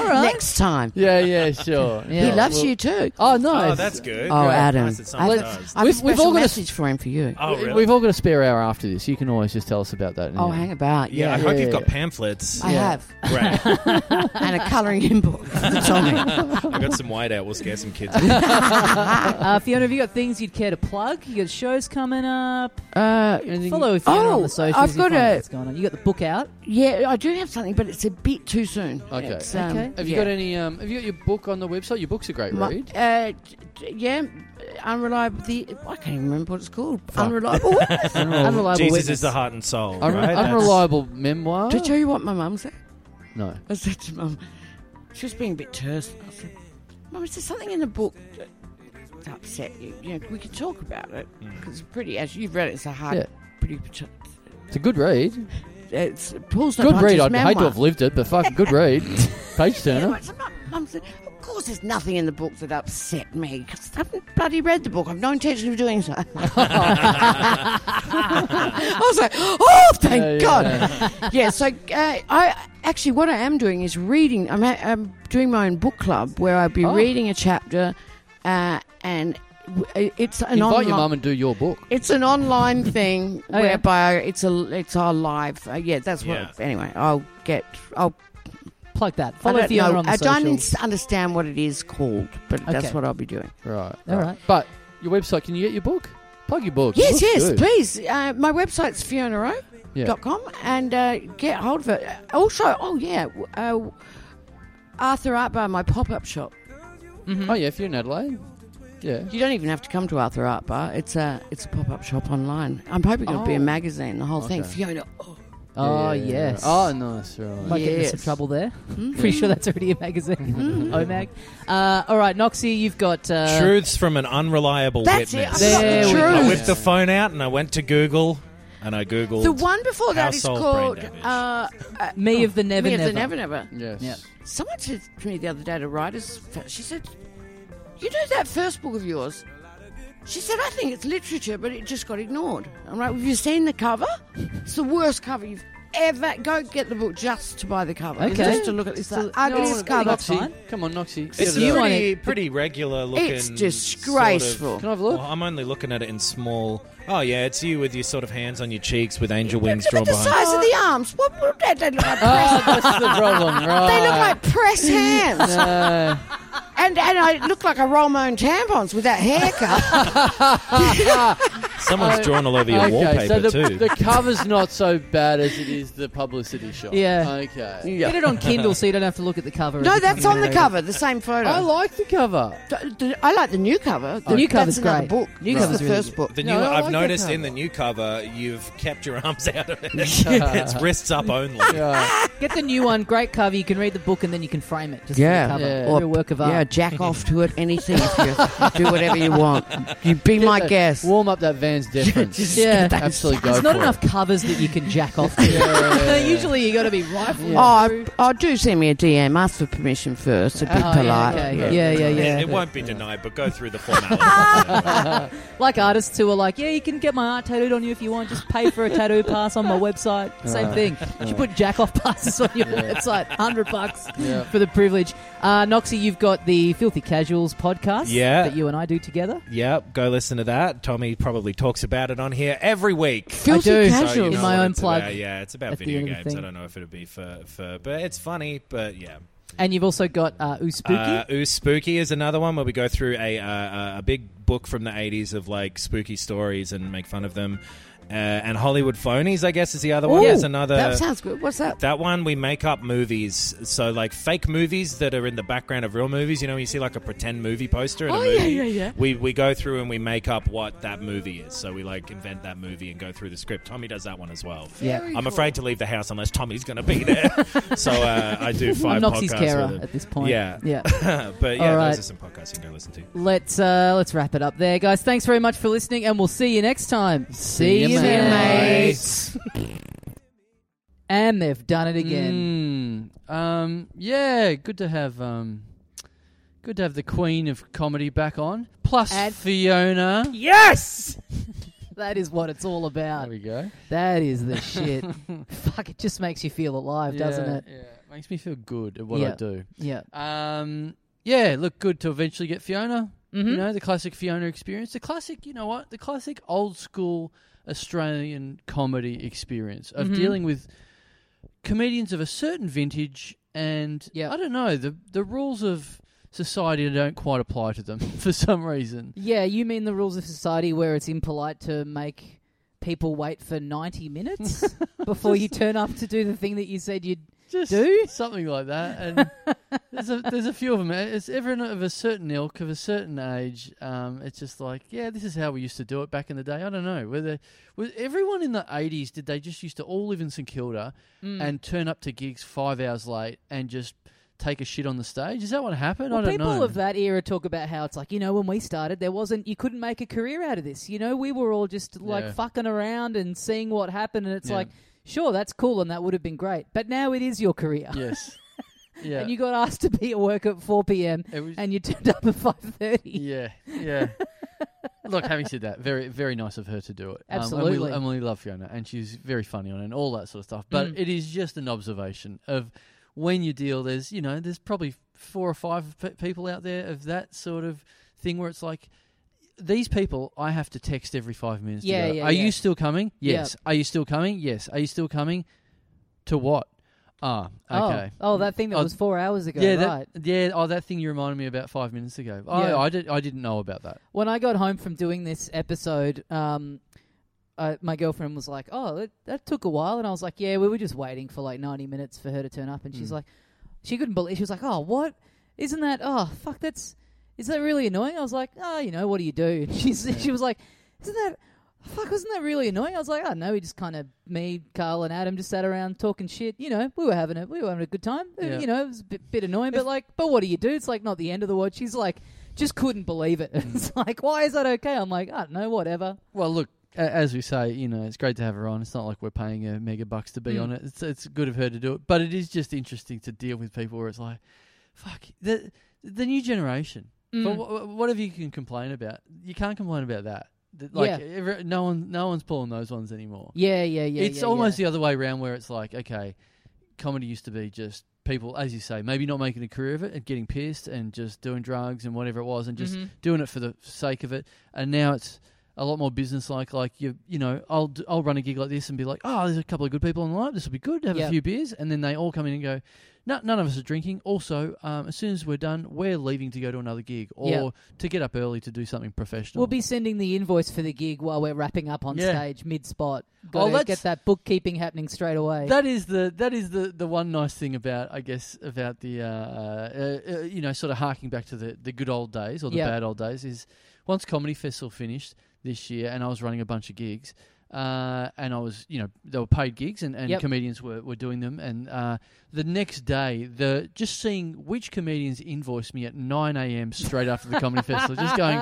[SPEAKER 4] Next time,
[SPEAKER 2] Yeah, yeah, sure.
[SPEAKER 1] Yeah.
[SPEAKER 4] he
[SPEAKER 1] Oh,
[SPEAKER 4] loves
[SPEAKER 2] well-
[SPEAKER 4] you too.
[SPEAKER 2] Oh, nice.
[SPEAKER 3] oh, that's good.
[SPEAKER 4] Oh,
[SPEAKER 3] Great.
[SPEAKER 4] Adam.
[SPEAKER 3] Nice that someone
[SPEAKER 4] Adam,
[SPEAKER 3] does.
[SPEAKER 4] I've
[SPEAKER 2] We've-
[SPEAKER 4] a
[SPEAKER 2] we've
[SPEAKER 4] special
[SPEAKER 2] all got a s-
[SPEAKER 4] message for him for you.
[SPEAKER 3] Oh, really?
[SPEAKER 2] We've all got a spare hour after this. You can always just tell us about that.
[SPEAKER 4] Oh,
[SPEAKER 2] anyway.
[SPEAKER 4] hang about.
[SPEAKER 3] yeah, I
[SPEAKER 4] Yeah,
[SPEAKER 2] yeah,
[SPEAKER 3] hope
[SPEAKER 2] yeah,
[SPEAKER 3] you've got
[SPEAKER 2] yeah.
[SPEAKER 3] pamphlets.
[SPEAKER 4] I have.
[SPEAKER 3] Great.
[SPEAKER 4] and a colouring in book. That's all me.
[SPEAKER 3] I got some white out. We'll scare some kids.
[SPEAKER 1] uh, Fiona, have you got things you'd care to plug? You got shows coming up.
[SPEAKER 4] Uh,
[SPEAKER 2] Anything-
[SPEAKER 1] Follow Fiona on
[SPEAKER 4] Oh,
[SPEAKER 1] the socials.
[SPEAKER 4] I've
[SPEAKER 1] you
[SPEAKER 4] got
[SPEAKER 1] find out
[SPEAKER 4] a-
[SPEAKER 1] what's going on. You got the book out.
[SPEAKER 4] yeah, I do have something, but it's a bit too soon.
[SPEAKER 2] Okay.
[SPEAKER 4] It's, um,
[SPEAKER 1] Okay.
[SPEAKER 2] Have you
[SPEAKER 4] yeah.
[SPEAKER 2] got any? Um, have you got your book on the website? Your book's a great
[SPEAKER 4] My-
[SPEAKER 2] read.
[SPEAKER 4] uh, d- d- yeah, unreliable. The I can't even remember what it's called. Unreliable. Witness.
[SPEAKER 2] Unreliable
[SPEAKER 3] Jesus
[SPEAKER 2] Witness.
[SPEAKER 3] is the heart and soul,
[SPEAKER 2] Un-
[SPEAKER 3] right? That's-
[SPEAKER 2] unreliable memoir.
[SPEAKER 4] Did I tell you what my mum said?
[SPEAKER 2] No.
[SPEAKER 4] I said to mum, she was being a bit terse. I said, Mum, is there something in the book that that upset you? You know, we could talk about it
[SPEAKER 3] Hmm.
[SPEAKER 4] because it's pretty. As you've read it, it's a hard,
[SPEAKER 2] Yeah.
[SPEAKER 4] pretty. ch-
[SPEAKER 2] It's a good read.
[SPEAKER 4] It's Paul's no
[SPEAKER 2] Good
[SPEAKER 4] punches
[SPEAKER 2] read. I'd hate to
[SPEAKER 4] memoir.
[SPEAKER 2] have lived it, but fuck, good read. Page
[SPEAKER 4] Yeah,
[SPEAKER 2] turner.
[SPEAKER 4] but some- mum said, Of course, there's nothing in the book that upset me 'cause I haven't bloody read the book. I've no intention of doing so. I was like, oh, thank
[SPEAKER 2] Yeah, yeah,
[SPEAKER 4] God. Yeah, so uh, I actually, what I am doing is reading. I'm, ha- I'm doing my own book club where I'll be
[SPEAKER 2] Oh.
[SPEAKER 4] reading a chapter uh, and w- uh, it's an
[SPEAKER 2] Invite
[SPEAKER 4] online.
[SPEAKER 2] your mum and do your book.
[SPEAKER 4] It's an online thing
[SPEAKER 1] Oh, yeah.
[SPEAKER 4] whereby it's a it's our live. Uh, yeah, that's what.
[SPEAKER 3] Yeah.
[SPEAKER 4] Anyway, I'll get. I'll
[SPEAKER 1] Plug that. Follow
[SPEAKER 4] I don't
[SPEAKER 1] Fiona
[SPEAKER 4] know.
[SPEAKER 1] on the
[SPEAKER 4] I don't
[SPEAKER 1] socials.
[SPEAKER 4] ins- understand what it is called, but
[SPEAKER 1] Okay.
[SPEAKER 4] that's what I'll be doing.
[SPEAKER 2] Right.
[SPEAKER 1] All right.
[SPEAKER 2] But your website, can you get your book? Plug your book.
[SPEAKER 4] Yes,
[SPEAKER 2] Your book's
[SPEAKER 4] yes,
[SPEAKER 2] good.
[SPEAKER 4] please. Uh, my website's fionaro.com
[SPEAKER 2] Yeah.
[SPEAKER 4] and uh, get hold of it. Also, oh yeah, uh, Arthur Art Bar, my pop-up shop. Mm-hmm.
[SPEAKER 2] Oh, yeah, if you're in Adelaide. Yeah.
[SPEAKER 4] You don't even have to come to Arthur Art Bar. It's a it's a pop-up shop online. I'm hoping it'll be
[SPEAKER 2] Oh.
[SPEAKER 4] a magazine, the whole thing.
[SPEAKER 2] Okay.
[SPEAKER 4] Fiona, oh,
[SPEAKER 1] Oh,
[SPEAKER 2] Yeah.
[SPEAKER 1] yes.
[SPEAKER 2] Oh, nice. Right.
[SPEAKER 1] Might get into some
[SPEAKER 4] Yes. Mm-hmm.
[SPEAKER 1] trouble there. Pretty sure that's already a magazine. OMAG. Uh, all right, Noxie, you've got. Uh,
[SPEAKER 3] Truths from an unreliable
[SPEAKER 4] That's it.
[SPEAKER 3] witness.
[SPEAKER 4] I
[SPEAKER 1] There
[SPEAKER 4] got the
[SPEAKER 1] we go.
[SPEAKER 4] truth.
[SPEAKER 3] I whipped the phone out and I went to Google and I googled.
[SPEAKER 4] The one before that is
[SPEAKER 3] Household
[SPEAKER 4] called
[SPEAKER 3] brain damage.
[SPEAKER 4] uh, uh,
[SPEAKER 1] Me of the Never
[SPEAKER 4] Me of
[SPEAKER 1] Never.
[SPEAKER 4] the Never Never.
[SPEAKER 2] Yes.
[SPEAKER 1] Yep.
[SPEAKER 4] Someone said to me the other day to writers, she said, "You know that first book of yours." She said, "I think it's literature, but it just got ignored." I'm like, "Have you seen the cover? It's the worst cover you've ever. Go get the book just to buy the cover, and
[SPEAKER 1] Okay.
[SPEAKER 4] just to look at this the ugliest
[SPEAKER 1] no,
[SPEAKER 4] cover.
[SPEAKER 1] that's fine.
[SPEAKER 2] Noxie, come on, Noxie.
[SPEAKER 3] It's
[SPEAKER 2] Give it
[SPEAKER 1] you
[SPEAKER 2] up.
[SPEAKER 1] want
[SPEAKER 3] pretty,
[SPEAKER 1] it-
[SPEAKER 3] pretty regular looking.
[SPEAKER 4] It's
[SPEAKER 3] sort of-
[SPEAKER 4] disgraceful.
[SPEAKER 2] Can I have a
[SPEAKER 3] Well,
[SPEAKER 2] look?
[SPEAKER 3] I'm only looking at it in small. Oh yeah, it's you with your sort of hands on your cheeks with angel wings
[SPEAKER 4] Look
[SPEAKER 3] drawn
[SPEAKER 4] at the
[SPEAKER 3] behind.
[SPEAKER 4] size of the arms. What would they they look like?
[SPEAKER 2] Oh,
[SPEAKER 4] Press,
[SPEAKER 2] that's the problem, right? Uh,
[SPEAKER 4] they look like press hands,
[SPEAKER 2] No.
[SPEAKER 4] and and I look like I roll my own tampons with that haircut.
[SPEAKER 3] Someone's drawn all over your
[SPEAKER 2] okay, so
[SPEAKER 3] wallpaper
[SPEAKER 2] the,
[SPEAKER 3] too.
[SPEAKER 2] the cover's not so bad as it is the publicity shot.
[SPEAKER 1] Yeah.
[SPEAKER 2] Okay.
[SPEAKER 1] Get it on Kindle so you don't have to look at the cover.
[SPEAKER 4] no,
[SPEAKER 1] every time
[SPEAKER 4] that's
[SPEAKER 1] you
[SPEAKER 4] on the
[SPEAKER 1] read it.
[SPEAKER 4] cover, the same photo.
[SPEAKER 2] I like the cover.
[SPEAKER 4] D- d- I like the new cover. The
[SPEAKER 1] new cover's
[SPEAKER 4] that's another
[SPEAKER 1] great.
[SPEAKER 4] Book.
[SPEAKER 1] New
[SPEAKER 4] It's
[SPEAKER 1] cover's
[SPEAKER 4] the
[SPEAKER 1] really
[SPEAKER 4] first
[SPEAKER 1] good.
[SPEAKER 4] book.
[SPEAKER 3] The new,
[SPEAKER 2] No, I like
[SPEAKER 3] I've
[SPEAKER 2] that
[SPEAKER 3] noticed in
[SPEAKER 2] cover.
[SPEAKER 3] the new cover, you've kept your arms out of it. it's wrists up only.
[SPEAKER 4] Ah!
[SPEAKER 2] Yeah.
[SPEAKER 1] Get the new one. Great cover. You can read the book and then you can frame it. Just yeah.
[SPEAKER 4] Yeah.
[SPEAKER 1] The cover.
[SPEAKER 2] Yeah.
[SPEAKER 1] Or a work of art.
[SPEAKER 4] Yeah, jack off to it, anything. if you do whatever you want. You be my guest.
[SPEAKER 2] Warm up that Van's deference.
[SPEAKER 4] Just
[SPEAKER 1] Yeah.
[SPEAKER 4] get that
[SPEAKER 2] Absolutely go
[SPEAKER 1] There's not
[SPEAKER 2] for
[SPEAKER 1] enough
[SPEAKER 2] it.
[SPEAKER 1] covers that you can jack off. to.
[SPEAKER 2] yeah, yeah.
[SPEAKER 1] Usually you got to be rifling.
[SPEAKER 4] Oh, I, oh, do send me a DM. Ask for permission first. To be
[SPEAKER 1] Oh, yeah,
[SPEAKER 4] polite.
[SPEAKER 1] okay. yeah, yeah,
[SPEAKER 3] It-
[SPEAKER 1] yeah.
[SPEAKER 3] It, won't be denied, but go through the formality.
[SPEAKER 1] Like artists who are like, yeah, you can get my art tattooed on you if you want. Just pay for a tattoo pass on my website. Same thing. You should put jack off passes on your website. Hundred bucks
[SPEAKER 2] Yeah.
[SPEAKER 1] for the privilege. Uh, Noxie, you've got the Filthy Casuals podcast
[SPEAKER 3] Yeah.
[SPEAKER 1] that you and I do together.
[SPEAKER 3] yep, go listen to that. Tommy probably talks about it on here every week.
[SPEAKER 1] I
[SPEAKER 4] Filthy
[SPEAKER 1] do.
[SPEAKER 3] So you
[SPEAKER 4] casuals.
[SPEAKER 3] know
[SPEAKER 1] In my
[SPEAKER 3] what
[SPEAKER 1] own
[SPEAKER 3] it's
[SPEAKER 1] plug
[SPEAKER 3] about. Yeah, it's about
[SPEAKER 1] at the
[SPEAKER 3] video
[SPEAKER 1] end of the
[SPEAKER 3] games. I
[SPEAKER 1] thing.
[SPEAKER 3] don't know if it'll be for, for, but it's funny. But yeah,
[SPEAKER 1] And you've also got uh, Ooh Spooky.
[SPEAKER 3] Uh, Ooh Spooky is another one where we go through a uh, a big book from the 80s of like spooky stories and make fun of them. Uh, and Hollywood Phonies, I guess, is the other one.
[SPEAKER 4] Ooh,
[SPEAKER 3] There's another.
[SPEAKER 4] That sounds good. What's that?
[SPEAKER 3] That one we make up movies, so like fake movies that are in the background of real movies. You know, when you see like a pretend movie poster. In
[SPEAKER 4] Oh,
[SPEAKER 3] a
[SPEAKER 4] yeah,
[SPEAKER 3] movie,
[SPEAKER 4] yeah, yeah.
[SPEAKER 3] We we go through and we make up what that movie is. So we like invent that movie and go through the script. Tommy does that one as well.
[SPEAKER 1] yeah.
[SPEAKER 4] Very
[SPEAKER 3] I'm
[SPEAKER 4] cool.
[SPEAKER 3] afraid to leave the house unless Tommy's going to be there. so uh, I do 5
[SPEAKER 1] I'm Noxie's
[SPEAKER 3] podcasts
[SPEAKER 1] carer
[SPEAKER 3] with him.
[SPEAKER 1] at this point.
[SPEAKER 3] Yeah.
[SPEAKER 1] Yeah.
[SPEAKER 3] but yeah,
[SPEAKER 1] All right.
[SPEAKER 3] those are some podcasts you can go listen to.
[SPEAKER 1] let's uh, let's wrap it up there, guys. Thanks very much for listening, and we'll see you next time. See,
[SPEAKER 2] you,
[SPEAKER 3] mates.
[SPEAKER 1] and they've done it again.
[SPEAKER 2] Mm, um, yeah, good to have um, good to have the queen of comedy back on. Plus
[SPEAKER 1] And-
[SPEAKER 2] Fiona.
[SPEAKER 1] Yes, that is what it's all
[SPEAKER 2] There
[SPEAKER 1] about.
[SPEAKER 2] we go.
[SPEAKER 1] That is the shit. Fuck, it just makes you feel alive, doesn't
[SPEAKER 2] Yeah,
[SPEAKER 1] it?
[SPEAKER 2] Yeah, makes me feel good at what
[SPEAKER 1] Yeah.
[SPEAKER 2] I do.
[SPEAKER 1] Yeah.
[SPEAKER 2] Um, yeah, look good to eventually get Fiona.
[SPEAKER 1] Mm-hmm.
[SPEAKER 2] You know the classic Fiona experience, the classic. You know what? The classic old school Australian comedy experience of dealing with comedians of a certain vintage, and
[SPEAKER 1] Yeah.
[SPEAKER 2] I don't know the the rules of society don't quite apply to them for some reason.
[SPEAKER 1] Yeah, you mean the rules of society where it's impolite to make people wait for 90 minutes before you turn up to do the thing that you said you'd
[SPEAKER 2] Just
[SPEAKER 1] Do?
[SPEAKER 2] something like that, and there's a there's a few of them. It's everyone of a certain ilk, of a certain age. Um, it's just like, yeah, this is how we used to do it back in the day. I don't know whether was everyone in the '80s did they just used to all live in St Kilda
[SPEAKER 1] mm.
[SPEAKER 2] and turn up to gigs five hours late and just take a shit on the stage? Is that what happened?
[SPEAKER 1] Well,
[SPEAKER 2] I don't
[SPEAKER 1] people
[SPEAKER 2] know.
[SPEAKER 1] of that era talk about how it's like you know when we started there wasn't you couldn't make a career out of this you know we were all just like
[SPEAKER 2] Yeah.
[SPEAKER 1] fucking around and seeing what happened and it's
[SPEAKER 2] Yeah.
[SPEAKER 1] like sure that's cool and that would have been great but now it is your career
[SPEAKER 2] yes, yeah,
[SPEAKER 1] and you got asked to be at work at 4 p.m.
[SPEAKER 2] It was-
[SPEAKER 1] and you turned up at 5:30
[SPEAKER 2] yeah, yeah. Look, having said that, very, very nice of her to do it. Um, and we-
[SPEAKER 1] Absolutely.
[SPEAKER 2] and we love Fiona, and she's very funny on it and all that sort of stuff. But
[SPEAKER 1] Mm.
[SPEAKER 2] it is just an observation of when you deal. There's, you know, there's probably four or five p- people out there of that sort of thing where it's like. These people, I have to text every five minutes. to
[SPEAKER 1] Yeah,
[SPEAKER 2] go,
[SPEAKER 1] yeah,
[SPEAKER 2] Are
[SPEAKER 1] yeah.
[SPEAKER 2] you still coming?
[SPEAKER 1] Yeah.
[SPEAKER 2] Yes. Are you still coming? Yes. Are you still coming? To what? Ah, okay.
[SPEAKER 1] oh oh that thing that
[SPEAKER 2] Oh,
[SPEAKER 1] was 4 hours ago
[SPEAKER 2] yeah,
[SPEAKER 1] right
[SPEAKER 2] that, yeah. Oh, that thing you reminded me about five minutes ago. Oh,
[SPEAKER 1] Yeah.
[SPEAKER 2] I did. I didn't know about that.
[SPEAKER 1] when I got home from doing this episode, um, uh, my girlfriend was like, "Oh, that, that took a while," and I was like, "Yeah, we were just waiting for like ninety minutes for her to turn up," and she's like, "She couldn't believe." She was like, "Oh, what? Isn't that? Oh, fuck, that's is that really annoying?" I was like, "Oh, you know, what do you do?" And she's she was like, "Isn't that?" Fuck, wasn't that really annoying? I was like, I don't know. We just kind of me, Carl, and Adam just sat around talking shit. You know, we were having a we were having a good time. Uh,
[SPEAKER 2] Yeah.
[SPEAKER 1] You know, it was a bit, bit annoying, but like, but what do you do? It's like not the end of the world. She's like, just couldn't believe it. it's
[SPEAKER 2] Mm.
[SPEAKER 1] like, why is that okay? I'm like, I don't know, whatever.
[SPEAKER 2] Well, look, a- as we say, you know, it's great to have her on. It's not like we're paying her mega bucks to be
[SPEAKER 1] Mm.
[SPEAKER 2] on it. It's it's good of her to do it, but it is just interesting to deal with people where it's like, fuck the the new generation. Mm.
[SPEAKER 1] Mm.
[SPEAKER 2] But wh- wh- whatever you can complain about, you can't complain about that. Th- Like
[SPEAKER 1] Yeah.
[SPEAKER 2] every, no one, no one's pulling those ones anymore.
[SPEAKER 1] Yeah, yeah, yeah.
[SPEAKER 2] it's
[SPEAKER 1] yeah,
[SPEAKER 2] almost
[SPEAKER 1] yeah.
[SPEAKER 2] the other way around where it's like, okay, comedy used to be just people, as you say, maybe not making a career of it and getting pissed and just doing drugs and whatever it was and just
[SPEAKER 1] Mhm.
[SPEAKER 2] doing it for the sake of it. And now it's a lot more business like, like you, you know, I'll, d- I'll run a gig like this and be like, oh, there's a couple of good people on the lineup. This will be good. Have
[SPEAKER 1] Yeah.
[SPEAKER 2] a few beers. And then they all come in and go, no, none of us are drinking. Also, um, as soon as we're done, we're leaving to go to another gig or
[SPEAKER 1] Yeah.
[SPEAKER 2] to get up early to do something professional.
[SPEAKER 1] We'll be sending the invoice for the gig while we're wrapping up on
[SPEAKER 2] Yeah.
[SPEAKER 1] stage mid spot.
[SPEAKER 2] Oh,
[SPEAKER 1] Got to
[SPEAKER 2] that's-
[SPEAKER 1] get that bookkeeping happening straight away.
[SPEAKER 2] That is the that is the, the one nice thing about I guess about the uh, uh, uh, you know sort of harking back to the, the good old days or the
[SPEAKER 1] Yeah.
[SPEAKER 2] bad old days is once comedy festival finished this year and I was running a bunch of gigs uh, and I was you know they were paid gigs and, and
[SPEAKER 1] Yep.
[SPEAKER 2] comedians were, were doing them and uh, the next day the just seeing which comedians invoiced me at nine a.m. straight after the comedy festival just going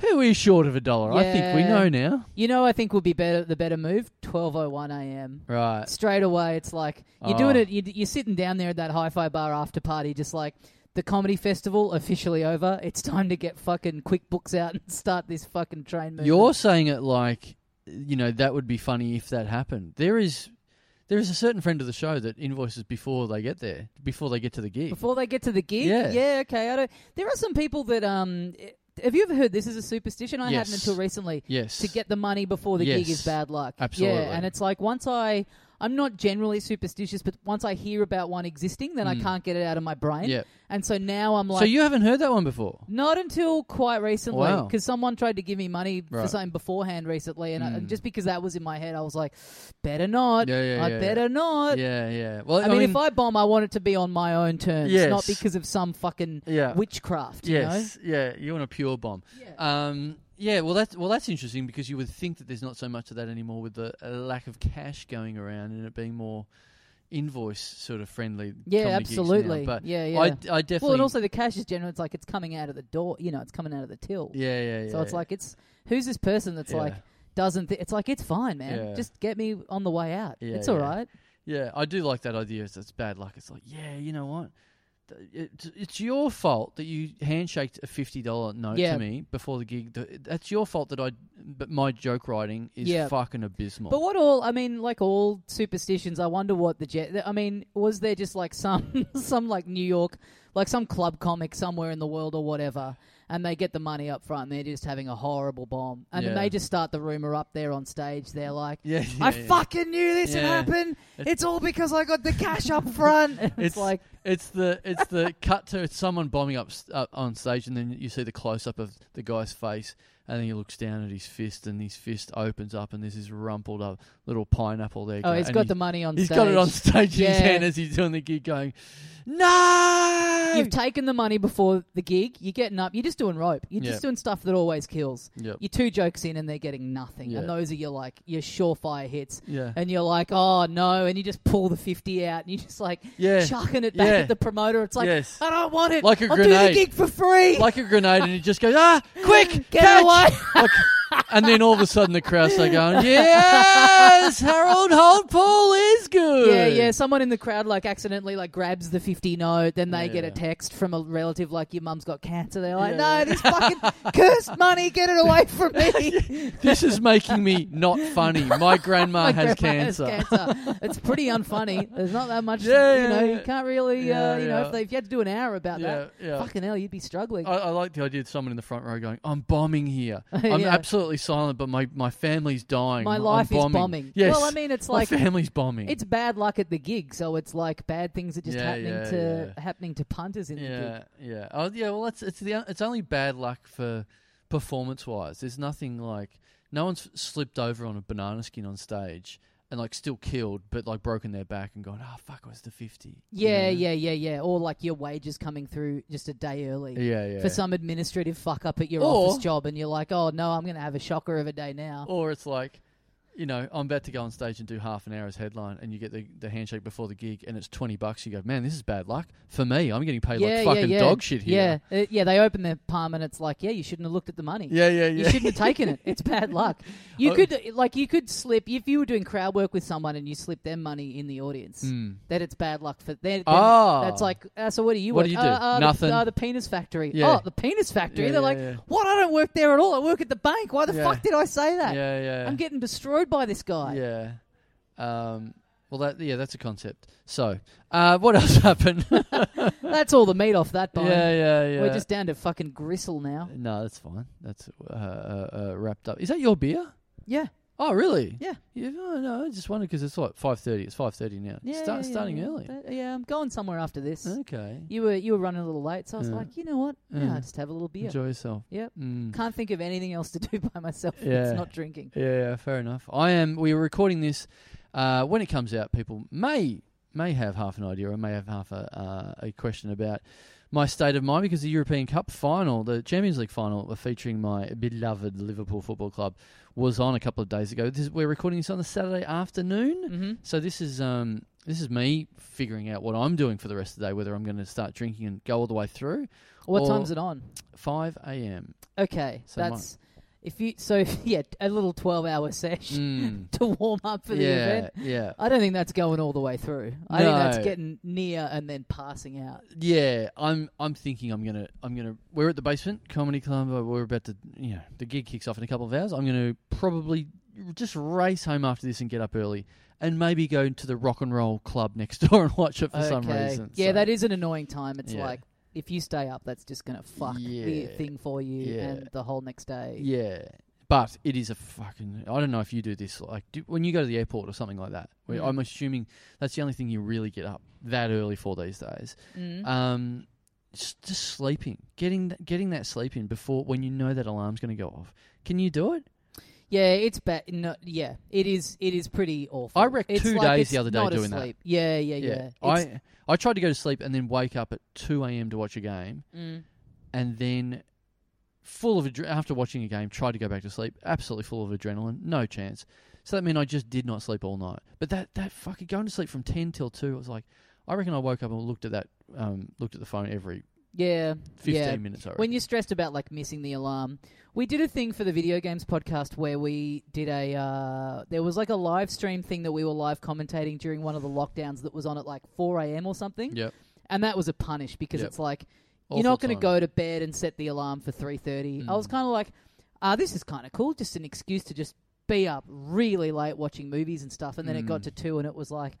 [SPEAKER 2] who is short of a dollar I think we
[SPEAKER 1] Yeah.
[SPEAKER 2] know now
[SPEAKER 1] you know, I think will be better. The better move, twelve oh one a.m.
[SPEAKER 2] right
[SPEAKER 1] straight away it's like you're doing
[SPEAKER 2] Oh.
[SPEAKER 1] it you you're sitting down there at that hi-fi bar after party just like the comedy festival officially over it's time to get fucking quick books out and start this fucking train movement.
[SPEAKER 2] You're saying it like you know that would be funny if that happened. There is there is a certain friend of the show that invoices before they get there, before they get to the gig.
[SPEAKER 1] before they get to the gig
[SPEAKER 2] Yeah.
[SPEAKER 1] okay i don't there are some people that um eh, have you ever heard this is a superstition i hadn't
[SPEAKER 2] Yes.
[SPEAKER 1] until recently
[SPEAKER 2] yes.
[SPEAKER 1] to get the money before the gig
[SPEAKER 2] Yes.
[SPEAKER 1] is bad luck
[SPEAKER 2] Absolutely.
[SPEAKER 1] yeah and it's like once i i'm not generally superstitious but once i hear about one existing then i
[SPEAKER 2] Mm.
[SPEAKER 1] can't get it out of my brain
[SPEAKER 2] yeah.
[SPEAKER 1] and so now i'm like
[SPEAKER 2] so you haven't heard that one before.
[SPEAKER 1] Not until quite recently,
[SPEAKER 2] Wow.
[SPEAKER 1] because someone tried to give me money for
[SPEAKER 2] Right.
[SPEAKER 1] something beforehand recently, and, I, and
[SPEAKER 2] Mm.
[SPEAKER 1] just because that was in my head, I was like, "Better not,
[SPEAKER 2] Yeah, yeah,
[SPEAKER 1] I
[SPEAKER 2] yeah,
[SPEAKER 1] better not."
[SPEAKER 2] yeah, yeah. Well,
[SPEAKER 1] I, mean, if I bomb, I want it to be on my own terms,
[SPEAKER 2] Yes.
[SPEAKER 1] not because of some fucking
[SPEAKER 2] yeah,
[SPEAKER 1] witchcraft.
[SPEAKER 2] yes, yeah, you want a pure bomb.
[SPEAKER 1] you know?
[SPEAKER 2] Um, yeah, well that's well that's interesting because you would think that there's not so much of that anymore with the uh, lack of cash going around and it being more invoice sort of friendly.
[SPEAKER 1] yeah,
[SPEAKER 2] comedy gigs now.
[SPEAKER 1] absolutely.
[SPEAKER 2] But
[SPEAKER 1] yeah, yeah.
[SPEAKER 2] I, I definitely.
[SPEAKER 1] well, and also the cash is general. It's like it's coming out of the door. You know, it's coming out of the till.
[SPEAKER 2] yeah, yeah, yeah.
[SPEAKER 1] so it's like it's who's this person that's
[SPEAKER 2] yeah.
[SPEAKER 1] like doesn't? Th- it's like it's fine, man.
[SPEAKER 2] Yeah.
[SPEAKER 1] Just get me on the way out.
[SPEAKER 2] Yeah,
[SPEAKER 1] it's all
[SPEAKER 2] yeah.
[SPEAKER 1] right.
[SPEAKER 2] Yeah, I do like that idea. It's, it's bad luck. It's like, yeah, you know what? Th- It's, it's your fault that you handshaked a fifty dollar note
[SPEAKER 1] Yeah.
[SPEAKER 2] to me before the gig. Th- That's your fault that I. But my joke writing is
[SPEAKER 1] Yeah.
[SPEAKER 2] fucking abysmal.
[SPEAKER 1] But what all? I mean, like all superstitions, I wonder what the jet. I mean, was there just like some some like New York, like some club comic somewhere in the world or whatever, and they get the money up front, and they're just having a horrible bomb, and then
[SPEAKER 2] Yeah.
[SPEAKER 1] they just start the rumor up there on stage. They're like.
[SPEAKER 2] yeah, yeah,
[SPEAKER 1] I
[SPEAKER 2] yeah.
[SPEAKER 1] fucking knew this would
[SPEAKER 2] Yeah.
[SPEAKER 1] happen. It's all because I got the cash up front. it's,
[SPEAKER 2] It's-
[SPEAKER 1] like,
[SPEAKER 2] It's the it's the cut to it's someone bombing up, s- up on stage, and then you see the close up of the guy's face, and then he looks down at his fist, and his fist opens up, and there's this rumpled up little pineapple there.
[SPEAKER 1] oh,
[SPEAKER 2] go-
[SPEAKER 1] he's
[SPEAKER 2] and
[SPEAKER 1] got the money on
[SPEAKER 2] He's
[SPEAKER 1] stage.
[SPEAKER 2] got it on stage in his
[SPEAKER 1] Yeah.
[SPEAKER 2] hand as he's doing the gig, going, "No!"
[SPEAKER 1] You've taken the money before the gig. You're getting up. You're just doing rope. You're
[SPEAKER 2] Yeah.
[SPEAKER 1] just doing stuff that always kills.
[SPEAKER 2] yep.
[SPEAKER 1] You're two jokes in and they're getting nothing.
[SPEAKER 2] Yeah.
[SPEAKER 1] And those are your like your surefire hits.
[SPEAKER 2] Yeah.
[SPEAKER 1] And you're like, oh no, and you just pull the fifty out and you just like
[SPEAKER 2] Yeah.
[SPEAKER 1] chucking it back
[SPEAKER 2] Yeah.
[SPEAKER 1] at the promoter. It's like
[SPEAKER 2] Yes.
[SPEAKER 1] I don't want it.
[SPEAKER 2] Like a
[SPEAKER 1] I'll do
[SPEAKER 2] grenade.
[SPEAKER 1] the gig for free.
[SPEAKER 2] like a grenade, and he just goes, ah, quick,
[SPEAKER 1] Get
[SPEAKER 2] catch!"
[SPEAKER 1] away.
[SPEAKER 2] Like- and then all of a sudden the crowd start going, yes, Harold Holdpool is good.
[SPEAKER 1] Yeah, yeah. Someone in the crowd like accidentally like grabs the fifty note, then they get a
[SPEAKER 2] Yeah.
[SPEAKER 1] text from a relative like your mum's got cancer. They're like, no,
[SPEAKER 2] Yeah.
[SPEAKER 1] this fucking cursed money, get it away from me.
[SPEAKER 2] This is making me not funny. My grandma,
[SPEAKER 1] My grandma
[SPEAKER 2] has, cancer.
[SPEAKER 1] cancer. it's pretty unfunny. There's not that much.
[SPEAKER 2] Yeah,
[SPEAKER 1] you
[SPEAKER 2] yeah,
[SPEAKER 1] know,
[SPEAKER 2] yeah.
[SPEAKER 1] you can't really. uh,
[SPEAKER 2] Yeah,
[SPEAKER 1] you know,
[SPEAKER 2] yeah.
[SPEAKER 1] if, they, if you had to do an hour about
[SPEAKER 2] Yeah,
[SPEAKER 1] that,
[SPEAKER 2] yeah. Oh,
[SPEAKER 1] fucking hell, you'd be struggling.
[SPEAKER 2] I, I like the idea of someone in the front row going, I'm bombing here. I'm
[SPEAKER 1] Yeah.
[SPEAKER 2] absolutely silent, but my, my family's dying.
[SPEAKER 1] My
[SPEAKER 2] I'm
[SPEAKER 1] life
[SPEAKER 2] bombing.
[SPEAKER 1] is bombing.
[SPEAKER 2] Yes.
[SPEAKER 1] Well, I mean, it's like
[SPEAKER 2] my family's bombing.
[SPEAKER 1] it's bad luck at the gig, so it's like bad things are just
[SPEAKER 2] Yeah,
[SPEAKER 1] happening
[SPEAKER 2] yeah,
[SPEAKER 1] to
[SPEAKER 2] yeah.
[SPEAKER 1] happening to punters in the gig.
[SPEAKER 2] Yeah, yeah. Oh, yeah. Well, it's it's the it's only bad luck for performance wise. There's nothing like no one's slipped over on a banana skin on stage and like still killed, but like broken their back and going, oh fuck, it was the fifty.
[SPEAKER 1] Yeah, yeah, yeah, yeah. Or like your wages coming through just a day early
[SPEAKER 2] yeah, yeah.
[SPEAKER 1] for some administrative fuck up at your
[SPEAKER 2] Or-
[SPEAKER 1] office job, and you're like, oh no, I'm going to have a shocker of a day now.
[SPEAKER 2] Or it's like, you know, I'm about to go on stage and do half an hour's headline, and you get the, the handshake before the gig, and it's twenty bucks. You go, man, this is bad luck for me. I'm getting paid like fucking dog shit here.
[SPEAKER 1] Yeah, Uh, yeah. They open their palm and it's like, yeah, you shouldn't have looked at the money.
[SPEAKER 2] Yeah, yeah, yeah.
[SPEAKER 1] You shouldn't have taken it. It's bad luck. You
[SPEAKER 2] Oh.
[SPEAKER 1] could like you could slip if you were doing crowd work with someone and you slipped their money in the audience.
[SPEAKER 2] Mm.
[SPEAKER 1] That it's bad luck for them.
[SPEAKER 2] Ah.
[SPEAKER 1] that's like. Uh, so what do you?
[SPEAKER 2] What
[SPEAKER 1] work?
[SPEAKER 2] do you do?
[SPEAKER 1] Uh, uh, the-
[SPEAKER 2] Nothing.
[SPEAKER 1] uh, the penis factory.
[SPEAKER 2] Yeah.
[SPEAKER 1] Oh, the penis factory.
[SPEAKER 2] Yeah,
[SPEAKER 1] They're
[SPEAKER 2] yeah,
[SPEAKER 1] like,
[SPEAKER 2] yeah.
[SPEAKER 1] what? I don't work there at all. I work at the bank. Why the
[SPEAKER 2] Yeah.
[SPEAKER 1] fuck did I say that?
[SPEAKER 2] yeah, yeah.
[SPEAKER 1] I'm getting destroyed by this guy.
[SPEAKER 2] Yeah. Um, well, that yeah, that's a concept. So, uh, what else happened? yeah,
[SPEAKER 1] That's all the meat off that bone.
[SPEAKER 2] yeah, yeah.
[SPEAKER 1] We're just down to fucking gristle now.
[SPEAKER 2] no, that's fine. That's uh, uh, uh, wrapped up. Is that your beer?
[SPEAKER 1] Yeah.
[SPEAKER 2] Oh, really?
[SPEAKER 1] Yeah.
[SPEAKER 2] Yeah, no, no, I just wondered because it's like five thirty. It's five thirty now.
[SPEAKER 1] Yeah,
[SPEAKER 2] Start,
[SPEAKER 1] yeah, yeah,
[SPEAKER 2] starting
[SPEAKER 1] yeah.
[SPEAKER 2] early.
[SPEAKER 1] But, yeah, I'm going somewhere after this.
[SPEAKER 2] Okay.
[SPEAKER 1] You were you were running a little late, so I was
[SPEAKER 2] Yeah.
[SPEAKER 1] like, you know what? Yeah,
[SPEAKER 2] Yeah.
[SPEAKER 1] I'll just have a little beer.
[SPEAKER 2] Enjoy yourself.
[SPEAKER 1] Yep.
[SPEAKER 2] Mm.
[SPEAKER 1] Can't think of anything else to do by myself. if
[SPEAKER 2] Yeah.
[SPEAKER 1] It's not drinking.
[SPEAKER 2] Yeah, yeah, fair enough. I am. We are recording this uh, when it comes out. People may may have half an idea, or may have half a uh, a question about my state of mind because the European Cup final, the Champions League final, featuring my beloved Liverpool Football Club, was on a couple of days ago. This, we're recording this on the Saturday afternoon.
[SPEAKER 1] Mm-hmm.
[SPEAKER 2] So this is um this is me figuring out what I'm doing for the rest of the day, whether I'm going to start drinking and go all the way through.
[SPEAKER 1] What
[SPEAKER 2] Or-
[SPEAKER 1] time's it on?
[SPEAKER 2] Five a.m.
[SPEAKER 1] Okay,
[SPEAKER 2] So
[SPEAKER 1] that's if you. So yeah, a little twelve-hour session
[SPEAKER 2] Mm.
[SPEAKER 1] to warm up for the
[SPEAKER 2] yeah,
[SPEAKER 1] event.
[SPEAKER 2] yeah.
[SPEAKER 1] I don't think that's going all the way through. I think that's
[SPEAKER 2] No.
[SPEAKER 1] getting near and then passing out.
[SPEAKER 2] Yeah, I'm. I'm thinking I'm gonna. I'm gonna. We're at the basement comedy club. uh, We're about to. You know, the gig kicks off in a couple of hours. I'm gonna probably just race home after this and get up early, and maybe go to the rock and roll club next door and watch it for some
[SPEAKER 1] Okay.
[SPEAKER 2] reason.
[SPEAKER 1] Yeah,
[SPEAKER 2] So,
[SPEAKER 1] that is an annoying time. It's
[SPEAKER 2] Yeah.
[SPEAKER 1] like if you stay up, that's just gonna fuck the
[SPEAKER 2] Yeah.
[SPEAKER 1] thing for you
[SPEAKER 2] Yeah.
[SPEAKER 1] and the whole next day.
[SPEAKER 2] Yeah, but it is a fucking. I don't know if you do this. Like do, when you go to the airport or something like that. where
[SPEAKER 1] Mm.
[SPEAKER 2] I'm assuming that's the only thing you really get up that early for these days.
[SPEAKER 1] Mm.
[SPEAKER 2] Um, just, just sleeping, getting th- getting that sleep in before when you know that alarm's going to go off. Can you do it?
[SPEAKER 1] Yeah, it's bad. No, yeah, it is. It is pretty awful.
[SPEAKER 2] I wrecked
[SPEAKER 1] It's
[SPEAKER 2] two
[SPEAKER 1] like
[SPEAKER 2] days
[SPEAKER 1] it's
[SPEAKER 2] the other day
[SPEAKER 1] not
[SPEAKER 2] doing that.
[SPEAKER 1] asleep. Yeah, yeah, yeah. It's-
[SPEAKER 2] I I tried to go to sleep and then wake up at two a.m. to watch a game,
[SPEAKER 1] mm.
[SPEAKER 2] and then full of adre- after watching a game, tried to go back to sleep. Absolutely full of adrenaline, no chance. So that meant I just did not sleep all night. But that that fucking going to sleep from ten till two, I was like, I reckon I woke up and looked at that, um, looked at the phone every
[SPEAKER 1] yeah,
[SPEAKER 2] fifteen
[SPEAKER 1] yeah.
[SPEAKER 2] minutes. I reckon.
[SPEAKER 1] When you're stressed about like missing the alarm, we did a thing for the video games podcast where we did a. Uh, there was like a live stream thing that we were live commentating during one of the lockdowns that was on at like 4 a.m. or something,
[SPEAKER 2] yep,
[SPEAKER 1] and that was a punish because
[SPEAKER 2] Yep.
[SPEAKER 1] it's like
[SPEAKER 2] Awful
[SPEAKER 1] you're not going to
[SPEAKER 2] time.
[SPEAKER 1] go to bed and set the alarm for 3.30 i was
[SPEAKER 2] Mm.
[SPEAKER 1] kind of like ah this is kind of cool just an excuse to just be up really late watching movies and stuff and then it got
[SPEAKER 2] Mm.
[SPEAKER 1] to 2 and it was like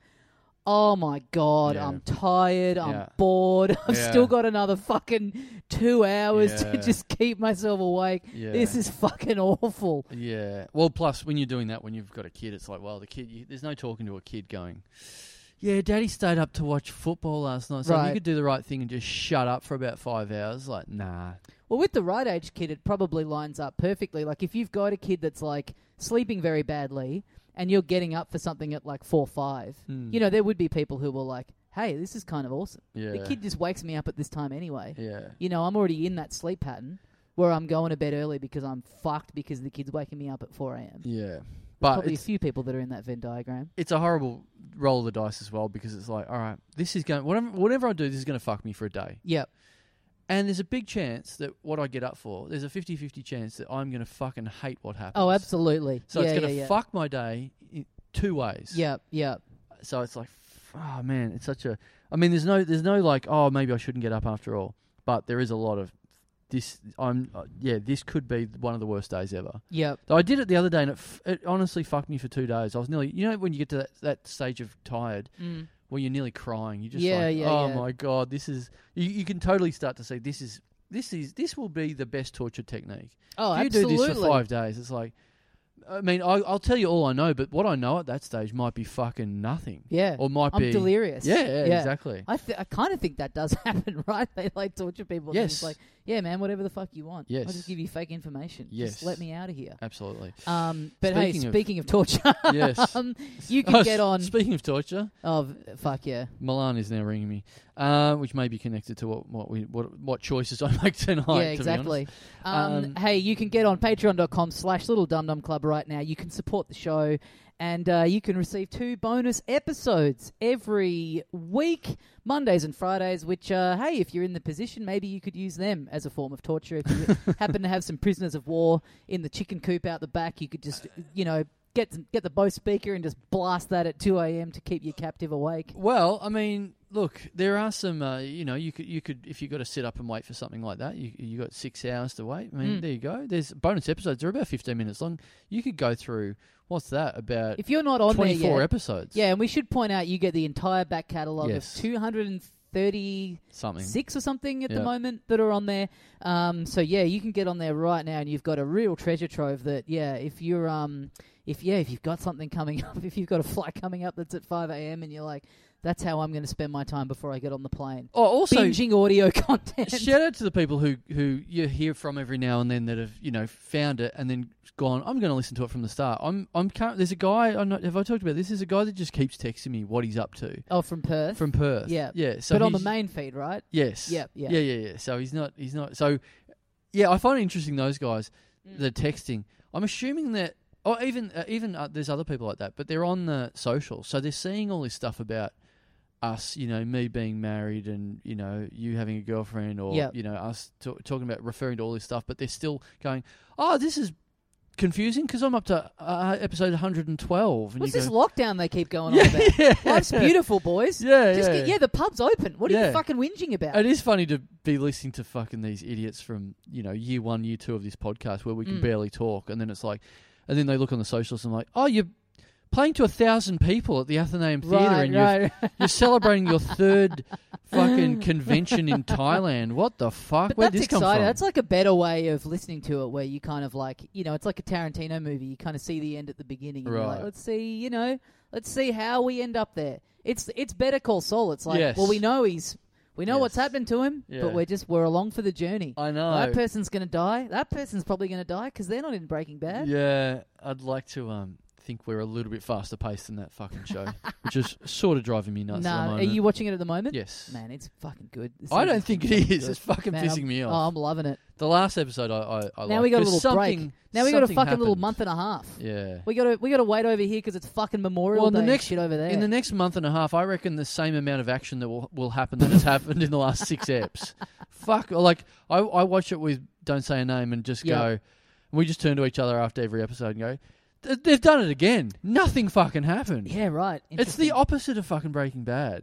[SPEAKER 1] oh my god
[SPEAKER 2] Yeah.
[SPEAKER 1] i'm tired i'm
[SPEAKER 2] Yeah.
[SPEAKER 1] bored i've
[SPEAKER 2] Yeah.
[SPEAKER 1] still got another fucking two hours to
[SPEAKER 2] Yeah.
[SPEAKER 1] just keep myself awake
[SPEAKER 2] Yeah.
[SPEAKER 1] this is fucking awful
[SPEAKER 2] Yeah. Well, plus when you're doing that, when you've got a kid, it's like, well, the kid, you, there's no talking to a kid going, yeah, daddy stayed up to watch football last night. So
[SPEAKER 1] Right.
[SPEAKER 2] you could do the right thing and just shut up for about five hours. Like, nah.
[SPEAKER 1] Well, with the right age kid, it probably lines up perfectly. Like if you've got a kid that's like sleeping very badly, and you're getting up for something at like four five,
[SPEAKER 2] Mm.
[SPEAKER 1] you know there would be people who were like, "Hey, this is kind of awesome.
[SPEAKER 2] Yeah.
[SPEAKER 1] The kid just wakes me up at this time anyway.
[SPEAKER 2] Yeah.
[SPEAKER 1] You know, I'm already in that sleep pattern where I'm going to bed early because I'm fucked because the kid's waking me up at four a.m."
[SPEAKER 2] Yeah. But
[SPEAKER 1] Probably a
[SPEAKER 2] it's,
[SPEAKER 1] few people that are in that Venn diagram.
[SPEAKER 2] it's a horrible roll of the dice as well because it's like, all right, this is going, whatever, whatever I do, this is going to fuck me for a day.
[SPEAKER 1] Yep.
[SPEAKER 2] And there's a big chance that what I get up for, there's a 50 50 chance that I'm going to fucking hate what happens.
[SPEAKER 1] Oh, absolutely.
[SPEAKER 2] So
[SPEAKER 1] yeah,
[SPEAKER 2] it's going to
[SPEAKER 1] yeah, yeah.
[SPEAKER 2] fuck my day in two ways.
[SPEAKER 1] Yep. Yep.
[SPEAKER 2] so it's like f- oh man it's such a i mean there's no there's no like oh maybe i shouldn't get up after all but there is a lot of this i'm uh, yeah this could be one of the worst days ever
[SPEAKER 1] Yep.
[SPEAKER 2] though i did it the other day and it, f- it honestly fucked me for two days i was nearly you know when you get to that, that stage of tired
[SPEAKER 1] Mm.
[SPEAKER 2] where you're nearly crying you're just
[SPEAKER 1] Yeah,
[SPEAKER 2] like
[SPEAKER 1] yeah,
[SPEAKER 2] oh
[SPEAKER 1] yeah.
[SPEAKER 2] my god this is you, you can totally start to see this is this is this will be the best torture technique
[SPEAKER 1] Oh,
[SPEAKER 2] if you
[SPEAKER 1] absolutely.
[SPEAKER 2] do this for five days it's like i mean I, i'll tell you all i know but what i know at that stage might be fucking nothing
[SPEAKER 1] Yeah.
[SPEAKER 2] or might
[SPEAKER 1] I'm
[SPEAKER 2] be
[SPEAKER 1] delirious.
[SPEAKER 2] Yeah, yeah,
[SPEAKER 1] Yeah.
[SPEAKER 2] exactly.
[SPEAKER 1] I th- I kind of think that does happen, right? They like torture people. and
[SPEAKER 2] Yes.
[SPEAKER 1] It's like, Yeah, man, whatever the fuck you want.
[SPEAKER 2] Yes.
[SPEAKER 1] I'll just give you fake information.
[SPEAKER 2] Yes.
[SPEAKER 1] Just let me out of here.
[SPEAKER 2] Absolutely.
[SPEAKER 1] Um, but
[SPEAKER 2] Speaking
[SPEAKER 1] hey,
[SPEAKER 2] of-
[SPEAKER 1] speaking of, torture,
[SPEAKER 2] Yes.
[SPEAKER 1] um, you
[SPEAKER 2] Oh,
[SPEAKER 1] can
[SPEAKER 2] s-
[SPEAKER 1] get on.
[SPEAKER 2] Speaking of torture,
[SPEAKER 1] oh, fuck yeah.
[SPEAKER 2] Milan is now ringing me, uh, which may be connected to what what we what, what choices I make tonight. to be
[SPEAKER 1] yeah,
[SPEAKER 2] honest.
[SPEAKER 1] exactly. Um,
[SPEAKER 2] Um,
[SPEAKER 1] hey, you can get on patreon.com slash little dum dum club right now. You can support the show and uh, you can receive two bonus episodes every week, Mondays and Fridays, which, uh, hey, if you're in the position, maybe you could use them as a form of torture. If you happen to have some prisoners of war in the chicken coop out the back, you could just, you know, get, get the Bose speaker and just blast that at 2 a.m. to keep your captive awake.
[SPEAKER 2] Well, I mean, look, there are some. Uh, you know, you could you could if you got to sit up and wait for something like that, you you got six hours to wait. I mean,
[SPEAKER 1] Mm.
[SPEAKER 2] there you go. There's bonus episodes. They're about fifteen minutes long. You could go through what's that about
[SPEAKER 1] If you're not on there
[SPEAKER 2] twenty
[SPEAKER 1] yet,
[SPEAKER 2] four Uh, episodes.
[SPEAKER 1] Yeah, and we should point out you get the entire back catalogue
[SPEAKER 2] Yes.
[SPEAKER 1] of 236
[SPEAKER 2] something.
[SPEAKER 1] or something at
[SPEAKER 2] Yeah.
[SPEAKER 1] the moment that are on there. Um, so yeah, you can get on there right now, and you've got a real treasure trove. That yeah, if you're um, if yeah, if you've got something coming up, if you've got a flight coming up that's at 5 a.m. and you're like, that's how I'm going to spend my time before I get on the plane.
[SPEAKER 2] Oh, also
[SPEAKER 1] Binging audio content.
[SPEAKER 2] Shout out to the people who who you hear from every now and then that have you know found it and then gone. I'm going to listen to it from the start. I'm I'm current, there's a guy. I'm not, have I talked about this? There's a guy that just keeps texting me what he's up to
[SPEAKER 1] Oh, from Perth.
[SPEAKER 2] from Perth.
[SPEAKER 1] Yeah.
[SPEAKER 2] yeah. So
[SPEAKER 1] but on the
[SPEAKER 2] he's-
[SPEAKER 1] main feed, right?
[SPEAKER 2] Yes.
[SPEAKER 1] Yep, yeah.
[SPEAKER 2] Yeah. Yeah. Yeah. So he's not. He's not. So yeah, I find it interesting those guys. The texting. I'm assuming that, or even uh, even uh, there's other people like that, but they're on the social, so they're seeing all this stuff about us. You know, me being married, and you know, you having a girlfriend, or
[SPEAKER 1] Yep.
[SPEAKER 2] you know, us ta- talking about referring to all this stuff, but they're still going, "Oh, this is." Confusing because I'm up to uh, episode 112. And
[SPEAKER 1] What's
[SPEAKER 2] you
[SPEAKER 1] this
[SPEAKER 2] go,
[SPEAKER 1] lockdown they keep going on
[SPEAKER 2] yeah,
[SPEAKER 1] about?
[SPEAKER 2] yeah,
[SPEAKER 1] Life's beautiful, boys.
[SPEAKER 2] Yeah,
[SPEAKER 1] Just
[SPEAKER 2] yeah.
[SPEAKER 1] get, yeah, the pub's open. What are
[SPEAKER 2] Yeah.
[SPEAKER 1] you fucking whinging about?
[SPEAKER 2] It is funny to be listening to fucking these idiots from you know year one, year two of this podcast where we can
[SPEAKER 1] Mm.
[SPEAKER 2] barely talk, and then it's like, and then they look on the socials and like, oh, you're playing to a thousand people at the Athenaeum Theatre, and you're, you're celebrating your third fucking convention in Thailand. What the fuck?
[SPEAKER 1] But
[SPEAKER 2] Where'd
[SPEAKER 1] that's
[SPEAKER 2] this come
[SPEAKER 1] exciting.
[SPEAKER 2] from?
[SPEAKER 1] That's like a better way of listening to it, where you kind of like, you know, it's like a Tarantino movie. You kind of see the end at the beginning, and you're like,
[SPEAKER 2] Right.
[SPEAKER 1] let's see, you know, let's see how we end up there. It's it's Better Call Saul. It's like,
[SPEAKER 2] Yes.
[SPEAKER 1] well, we know he's, we know what's
[SPEAKER 2] Yes.
[SPEAKER 1] happened to him,
[SPEAKER 2] Yeah.
[SPEAKER 1] but we're just we're along for the journey.
[SPEAKER 2] I know.
[SPEAKER 1] That person's gonna die. That person's probably gonna die because they're not in Breaking Bad.
[SPEAKER 2] yeah, I'd like to um think we're a little bit faster paced than that fucking show, which is sort of driving me nuts. at the
[SPEAKER 1] nah, are
[SPEAKER 2] moment.
[SPEAKER 1] you watching it at the moment?
[SPEAKER 2] Yes.
[SPEAKER 1] Man, it's fucking good. This
[SPEAKER 2] I don't
[SPEAKER 1] season's
[SPEAKER 2] think
[SPEAKER 1] fucking
[SPEAKER 2] it is.
[SPEAKER 1] good.
[SPEAKER 2] It's fucking
[SPEAKER 1] Man,
[SPEAKER 2] pissing
[SPEAKER 1] I'm-
[SPEAKER 2] me off.
[SPEAKER 1] Oh, I'm loving it.
[SPEAKER 2] The last episode, I I, I
[SPEAKER 1] Now
[SPEAKER 2] liked,
[SPEAKER 1] we got a
[SPEAKER 2] 'cause
[SPEAKER 1] little break.
[SPEAKER 2] something-
[SPEAKER 1] Now we got a
[SPEAKER 2] something
[SPEAKER 1] fucking little
[SPEAKER 2] happened.
[SPEAKER 1] month and a half.
[SPEAKER 2] Yeah.
[SPEAKER 1] We gotta we gotta wait over here because it's fucking Memorial
[SPEAKER 2] Well, in
[SPEAKER 1] Day
[SPEAKER 2] the
[SPEAKER 1] and
[SPEAKER 2] next-
[SPEAKER 1] shit over there.
[SPEAKER 2] In the next month and a half, I reckon the same amount of action that will will happen that has happened in the last six eps. Fuck, like I I watch it with don't say a name and just
[SPEAKER 1] Yeah.
[SPEAKER 2] go. We just turn to each other after every episode and go, "Th- they've done it again. Nothing fucking happened.
[SPEAKER 1] yeah, right.
[SPEAKER 2] It's the
[SPEAKER 1] Interesting.
[SPEAKER 2] opposite of fucking Breaking Bad.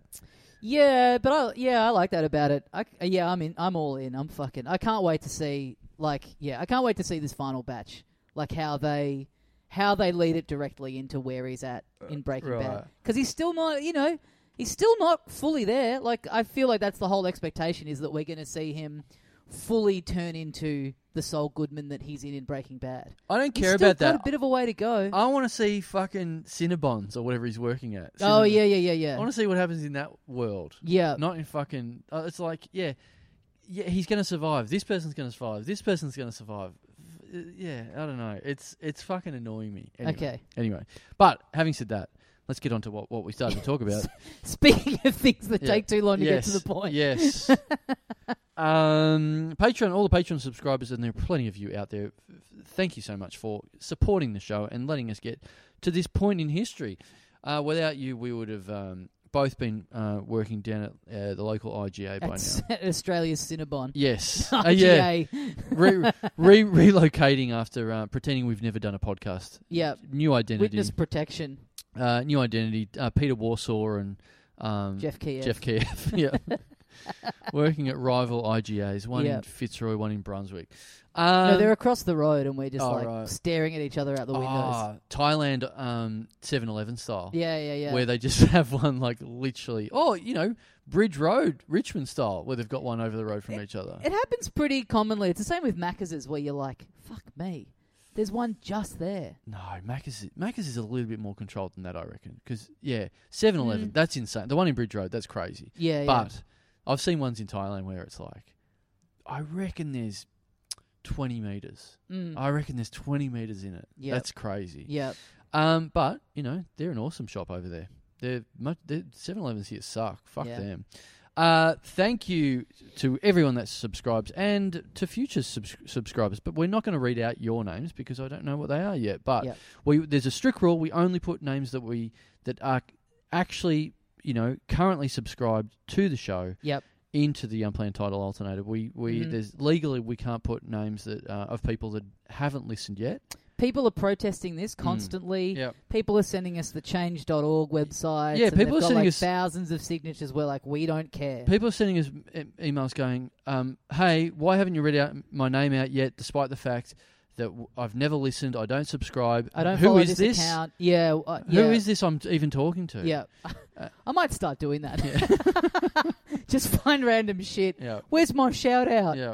[SPEAKER 1] yeah, but I yeah I like that about it. I, yeah, I'm in. I'm all in. I'm fucking. I can't wait to see like yeah I can't wait to see this final batch like how they how they lead it directly into where he's at in Breaking Bad. 'Cause
[SPEAKER 2] Uh, right.
[SPEAKER 1] Bad because he's still not you know he's still not fully there. Like I feel like that's the whole expectation is that we're gonna see him fully turn into the Saul Goodman that he's in in Breaking Bad.
[SPEAKER 2] I don't
[SPEAKER 1] He's
[SPEAKER 2] care
[SPEAKER 1] still
[SPEAKER 2] about
[SPEAKER 1] got
[SPEAKER 2] that. Oh,
[SPEAKER 1] a bit of a way to go.
[SPEAKER 2] I want to see fucking Cinnabons or whatever he's working at.
[SPEAKER 1] Oh
[SPEAKER 2] Cinnabon.
[SPEAKER 1] yeah, yeah, yeah,
[SPEAKER 2] I
[SPEAKER 1] yeah.
[SPEAKER 2] want to see what happens in that world.
[SPEAKER 1] yeah.
[SPEAKER 2] Not in fucking. Uh, it's like, yeah, yeah, he's going to survive. This person's going to survive. This person's going to survive. Uh, Yeah, I don't know. It's it's fucking annoying me. Anyway,
[SPEAKER 1] Okay.
[SPEAKER 2] Anyway, but having said that, let's get on to what, what we started to talk about.
[SPEAKER 1] Speaking of things that
[SPEAKER 2] Yeah.
[SPEAKER 1] take too long to
[SPEAKER 2] yes.
[SPEAKER 1] get to the point.
[SPEAKER 2] Yes. um, Patreon, all the Patreon subscribers, and there are plenty of you out there. f- Thank you so much for supporting the show and letting us get to this point in history. Uh, without you, we would have um, both been uh, working down at uh, the local IGA by now.
[SPEAKER 1] That's Australia's Cinnabon.
[SPEAKER 2] Yes.
[SPEAKER 1] Oh,
[SPEAKER 2] Uh, yeah.
[SPEAKER 1] IGA. Yeah.
[SPEAKER 2] Re- re- relocating after uh, pretending we've never done a podcast. New identity.
[SPEAKER 1] Witness protection.
[SPEAKER 2] Uh, new identity. Uh, Peter Warsaw and um,
[SPEAKER 1] Jeff Kiev.
[SPEAKER 2] Jeff Kiev. yeah. Working at rival IGAs, one in
[SPEAKER 1] Yeah.
[SPEAKER 2] Fitzroy, one in Brunswick. Um,
[SPEAKER 1] no, they're across the road and we're just
[SPEAKER 2] oh,
[SPEAKER 1] like
[SPEAKER 2] right.
[SPEAKER 1] staring at each other out the windows.
[SPEAKER 2] ah, Thailand um, 7-Eleven style.
[SPEAKER 1] yeah, yeah, yeah.
[SPEAKER 2] Where they just have one like literally, oh, you know, Bridge Road, Richmond style, where they've got one over the road from each other.
[SPEAKER 1] it happens pretty commonly. It's the same with Macca's where you're like, fuck me. There's one just there.
[SPEAKER 2] No, Macca's Macca's is a little bit more controlled than that, I reckon. Because yeah, Seven Eleven,
[SPEAKER 1] Mm.
[SPEAKER 2] that's insane. The one in Bridge Road, that's crazy.
[SPEAKER 1] Yeah, yeah.
[SPEAKER 2] But I've seen ones in Thailand where it's like, I reckon there's 20 meters. I reckon there's 20 meters in it.
[SPEAKER 1] Mm. Yep.
[SPEAKER 2] That's crazy.
[SPEAKER 1] Yep.
[SPEAKER 2] Um, but you know they're an awesome shop over there. They're much. They're, 7-Elevens here suck. Fuck
[SPEAKER 1] Yeah.
[SPEAKER 2] them. Uh, thank you to everyone that subscribes and to future subs- subscribers. But we're not going to read out your names because I don't know what they are yet. But
[SPEAKER 1] Yep.
[SPEAKER 2] we there's a strict rule. We only put names that we that are actually you know currently subscribed to the show
[SPEAKER 1] Yep.
[SPEAKER 2] into the unplanned title alternator. We we
[SPEAKER 1] Mhm.
[SPEAKER 2] there's legally we can't put names that uh, of people that haven't listened yet.
[SPEAKER 1] People are protesting this constantly.
[SPEAKER 2] Mm. Yep.
[SPEAKER 1] People are sending us the change.org website.
[SPEAKER 2] Yeah,
[SPEAKER 1] and
[SPEAKER 2] people
[SPEAKER 1] they've
[SPEAKER 2] are
[SPEAKER 1] got,
[SPEAKER 2] sending
[SPEAKER 1] like
[SPEAKER 2] us-
[SPEAKER 1] thousands of signatures. We're like, we don't care.
[SPEAKER 2] People are sending us e- emails going, um, "Hey, why haven't you read out my name out yet? Despite the fact that w- I've never listened, I don't subscribe.
[SPEAKER 1] I don't
[SPEAKER 2] Who
[SPEAKER 1] follow
[SPEAKER 2] is
[SPEAKER 1] this,
[SPEAKER 2] this?
[SPEAKER 1] account. Yeah, uh,
[SPEAKER 2] Who
[SPEAKER 1] yeah.
[SPEAKER 2] is this? Uh, I'm t- even talking to?
[SPEAKER 1] Yeah, I might start doing that. Just find random shit.
[SPEAKER 2] yeah,
[SPEAKER 1] Where's my shout out?
[SPEAKER 2] yeah.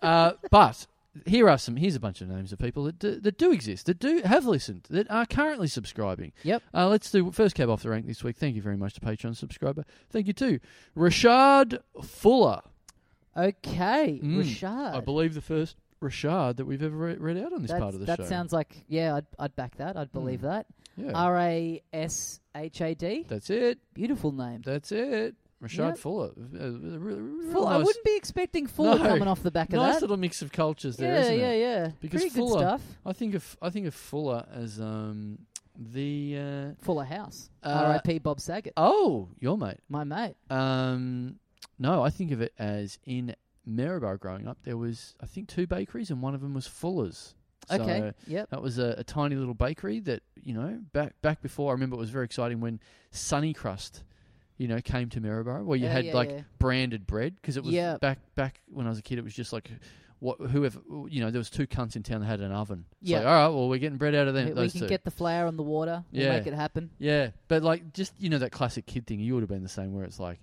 [SPEAKER 2] uh, but here are some. Here's a bunch of names of people that do, that do exist, that do have listened, that are currently subscribing.
[SPEAKER 1] Yep.
[SPEAKER 2] Uh, let's do first cab off the rank this week. Thank you very much to Patreon subscriber. Thank you too, Rashad Fuller.
[SPEAKER 1] Okay,
[SPEAKER 2] Mm.
[SPEAKER 1] Rashad.
[SPEAKER 2] I believe the first Rashad that we've ever re- read out on this
[SPEAKER 1] Uh, That's-
[SPEAKER 2] part of the
[SPEAKER 1] that
[SPEAKER 2] show. Mm.
[SPEAKER 1] sounds like yeah, I'd, I'd back that. I'd believe that.
[SPEAKER 2] yeah.
[SPEAKER 1] R a s h a d.
[SPEAKER 2] That's it.
[SPEAKER 1] Beautiful name.
[SPEAKER 2] That's it. Rashad
[SPEAKER 1] Yep.
[SPEAKER 2] Fuller. Uh, uh, really, really
[SPEAKER 1] Full, I
[SPEAKER 2] nice-
[SPEAKER 1] wouldn't be expecting Fuller
[SPEAKER 2] No.
[SPEAKER 1] coming off the back of
[SPEAKER 2] nice
[SPEAKER 1] that.
[SPEAKER 2] little mix of cultures there,
[SPEAKER 1] yeah,
[SPEAKER 2] not
[SPEAKER 1] yeah,
[SPEAKER 2] it?
[SPEAKER 1] yeah.
[SPEAKER 2] Because
[SPEAKER 1] Pretty
[SPEAKER 2] Fuller-
[SPEAKER 1] good stuff.
[SPEAKER 2] I think of I think of Fuller as um the uh,
[SPEAKER 1] Fuller House.
[SPEAKER 2] Uh,
[SPEAKER 1] R.I.P. Bob Saget,
[SPEAKER 2] oh your mate.
[SPEAKER 1] my mate.
[SPEAKER 2] Um, no, I think of it as in Maribor growing up. There was I think two bakeries and one of them was Fuller's. So
[SPEAKER 1] okay, yep.
[SPEAKER 2] That was a, a tiny little bakery that you know back back before. I remember it was very exciting when Sunny Crust, you know, came to Maribor where you
[SPEAKER 1] Yeah,
[SPEAKER 2] had
[SPEAKER 1] yeah,
[SPEAKER 2] like
[SPEAKER 1] yeah.
[SPEAKER 2] branded bread because it was
[SPEAKER 1] Yeah.
[SPEAKER 2] back back when I was a kid. It was just like what whoever you know there was two cunts in town that had an oven. It's
[SPEAKER 1] Yeah.
[SPEAKER 2] like, all right, well we're getting bread out of them.
[SPEAKER 1] We- we
[SPEAKER 2] those
[SPEAKER 1] can
[SPEAKER 2] two.
[SPEAKER 1] get the flour and the water. We'll
[SPEAKER 2] Yeah.
[SPEAKER 1] make it happen.
[SPEAKER 2] yeah, but like just you know that classic kid thing. You would have been the same where it's like.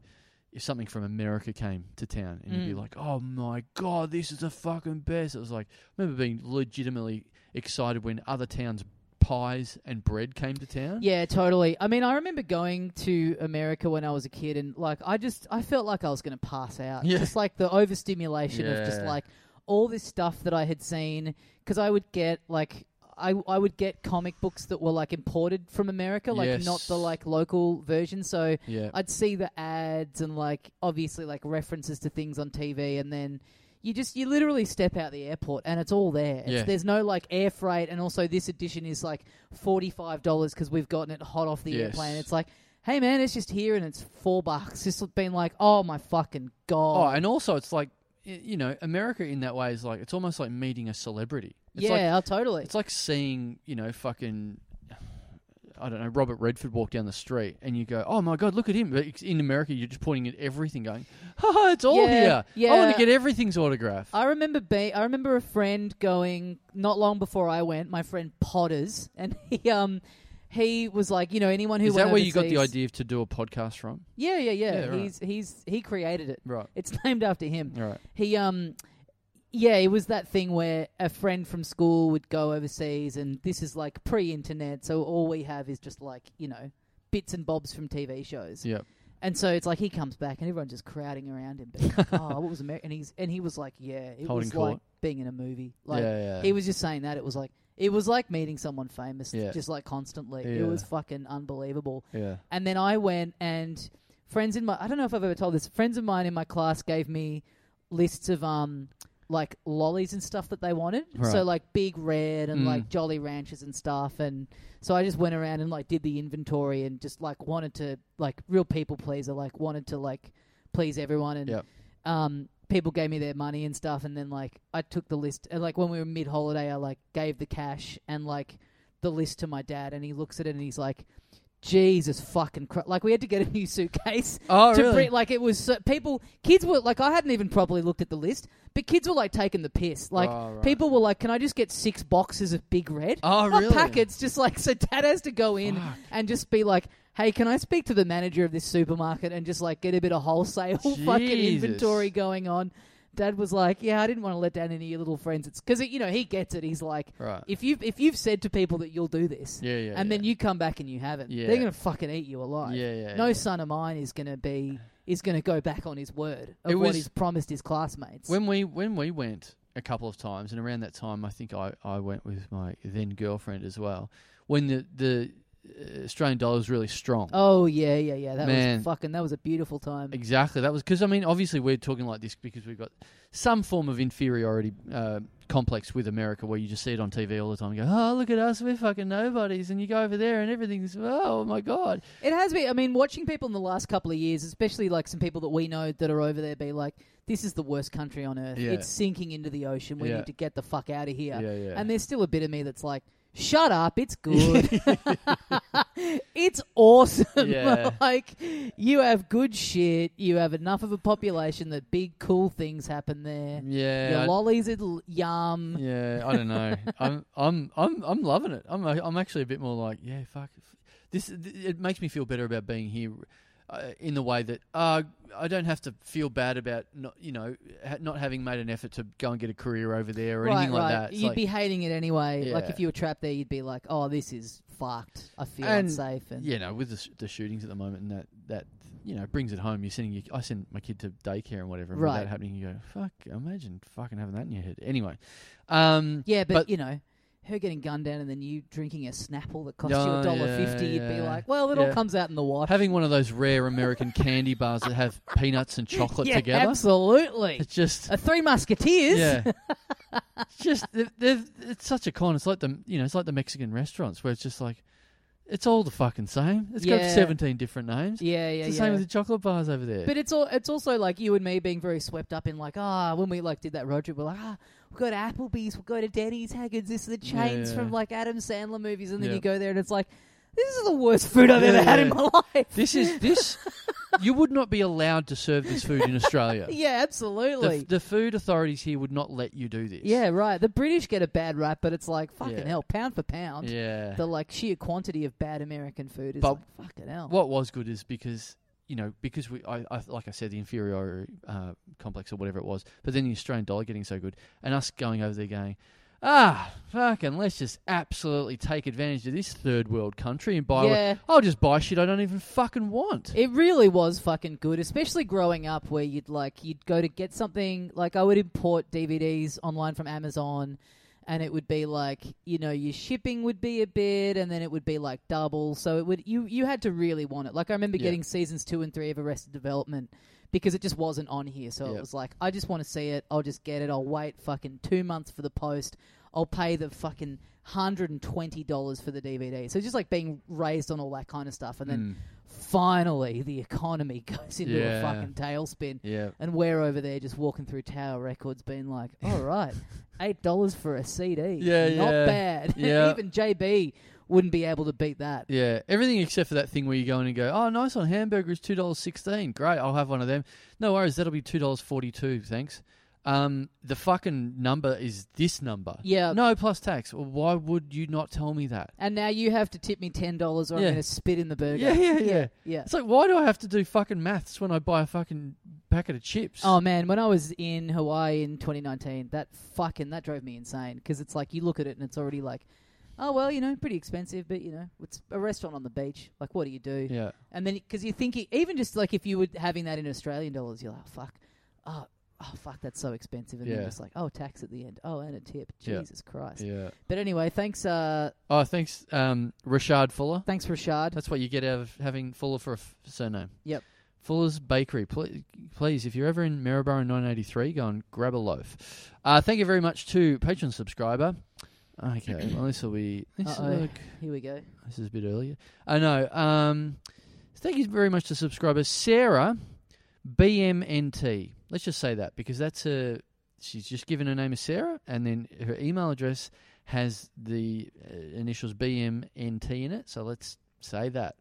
[SPEAKER 2] If something from America came to town, and you'd be
[SPEAKER 1] Mm.
[SPEAKER 2] like, "Oh my god, this is the fucking best!" It was like I remember being legitimately excited when other towns' pies and bread came to town.
[SPEAKER 1] Yeah, totally. I mean, I remember going to America when I was a kid, and like, I just I felt like I was going to pass out.
[SPEAKER 2] Yeah.
[SPEAKER 1] Just like the overstimulation of just
[SPEAKER 2] Yeah.
[SPEAKER 1] like all this stuff that I had seen, because I would get like. I, I would get comic books that were like imported from America, like not the
[SPEAKER 2] Yes.
[SPEAKER 1] like local version. So
[SPEAKER 2] yeah.
[SPEAKER 1] I'd see the ads and like obviously like references to things on TV, and then you just you literally step out the airport and it's all there. It's,
[SPEAKER 2] Yeah.
[SPEAKER 1] There's no like air freight, and also this edition is like forty five dollars because we've gotten it hot off the
[SPEAKER 2] Yes.
[SPEAKER 1] airplane. It's like, hey man, it's just here and it's four bucks. It's been like, oh my fucking
[SPEAKER 2] Oh,
[SPEAKER 1] god.
[SPEAKER 2] and also it's like y- you know, America in that way is like it's almost like meeting a celebrity. It's like
[SPEAKER 1] yeah, oh, totally.
[SPEAKER 2] it's like seeing, you know, fucking I don't know, Robert Redford walk down the street and you go, "Oh my god, look at him." But it's- in America you're just pointing at everything going, "Haha, it's all
[SPEAKER 1] Yeah,
[SPEAKER 2] here. I want
[SPEAKER 1] yeah.
[SPEAKER 2] to get everything's autograph."
[SPEAKER 1] I remember be- I remember a friend going not long before I went. My friend Potters, and he um he was like, you know, anyone who
[SPEAKER 2] is that
[SPEAKER 1] went
[SPEAKER 2] where you got the
[SPEAKER 1] overseas-
[SPEAKER 2] idea of to do a podcast from?
[SPEAKER 1] Yeah, yeah, yeah.
[SPEAKER 2] Yeah, right.
[SPEAKER 1] He's he's he created it.
[SPEAKER 2] Right.
[SPEAKER 1] It's named after him.
[SPEAKER 2] Right.
[SPEAKER 1] He um yeah, it was that thing where a friend from school would go overseas and this is like pre-internet, so all we have is just like, you know, bits and bobs from TV shows.
[SPEAKER 2] Yeah.
[SPEAKER 1] And so it's like he comes back and everyone's just crowding around him being like, "Oh, what was America?" and he's and he was like, "Yeah, it
[SPEAKER 2] Holding
[SPEAKER 1] was like
[SPEAKER 2] court.
[SPEAKER 1] being in a movie." Like
[SPEAKER 2] yeah, yeah.
[SPEAKER 1] he was just saying that it was like it was like meeting someone famous
[SPEAKER 2] Yeah.
[SPEAKER 1] just like constantly.
[SPEAKER 2] Yeah.
[SPEAKER 1] It was fucking unbelievable.
[SPEAKER 2] yeah.
[SPEAKER 1] And then I went and friends in my I don't know if I've ever told this. Friends of mine in my class gave me lists of um like lollies and stuff that they wanted.
[SPEAKER 2] Right.
[SPEAKER 1] So like big red and
[SPEAKER 2] Mm.
[SPEAKER 1] like jolly ranchers and stuff and so I just went around and like did the inventory and just like wanted to like real people pleaser like wanted to like please everyone and
[SPEAKER 2] Yep.
[SPEAKER 1] um people gave me their money and stuff and then like I took the list and like when we were mid holiday I like gave the cash and like the list to my dad and he looks at it and he's like Jesus fucking Christ. like we had to get a new suitcase
[SPEAKER 2] Oh,
[SPEAKER 1] to
[SPEAKER 2] really?
[SPEAKER 1] bring like it was so, people kids were like I hadn't even properly looked at the list but kids were like taking the piss like
[SPEAKER 2] Oh, right.
[SPEAKER 1] people were like can I just get six boxes of Big Red
[SPEAKER 2] Oh,
[SPEAKER 1] Not
[SPEAKER 2] really?
[SPEAKER 1] packets just like so dad has to go in
[SPEAKER 2] Fuck.
[SPEAKER 1] and just be like hey can I speak to the manager of this supermarket and just like get a bit of wholesale fucking
[SPEAKER 2] Jesus.
[SPEAKER 1] inventory going on Dad was like, "Yeah, I didn't want to let down any of your little friends." It's because you know he gets it. He's like,
[SPEAKER 2] Right.
[SPEAKER 1] "If you if you've said to people that you'll do this,
[SPEAKER 2] Yeah, yeah,
[SPEAKER 1] and then
[SPEAKER 2] yeah.
[SPEAKER 1] you come back and you haven't,
[SPEAKER 2] Yeah.
[SPEAKER 1] they're gonna fucking eat you alive."
[SPEAKER 2] Yeah, yeah,
[SPEAKER 1] No
[SPEAKER 2] yeah.
[SPEAKER 1] son of mine is gonna be is gonna go back on his word of
[SPEAKER 2] It
[SPEAKER 1] what
[SPEAKER 2] was-
[SPEAKER 1] he's promised his classmates.
[SPEAKER 2] When we when we went a couple of times, and around that time, I think I, I went with my then girlfriend as well. When the the uh, Australian dollar was really strong.
[SPEAKER 1] oh yeah, yeah, yeah. That
[SPEAKER 2] Man.
[SPEAKER 1] was fucking. That was a beautiful time.
[SPEAKER 2] Exactly. That was because I mean, obviously, we're talking like this because we've got some form of inferiority uh, complex with America, where you just see it on TV all the time. You go, oh, look at us, we're fucking nobodies, and you go over there, and everything's oh my god.
[SPEAKER 1] It has been. I mean, watching people in the last couple of years, especially like some people that we know that are over there, be like, "This is the worst country on earth.
[SPEAKER 2] Yeah.
[SPEAKER 1] It's sinking into the ocean. We
[SPEAKER 2] Yeah.
[SPEAKER 1] need to get the fuck out of here."
[SPEAKER 2] Yeah, yeah.
[SPEAKER 1] And there's still a bit of me that's like, "Shut up. It's good. it's awesome.
[SPEAKER 2] Yeah.
[SPEAKER 1] like, you have good shit. You have enough of a population that big cool things happen there. Your
[SPEAKER 2] Yeah. I-
[SPEAKER 1] lollies are l- yum.
[SPEAKER 2] yeah, I don't know. I'm, I'm, I'm, I'm loving it. I'm, I'm actually a bit more like, yeah, fuck. This, th- it makes me feel better about being here, uh, in the way that uh, I don't have to feel bad about not, you know, ha- not having made an effort to go and get a career over there or anything like that. It's
[SPEAKER 1] You'd
[SPEAKER 2] like-
[SPEAKER 1] be hating it anyway. Like
[SPEAKER 2] Yeah.
[SPEAKER 1] if you were trapped there, you'd be like, "Oh, this is fucked. I feel
[SPEAKER 2] And-
[SPEAKER 1] unsafe." And
[SPEAKER 2] Yeah, no, with the, sh- the shootings at the moment, and that that you know brings it home. You're sending, your, I send my kid to daycare and whatever, and with
[SPEAKER 1] Right.
[SPEAKER 2] that happening, you go, fuck, imagine fucking having that in your head. Anyway, um,
[SPEAKER 1] yeah, but,
[SPEAKER 2] But-
[SPEAKER 1] you know, her getting gunned down and then you drinking a Snapple that cost you
[SPEAKER 2] Oh,
[SPEAKER 1] a dollar
[SPEAKER 2] yeah,
[SPEAKER 1] fifty, you'd be
[SPEAKER 2] yeah.
[SPEAKER 1] like, "Well, it all
[SPEAKER 2] Yeah.
[SPEAKER 1] comes out in the wash."
[SPEAKER 2] having one of those rare American candy bars that have peanuts and chocolate
[SPEAKER 1] yeah,
[SPEAKER 2] together,
[SPEAKER 1] absolutely.
[SPEAKER 2] it's just
[SPEAKER 1] a Three Musketeers.
[SPEAKER 2] yeah, It's just they're, they're, it's such a con. It's like the you know, it's like the Mexican restaurants where it's just like it's all the fucking same. It's got
[SPEAKER 1] Yeah.
[SPEAKER 2] seventeen different names.
[SPEAKER 1] yeah, yeah.
[SPEAKER 2] it's the
[SPEAKER 1] yeah.
[SPEAKER 2] same with the chocolate bars over there.
[SPEAKER 1] But it's all it's also like you and me being very swept up in like ah when we like did that road trip we're like ah we'll go to Applebee's we'll go to Denny's Haggard's this is the chains
[SPEAKER 2] Yeah.
[SPEAKER 1] from like Adam Sandler movies and then
[SPEAKER 2] Yeah.
[SPEAKER 1] you go there and it's like this is the worst food I've
[SPEAKER 2] Yeah,
[SPEAKER 1] ever had
[SPEAKER 2] yeah.
[SPEAKER 1] in my life
[SPEAKER 2] This is this. you would not be allowed to serve this food in Australia.
[SPEAKER 1] yeah absolutely
[SPEAKER 2] The, the food authorities here would not let you do this.
[SPEAKER 1] yeah right the British get a bad rap but it's like fucking
[SPEAKER 2] Yeah.
[SPEAKER 1] hell pound for pound
[SPEAKER 2] Yeah.
[SPEAKER 1] the like sheer quantity of bad American food is
[SPEAKER 2] But-
[SPEAKER 1] like fucking hell
[SPEAKER 2] what was good is because you know because we I, I like I said the inferiority uh, complex or whatever it was, but then the Australian dollar getting so good and us going over there going. Ah, fucking! Let's just absolutely take advantage of this third world country and buy.
[SPEAKER 1] Yeah.
[SPEAKER 2] I'll just buy shit I don't even fucking want.
[SPEAKER 1] It really was fucking good, especially growing up where you'd like you'd go to get something like I would import DVDs online from Amazon and it would be like, you know, your shipping would be a bit and then it would be like double. So it would you you had to really want it. Like I remember
[SPEAKER 2] Yeah.
[SPEAKER 1] getting seasons 2 and 3 of Arrested Development because it just wasn't on here. So it
[SPEAKER 2] Yeah.
[SPEAKER 1] was like, I just want to see it. I'll just get it. I'll wait fucking 2 months for the post. I'll pay the fucking $120 for the DVD. So just like being raised on all that kind of stuff and then
[SPEAKER 2] Mm.
[SPEAKER 1] finally the economy goes into a
[SPEAKER 2] Yeah.
[SPEAKER 1] fucking tailspin
[SPEAKER 2] Yeah,
[SPEAKER 1] and we're over there just walking through tower records being like all right eight dollars for a cd
[SPEAKER 2] Yeah,
[SPEAKER 1] not
[SPEAKER 2] yeah.
[SPEAKER 1] bad
[SPEAKER 2] Yeah.
[SPEAKER 1] even jb wouldn't be able to beat that
[SPEAKER 2] Yeah, everything except for that thing where you go in and go, oh, nice on hamburger is two dollars sixteen. Great, I'll have one of them. No worries, that'll be two dollars forty two. Thanks. Um, the fucking number is this number.
[SPEAKER 1] Yeah.
[SPEAKER 2] No plus tax. Well, why would you not tell me that?
[SPEAKER 1] and now you have to tip me ten dollars or i'm
[SPEAKER 2] Yeah.
[SPEAKER 1] going to spit in the burger
[SPEAKER 2] Yeah, yeah, yeah.
[SPEAKER 1] yeah.
[SPEAKER 2] It's like, why do I have to do fucking maths when I buy a fucking packet of chips?
[SPEAKER 1] Oh man, when I was in Hawaii in 2019, that fucking that drove me insane because it's like you look at it and it's already like, oh well, you know, pretty expensive, but you know, it's a restaurant on the beach. Like, what do you do?
[SPEAKER 2] yeah,
[SPEAKER 1] And then because you're thinking, e-, even just like if you were having that in Australian dollars, you're like, oh, fuck, oh, oh fuck, that's so expensive. And then
[SPEAKER 2] Yeah.
[SPEAKER 1] just like, oh, tax at the end. Oh, and a tip.
[SPEAKER 2] Yeah.
[SPEAKER 1] Jesus Christ.
[SPEAKER 2] yeah.
[SPEAKER 1] But anyway, thanks, uh,
[SPEAKER 2] Oh, thanks, um, Rashad Fuller.
[SPEAKER 1] thanks Rashad.
[SPEAKER 2] That's what you get out of having Fuller for a f- surname.
[SPEAKER 1] Yep.
[SPEAKER 2] Fuller's Bakery. Please, please, if you're ever in Maryborough in 1983, go and grab a loaf. Uh, thank you very much to Patreon subscriber. Okay, well, this will be. This,
[SPEAKER 1] Uh-oh.
[SPEAKER 2] look,
[SPEAKER 1] Here we go.
[SPEAKER 2] this is a bit earlier. I know. Um, thank you very much to subscriber Sarah BMNT. Let's just say that because that's a. She's just given her name as Sarah, and then her email address has the uh, initials BMNT in it. So let's say that.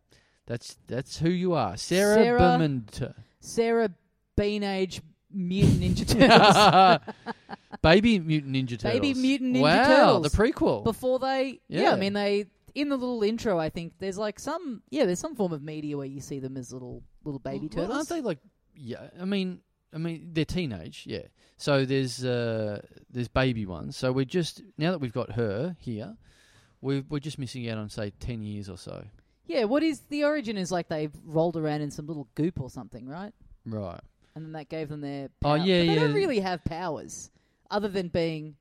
[SPEAKER 2] That's that's who you are, Sarah,
[SPEAKER 1] Sarah-
[SPEAKER 2] BMNT.
[SPEAKER 1] Sarah Beanage Mutant Ninja Turtles.
[SPEAKER 2] Baby Mutant Ninja Turtles.
[SPEAKER 1] Baby Mutant Ninja
[SPEAKER 2] wow,
[SPEAKER 1] Turtles.
[SPEAKER 2] the prequel.
[SPEAKER 1] Before they, yeah. I
[SPEAKER 2] Yeah.
[SPEAKER 1] mean they in the little intro. I think there's like some, yeah, there's some form of media where you see them as little little baby
[SPEAKER 2] Well,
[SPEAKER 1] turtles.
[SPEAKER 2] aren't they like? Yeah, I mean, I mean, they're teenage, yeah. So there's uh, there's baby ones. So we're just now that we've got her here, we're we're just missing out on say ten years or so.
[SPEAKER 1] Yeah, what is the origin is like they've rolled around in some little goop or something, right?
[SPEAKER 2] Right.
[SPEAKER 1] And then that gave them their
[SPEAKER 2] Oh,
[SPEAKER 1] power-
[SPEAKER 2] yeah,
[SPEAKER 1] but they don't
[SPEAKER 2] yeah.
[SPEAKER 1] really have powers other than being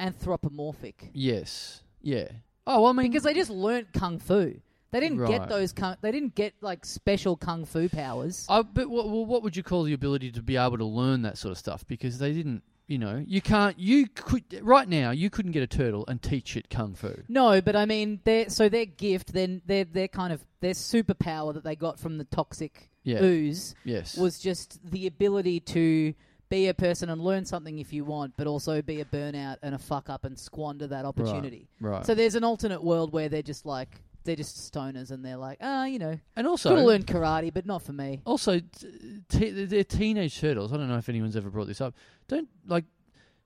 [SPEAKER 1] anthropomorphic.
[SPEAKER 2] Yes. Yeah. Oh, well, I mean,
[SPEAKER 1] because they just learnt kung fu. They didn't get
[SPEAKER 2] Right.
[SPEAKER 1] those kung, they didn't get like special kung fu powers.
[SPEAKER 2] I, but what, well, what would you call the ability to be able to learn that sort of stuff? Because they didn't, you know, you can't, you could, right now, you couldn't get a turtle and teach it kung fu.
[SPEAKER 1] No, but I mean, their so their gift, then their their kind of their superpower that they got from the toxic
[SPEAKER 2] Yeah.
[SPEAKER 1] ooze
[SPEAKER 2] Yes.
[SPEAKER 1] Uh, was just the ability to be a person and learn something if you want, but also be a burnout and a fuck up and squander that opportunity.
[SPEAKER 2] right.
[SPEAKER 1] So there's an alternate world where they're just like they're just stoners and they're like, ah, you know,
[SPEAKER 2] and
[SPEAKER 1] gotta
[SPEAKER 2] also,
[SPEAKER 1] learn karate, but not for me.
[SPEAKER 2] also, t- t- they're teenage turtles. I don't know if anyone's ever brought this up. Don't like,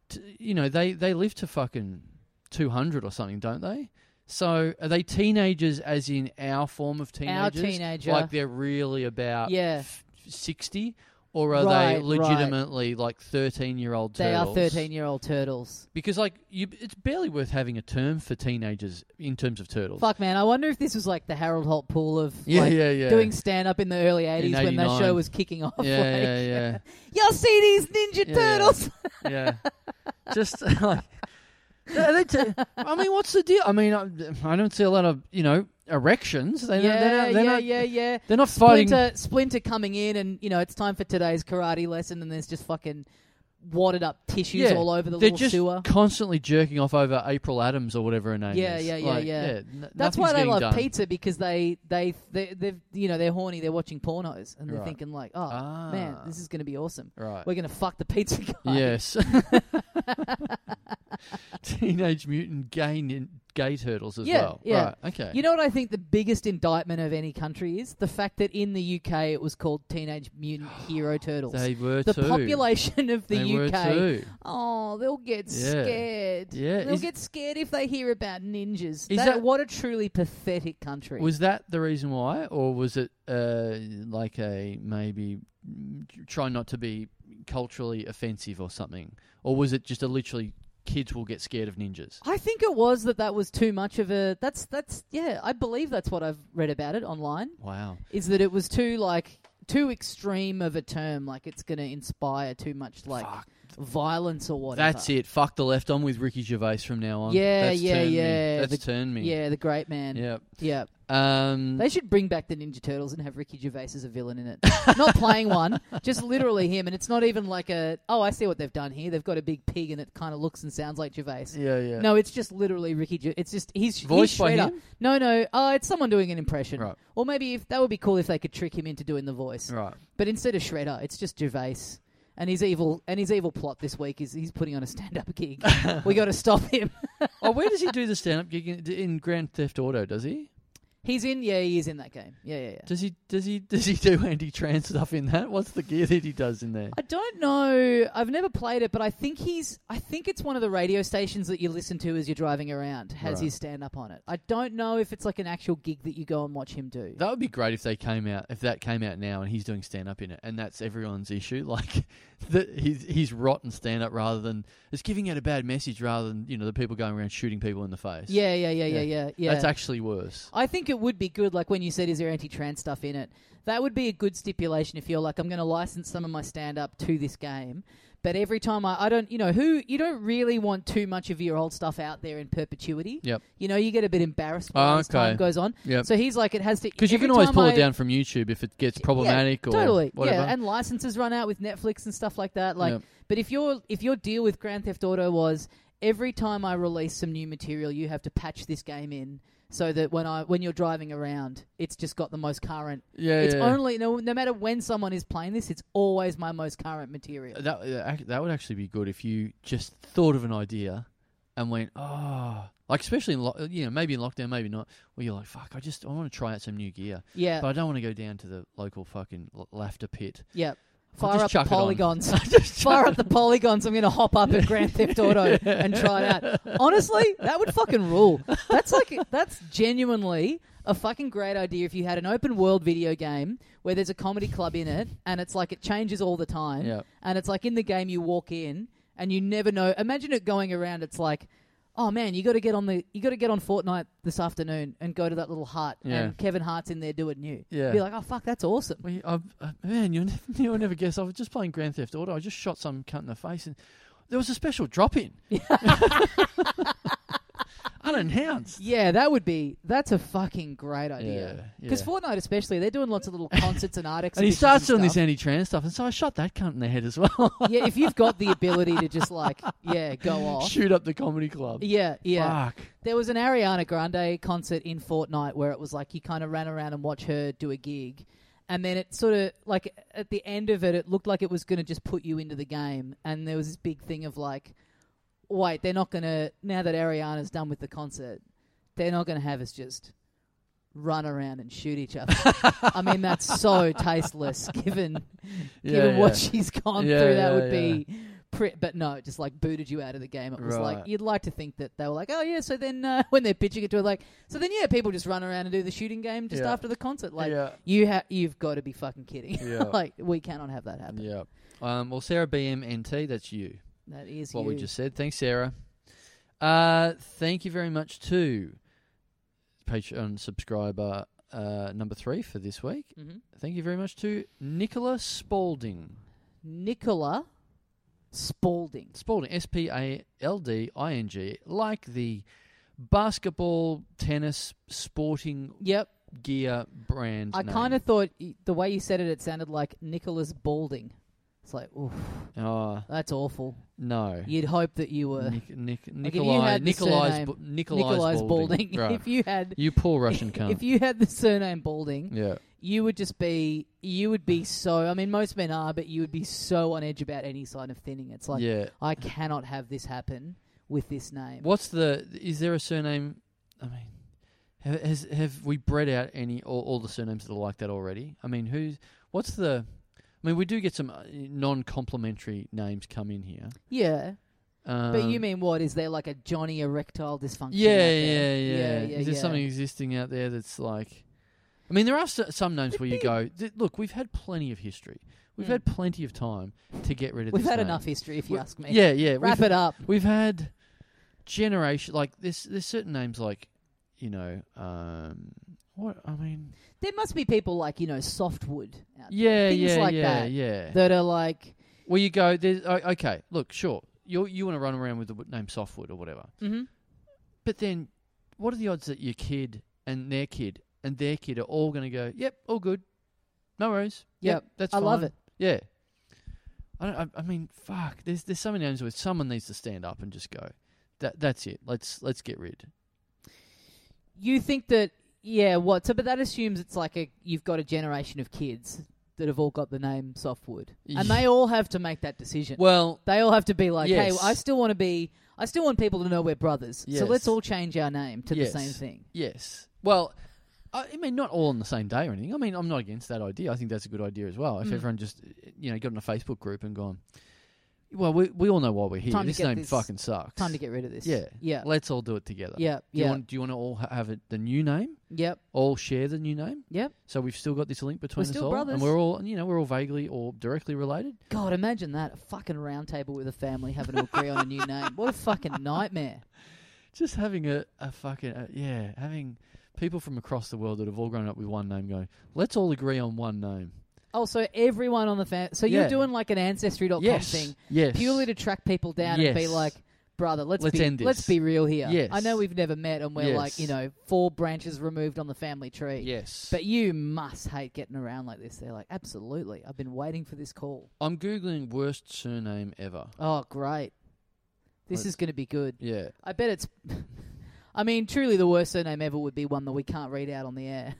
[SPEAKER 2] t- you know, they they live to fucking two hundred or something, don't they? So are they teenagers, as in our form of teenagers?
[SPEAKER 1] Our teenager.
[SPEAKER 2] like they're really about
[SPEAKER 1] Yeah.
[SPEAKER 2] f- sixty, or
[SPEAKER 1] Right,
[SPEAKER 2] are they
[SPEAKER 1] right.
[SPEAKER 2] legitimately like thirteen-year-old
[SPEAKER 1] They
[SPEAKER 2] turtles?
[SPEAKER 1] are thirteen-year-old turtles.
[SPEAKER 2] Because like you, it's barely worth having a term for teenagers in terms of turtles.
[SPEAKER 1] Fuck, man. I wonder if this was like the Harold Holt pool of
[SPEAKER 2] Yeah,
[SPEAKER 1] like,
[SPEAKER 2] yeah, yeah.
[SPEAKER 1] doing stand up in the early 80s when that
[SPEAKER 2] 89.
[SPEAKER 1] show was kicking off.
[SPEAKER 2] Yeah,
[SPEAKER 1] like,
[SPEAKER 2] yeah, yeah,
[SPEAKER 1] Y'all see these Ninja
[SPEAKER 2] Yeah, yeah.
[SPEAKER 1] Turtles?
[SPEAKER 2] yeah. Just like. Are they t- I mean, what's the deal? I mean, I, I don't see a lot of you know erections. They,
[SPEAKER 1] yeah,
[SPEAKER 2] they're not, they're
[SPEAKER 1] yeah,
[SPEAKER 2] not,
[SPEAKER 1] yeah, yeah.
[SPEAKER 2] They're not fighting.
[SPEAKER 1] Splinter, Splinter coming in, and you know it's time for today's karate lesson, and there's just fucking wadded up tissues
[SPEAKER 2] Yeah,
[SPEAKER 1] all over the
[SPEAKER 2] they're
[SPEAKER 1] little
[SPEAKER 2] just
[SPEAKER 1] sewer.
[SPEAKER 2] constantly jerking off over April Adams or whatever her name
[SPEAKER 1] Yeah,
[SPEAKER 2] is.
[SPEAKER 1] yeah, yeah,
[SPEAKER 2] Like,
[SPEAKER 1] yeah.
[SPEAKER 2] n-
[SPEAKER 1] That's
[SPEAKER 2] nothing's
[SPEAKER 1] why they
[SPEAKER 2] getting
[SPEAKER 1] love
[SPEAKER 2] done.
[SPEAKER 1] pizza because they they they they you know they're horny. They're watching pornos and they're
[SPEAKER 2] Right.
[SPEAKER 1] thinking like, oh
[SPEAKER 2] Ah.
[SPEAKER 1] man, this is going to be awesome.
[SPEAKER 2] Right.
[SPEAKER 1] We're going to fuck the pizza guy.
[SPEAKER 2] Yes. Teenage Mutant Gay nin- Gay Turtles as
[SPEAKER 1] Yeah,
[SPEAKER 2] well.
[SPEAKER 1] yeah.
[SPEAKER 2] Right. Okay.
[SPEAKER 1] You know what I think the biggest indictment of any country is? The fact that in the UK it was called Teenage Mutant Hero Turtles.
[SPEAKER 2] they were
[SPEAKER 1] the
[SPEAKER 2] too.
[SPEAKER 1] population of the
[SPEAKER 2] they were
[SPEAKER 1] UK.
[SPEAKER 2] too.
[SPEAKER 1] Oh, they'll get
[SPEAKER 2] Yeah.
[SPEAKER 1] scared.
[SPEAKER 2] Yeah,
[SPEAKER 1] They'll
[SPEAKER 2] is-
[SPEAKER 1] get scared if they hear about ninjas.
[SPEAKER 2] Is
[SPEAKER 1] That-
[SPEAKER 2] that-
[SPEAKER 1] what a truly pathetic country.
[SPEAKER 2] Was that the reason why, or was it uh, like a maybe mm, try not to be culturally offensive or something, or was it just a literally kids will get scared of ninjas?
[SPEAKER 1] I think it was that that was too much of a that's that's yeah, I believe that's what I've read about it online.
[SPEAKER 2] Wow.
[SPEAKER 1] Is that it was too like too extreme of a term, like it's gonna inspire too much like
[SPEAKER 2] Fuck.
[SPEAKER 1] violence or whatever.
[SPEAKER 2] That's it. Fuck the left. I'm with Ricky Gervais from now on.
[SPEAKER 1] Yeah,
[SPEAKER 2] That's
[SPEAKER 1] yeah,
[SPEAKER 2] turned me.
[SPEAKER 1] yeah.
[SPEAKER 2] That's turned me.
[SPEAKER 1] Yeah, the great man. Yeah.
[SPEAKER 2] Yep. Um,
[SPEAKER 1] They should bring back the Ninja Turtles and have Ricky Gervais as a villain in it. Not playing one, just literally him. And it's not even like a, oh, I see what they've done here. They've got a big pig and it kind of looks and sounds like Gervais.
[SPEAKER 2] yeah, yeah.
[SPEAKER 1] No, it's just literally Ricky. Gervais. It's just he's
[SPEAKER 2] Voiced
[SPEAKER 1] he's
[SPEAKER 2] by
[SPEAKER 1] Shredder.
[SPEAKER 2] him?
[SPEAKER 1] No, no, uh, it's someone doing an impression.
[SPEAKER 2] Right.
[SPEAKER 1] Or maybe if that would be cool if they could trick him into doing the voice.
[SPEAKER 2] Right.
[SPEAKER 1] But instead of Shredder, it's just Gervais. And his evil and his evil plot this week is he's putting on a stand up gig. we got to stop him.
[SPEAKER 2] oh, where does he do the stand-up gig in, in Grand Theft Auto? Does he?
[SPEAKER 1] He's in. Yeah, he is in that game. Yeah, yeah, yeah.
[SPEAKER 2] Does he? Does he? Does he do anti-trans stuff in that? What's the gear that he does in there?
[SPEAKER 1] I don't know. I've never played it, but I think he's. I think it's one of the radio stations that you listen to as you're driving around has
[SPEAKER 2] Right.
[SPEAKER 1] his stand up on it. I don't know if it's like an actual gig that you go and watch him do.
[SPEAKER 2] That would be great if they came out if that came out now and he's doing stand up in it and that's everyone's issue. Like that he's he's rotten stand up rather than it's giving out a bad message rather than, you know, the people going around shooting people in the face.
[SPEAKER 1] yeah, yeah, yeah, yeah,
[SPEAKER 2] Yeah.
[SPEAKER 1] yeah, yeah.
[SPEAKER 2] That's actually worse.
[SPEAKER 1] I think it would be good, like when you said, is there anti trans stuff in it? That would be a good stipulation if you're like, I'm going to license some of my stand up to this game. But every time I, I don't, you know, who, you don't really want too much of your old stuff out there in perpetuity.
[SPEAKER 2] Yep.
[SPEAKER 1] You know, you get a bit embarrassed
[SPEAKER 2] Oh,
[SPEAKER 1] as time
[SPEAKER 2] okay.
[SPEAKER 1] goes on.
[SPEAKER 2] Yep.
[SPEAKER 1] So he's like, it has to.
[SPEAKER 2] Because you
[SPEAKER 1] every
[SPEAKER 2] can always
[SPEAKER 1] time
[SPEAKER 2] pull
[SPEAKER 1] I-
[SPEAKER 2] it down from YouTube if it gets problematic
[SPEAKER 1] yeah,
[SPEAKER 2] or
[SPEAKER 1] totally.
[SPEAKER 2] whatever.
[SPEAKER 1] Yeah, and licenses run out with Netflix and stuff like that. Like,
[SPEAKER 2] Yep.
[SPEAKER 1] but if your if your deal with Grand Theft Auto was every time I release some new material, you have to patch this game in so that when I when you're driving around, it's just got the most current.
[SPEAKER 2] yeah,
[SPEAKER 1] it's
[SPEAKER 2] yeah.
[SPEAKER 1] only no no matter when someone is playing this, it's always my most current material.
[SPEAKER 2] that uh, ac- that would actually be good if you just thought of an idea and went, oh, like especially in lo- you know maybe in lockdown, maybe not. Where you're like, fuck, I just I want to try out some new gear,
[SPEAKER 1] Yeah,
[SPEAKER 2] but I don't want to go down to the local fucking l- laughter pit.
[SPEAKER 1] yeah.
[SPEAKER 2] I'll
[SPEAKER 1] Fire
[SPEAKER 2] just
[SPEAKER 1] up the
[SPEAKER 2] chuck it on.
[SPEAKER 1] polygons. Fire up the polygons. I'm going to hop up at Grand Theft Auto and try it out. Honestly, that would fucking rule. That's like that's genuinely a fucking great idea if you had an open world video game where there's a comedy club in it and it's like it changes all the time.
[SPEAKER 2] Yep.
[SPEAKER 1] And it's like in the game you walk in and you never know. Imagine it going around. It's like, oh man, you got to get on the you got to get on Fortnite this afternoon and go to that little hut
[SPEAKER 2] Yeah.
[SPEAKER 1] and Kevin Hart's in there doing new.
[SPEAKER 2] Yeah.
[SPEAKER 1] Be like, oh fuck, that's awesome.
[SPEAKER 2] Well, you- I've, uh, man, you'll never, you'll never guess. I was just playing Grand Theft Auto. I just shot some cunt in the face, and there was a special drop in. Unannounced.
[SPEAKER 1] Yeah, that would be. That's a fucking great idea.
[SPEAKER 2] Yeah,
[SPEAKER 1] Because
[SPEAKER 2] yeah.
[SPEAKER 1] Fortnite, especially, they're doing lots of little concerts and art
[SPEAKER 2] And he
[SPEAKER 1] exhibitions.
[SPEAKER 2] starts doing this
[SPEAKER 1] stuff.
[SPEAKER 2] anti trans stuff, and so I shot that cunt in the head as well.
[SPEAKER 1] yeah, if you've got the ability to just like, yeah, go off.
[SPEAKER 2] Shoot up the comedy club.
[SPEAKER 1] Yeah, yeah.
[SPEAKER 2] Fuck.
[SPEAKER 1] There was an Ariana Grande concert in Fortnite where it was like you kind of ran around and watch her do a gig. And then it sort of like at the end of it, it looked like it was going to just put you into the game. And there was this big thing of like, wait, they're not going to, now that Ariana's done with the concert, they're not going to have us just run around and shoot each other. I mean, that's so tasteless given
[SPEAKER 2] Yeah,
[SPEAKER 1] given
[SPEAKER 2] yeah.
[SPEAKER 1] what she's gone
[SPEAKER 2] Yeah,
[SPEAKER 1] through, that
[SPEAKER 2] yeah,
[SPEAKER 1] would be. Pre- but no, it just like booted you out of the game. It was like
[SPEAKER 2] Right.
[SPEAKER 1] you'd like to think that they were like, oh yeah. So then uh, when they're pitching it to her, like, so then yeah, people just run around and do the shooting game just
[SPEAKER 2] Yeah.
[SPEAKER 1] after the concert. Like
[SPEAKER 2] yeah.
[SPEAKER 1] you ha- you've got to be fucking kidding.
[SPEAKER 2] Yeah.
[SPEAKER 1] like we cannot have that happen.
[SPEAKER 2] Yeah. Um, well, Sarah BMNT, that's you.
[SPEAKER 1] That is
[SPEAKER 2] What
[SPEAKER 1] you.
[SPEAKER 2] we just said. Thanks, Sarah. Uh, thank you very much to Patreon subscriber uh, number three for this week.
[SPEAKER 1] Mhm.
[SPEAKER 2] Thank you very much to Nicola Spalding.
[SPEAKER 1] Nicola Spalding.
[SPEAKER 2] Spalding, S P A L D I N G, like the basketball, tennis, sporting
[SPEAKER 1] Yep,
[SPEAKER 2] gear brand.
[SPEAKER 1] I
[SPEAKER 2] name.
[SPEAKER 1] kind of thought y- the way you said it, it sounded like Nicholas Balding. It's like, oof,
[SPEAKER 2] Oh,
[SPEAKER 1] that's awful.
[SPEAKER 2] no.
[SPEAKER 1] You'd hope that you were
[SPEAKER 2] Nic- Nic-
[SPEAKER 1] if you
[SPEAKER 2] Nikolai,
[SPEAKER 1] had the
[SPEAKER 2] Nikolai's,
[SPEAKER 1] surname
[SPEAKER 2] Bu- Nikolai's,
[SPEAKER 1] Nicholas Balding.
[SPEAKER 2] Balding. Right.
[SPEAKER 1] if you had
[SPEAKER 2] you poor Russian cunt.
[SPEAKER 1] If you had the surname Balding,
[SPEAKER 2] yeah.
[SPEAKER 1] you would just be you would be so. I mean, most men are, but you would be so on edge about any sign of thinning. It's like
[SPEAKER 2] yeah.
[SPEAKER 1] I cannot have this happen with this name.
[SPEAKER 2] What's the? Is there a surname? I mean, have has, have we bred out any all, all the surnames that are like that already? I mean, who's? What's the? I mean, we do get some uh, non-complimentary names come in here.
[SPEAKER 1] Yeah,
[SPEAKER 2] Um,
[SPEAKER 1] but you mean what? Is there like a Johnny erectile dysfunction?
[SPEAKER 2] Yeah,
[SPEAKER 1] out
[SPEAKER 2] yeah, yeah,
[SPEAKER 1] there?
[SPEAKER 2] Is there something existing out there that's like? I mean, there are s- some names where you go, "Th- look, we've had plenty of history. We've
[SPEAKER 1] Hmm.
[SPEAKER 2] had plenty of time to get rid of
[SPEAKER 1] We've
[SPEAKER 2] this.
[SPEAKER 1] had
[SPEAKER 2] name."
[SPEAKER 1] enough history, if you
[SPEAKER 2] We-
[SPEAKER 1] ask me.
[SPEAKER 2] Yeah, yeah.
[SPEAKER 1] wrap
[SPEAKER 2] we've-
[SPEAKER 1] it up.
[SPEAKER 2] We've had generation like there's there's certain names like you know um what I mean
[SPEAKER 1] There must be people like you know Softwood. Out there,
[SPEAKER 2] yeah
[SPEAKER 1] things
[SPEAKER 2] yeah
[SPEAKER 1] like
[SPEAKER 2] yeah
[SPEAKER 1] that
[SPEAKER 2] yeah
[SPEAKER 1] that are like
[SPEAKER 2] well you go there's o- okay look sure you you want to run around with the w- name Softwood or whatever
[SPEAKER 1] mhm.
[SPEAKER 2] but then what are the odds that your kid and their kid and their kid are all going to go yep all good no worries
[SPEAKER 1] Yep,
[SPEAKER 2] that's
[SPEAKER 1] I love
[SPEAKER 2] fine."
[SPEAKER 1] it.
[SPEAKER 2] yeah I don't I, I mean fuck there's there's so many names where someone needs to stand up and just go that that's it let's let's get rid
[SPEAKER 1] You think that yeah, what? So, but that assumes it's like a you've got a generation of kids that have all got the name Softwood, and they all have to make that decision.
[SPEAKER 2] well
[SPEAKER 1] they all have to be like,
[SPEAKER 2] Yes.
[SPEAKER 1] hey, I still want to be, I still want people to know we're brothers. So
[SPEAKER 2] Yes.
[SPEAKER 1] let's all change our name to
[SPEAKER 2] Yes.
[SPEAKER 1] the same thing.
[SPEAKER 2] Yes. Well, I I mean, not all on the same day or anything. I mean, I'm not against that idea. I think that's a good idea as well. If
[SPEAKER 1] Mm.
[SPEAKER 2] everyone just, you know, got in a Facebook group and gone, well, we we all know why we're here.
[SPEAKER 1] Time to
[SPEAKER 2] this
[SPEAKER 1] get
[SPEAKER 2] name
[SPEAKER 1] this-
[SPEAKER 2] fucking sucks.
[SPEAKER 1] Time to get rid of this.
[SPEAKER 2] Yeah.
[SPEAKER 1] yeah,
[SPEAKER 2] Let's all do it together.
[SPEAKER 1] yeah,
[SPEAKER 2] Do you
[SPEAKER 1] yeah,
[SPEAKER 2] want Do you want to all ha- have it, the new name?
[SPEAKER 1] yep,
[SPEAKER 2] All share the new name.
[SPEAKER 1] yep.
[SPEAKER 2] So we've still got this link between us
[SPEAKER 1] still
[SPEAKER 2] all,
[SPEAKER 1] brothers.
[SPEAKER 2] and we're all, you know, we're all vaguely or directly related.
[SPEAKER 1] God, imagine that a fucking round table with a family having to agree on a new name. What a fucking nightmare.
[SPEAKER 2] Just having a a fucking uh, yeah, having people from across the world that have all grown up with one name going, let's all agree on one name.
[SPEAKER 1] Oh, so everyone on the fam. So
[SPEAKER 2] Yeah.
[SPEAKER 1] you're doing like an ancestry.com
[SPEAKER 2] yes.
[SPEAKER 1] thing.
[SPEAKER 2] Yes.
[SPEAKER 1] purely to track people down and be
[SPEAKER 2] Yes.
[SPEAKER 1] like, brother, let's
[SPEAKER 2] Let's
[SPEAKER 1] be,
[SPEAKER 2] end
[SPEAKER 1] let's
[SPEAKER 2] this."
[SPEAKER 1] be real here.
[SPEAKER 2] Yes.
[SPEAKER 1] I know we've never met and we're like,
[SPEAKER 2] Yes.
[SPEAKER 1] you know, four branches removed on the family tree.
[SPEAKER 2] Yes.
[SPEAKER 1] But you must hate getting around like this. They're like, absolutely. I've been waiting for this call.
[SPEAKER 2] I'm googling worst surname ever.
[SPEAKER 1] Oh, great. This
[SPEAKER 2] Let's-
[SPEAKER 1] is going to be good.
[SPEAKER 2] Yeah.
[SPEAKER 1] I bet it's. I mean, truly, the worst surname ever would be one that we can't read out on the air.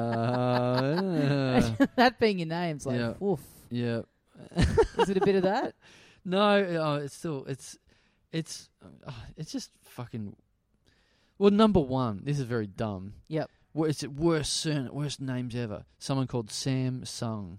[SPEAKER 2] Uh,
[SPEAKER 1] that being your name's like,
[SPEAKER 2] Yeah.
[SPEAKER 1] oof.
[SPEAKER 2] yeah.
[SPEAKER 1] Is it a bit of that?
[SPEAKER 2] No, uh, it's still it's it's uh, it's just fucking. Well, number one, this is very dumb.
[SPEAKER 1] Yep.
[SPEAKER 2] Wor- It's the worst surname, worst names ever. Someone called Sam Sung.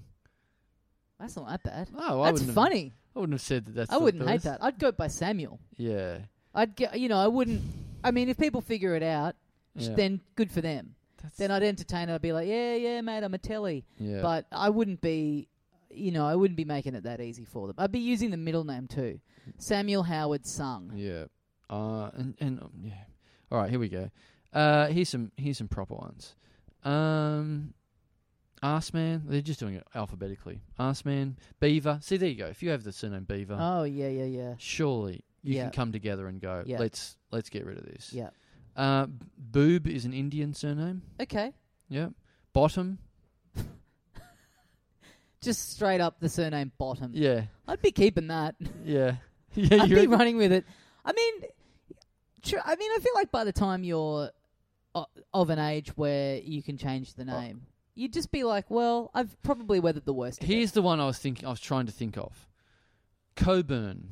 [SPEAKER 1] That's not that bad.
[SPEAKER 2] No, Oh, I
[SPEAKER 1] that's
[SPEAKER 2] wouldn't
[SPEAKER 1] funny.
[SPEAKER 2] Have, I wouldn't have said that. That's
[SPEAKER 1] I
[SPEAKER 2] the-
[SPEAKER 1] wouldn't
[SPEAKER 2] the
[SPEAKER 1] hate
[SPEAKER 2] rest.
[SPEAKER 1] that. I'd go by Samuel.
[SPEAKER 2] Yeah,
[SPEAKER 1] I'd get, you know, I wouldn't. I mean, if people figure it out, sh
[SPEAKER 2] Yeah.
[SPEAKER 1] then good for them.
[SPEAKER 2] That's-
[SPEAKER 1] Then I'd entertain it. I'd be like, yeah, yeah, mate, I'm a telly.
[SPEAKER 2] yeah.
[SPEAKER 1] But I wouldn't be, you know, I wouldn't be making it that easy for them. I'd be using the middle name too, Samuel Howard Sung.
[SPEAKER 2] Yeah. Uh, and and um, yeah. All right, here we go. Uh, here's some here's some proper ones. Um, Arse man, they're just doing it alphabetically. Arse man, Beaver. See, there you go. If you have the surname Beaver,
[SPEAKER 1] Oh yeah, yeah, yeah,
[SPEAKER 2] surely you
[SPEAKER 1] Yeah.
[SPEAKER 2] can come together and go.
[SPEAKER 1] Yeah.
[SPEAKER 2] Let's let's get rid of this.
[SPEAKER 1] yeah.
[SPEAKER 2] Uh, B- Boob is an Indian surname.
[SPEAKER 1] Okay,
[SPEAKER 2] Yeah. Bottom.
[SPEAKER 1] just straight up the surname Bottom.
[SPEAKER 2] Yeah.
[SPEAKER 1] I'd be keeping that.
[SPEAKER 2] Yeah. yeah.
[SPEAKER 1] I'd be
[SPEAKER 2] you reckon?
[SPEAKER 1] running with it. I mean, tr- I mean, I feel like by the time you're o- of an age where you can change the
[SPEAKER 2] Oh.
[SPEAKER 1] name, you'd just be like, "Well, I've probably weathered the worst." of it."
[SPEAKER 2] Here's the one I was thinking. I was trying to think of. Coburn,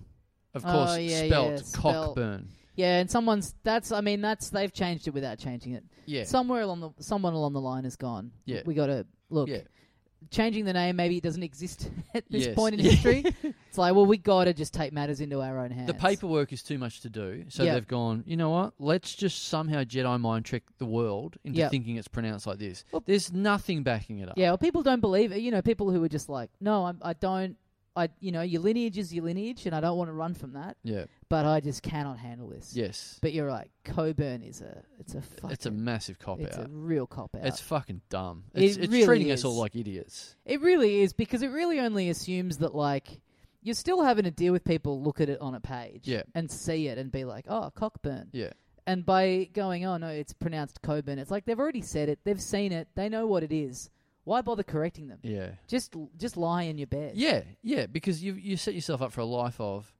[SPEAKER 2] of
[SPEAKER 1] Oh,
[SPEAKER 2] course,
[SPEAKER 1] yeah,
[SPEAKER 2] spelt
[SPEAKER 1] yeah, spelt.
[SPEAKER 2] Cockburn.
[SPEAKER 1] yeah, and someone's that's. I mean, that's they've changed it without changing it.
[SPEAKER 2] Yeah.
[SPEAKER 1] Somewhere along the someone along the line has gone.
[SPEAKER 2] Yeah.
[SPEAKER 1] we got to look.
[SPEAKER 2] yeah.
[SPEAKER 1] Changing the name maybe it doesn't exist at this
[SPEAKER 2] Yes.
[SPEAKER 1] point in
[SPEAKER 2] Yeah.
[SPEAKER 1] history. it's like, well, we got to just take matters into our own hands.
[SPEAKER 2] The paperwork is too much to do, so
[SPEAKER 1] Yeah.
[SPEAKER 2] they've gone. You know what? Let's just somehow Jedi mind trick the world into
[SPEAKER 1] Yeah.
[SPEAKER 2] thinking it's pronounced like this.
[SPEAKER 1] Well-
[SPEAKER 2] There's nothing backing it up.
[SPEAKER 1] Yeah, well, people don't believe it. You know, people who are just like, no, I'm, I don't. I, you know, your lineage is your lineage, and I don't want to run from that.
[SPEAKER 2] Yeah.
[SPEAKER 1] But I just cannot handle this.
[SPEAKER 2] Yes.
[SPEAKER 1] But you're right. Coburn is a. It's a. Fucking,
[SPEAKER 2] it's a massive cop
[SPEAKER 1] It's a
[SPEAKER 2] out.
[SPEAKER 1] real cop out.
[SPEAKER 2] It's fucking dumb.
[SPEAKER 1] It
[SPEAKER 2] It's, it's
[SPEAKER 1] really
[SPEAKER 2] treating
[SPEAKER 1] is.
[SPEAKER 2] us all like idiots.
[SPEAKER 1] it really is because it really only assumes that like you're still having to deal with people look at it on a page
[SPEAKER 2] Yeah.
[SPEAKER 1] and see it and be like, oh, Cockburn.
[SPEAKER 2] Yeah.
[SPEAKER 1] And by going, oh no, it's pronounced Coburn. It's like they've already said it. They've seen it. They know what it is. Why bother correcting them?
[SPEAKER 2] Yeah.
[SPEAKER 1] Just just lie in your bed.
[SPEAKER 2] Yeah. Yeah. Because you you set yourself up for a life of.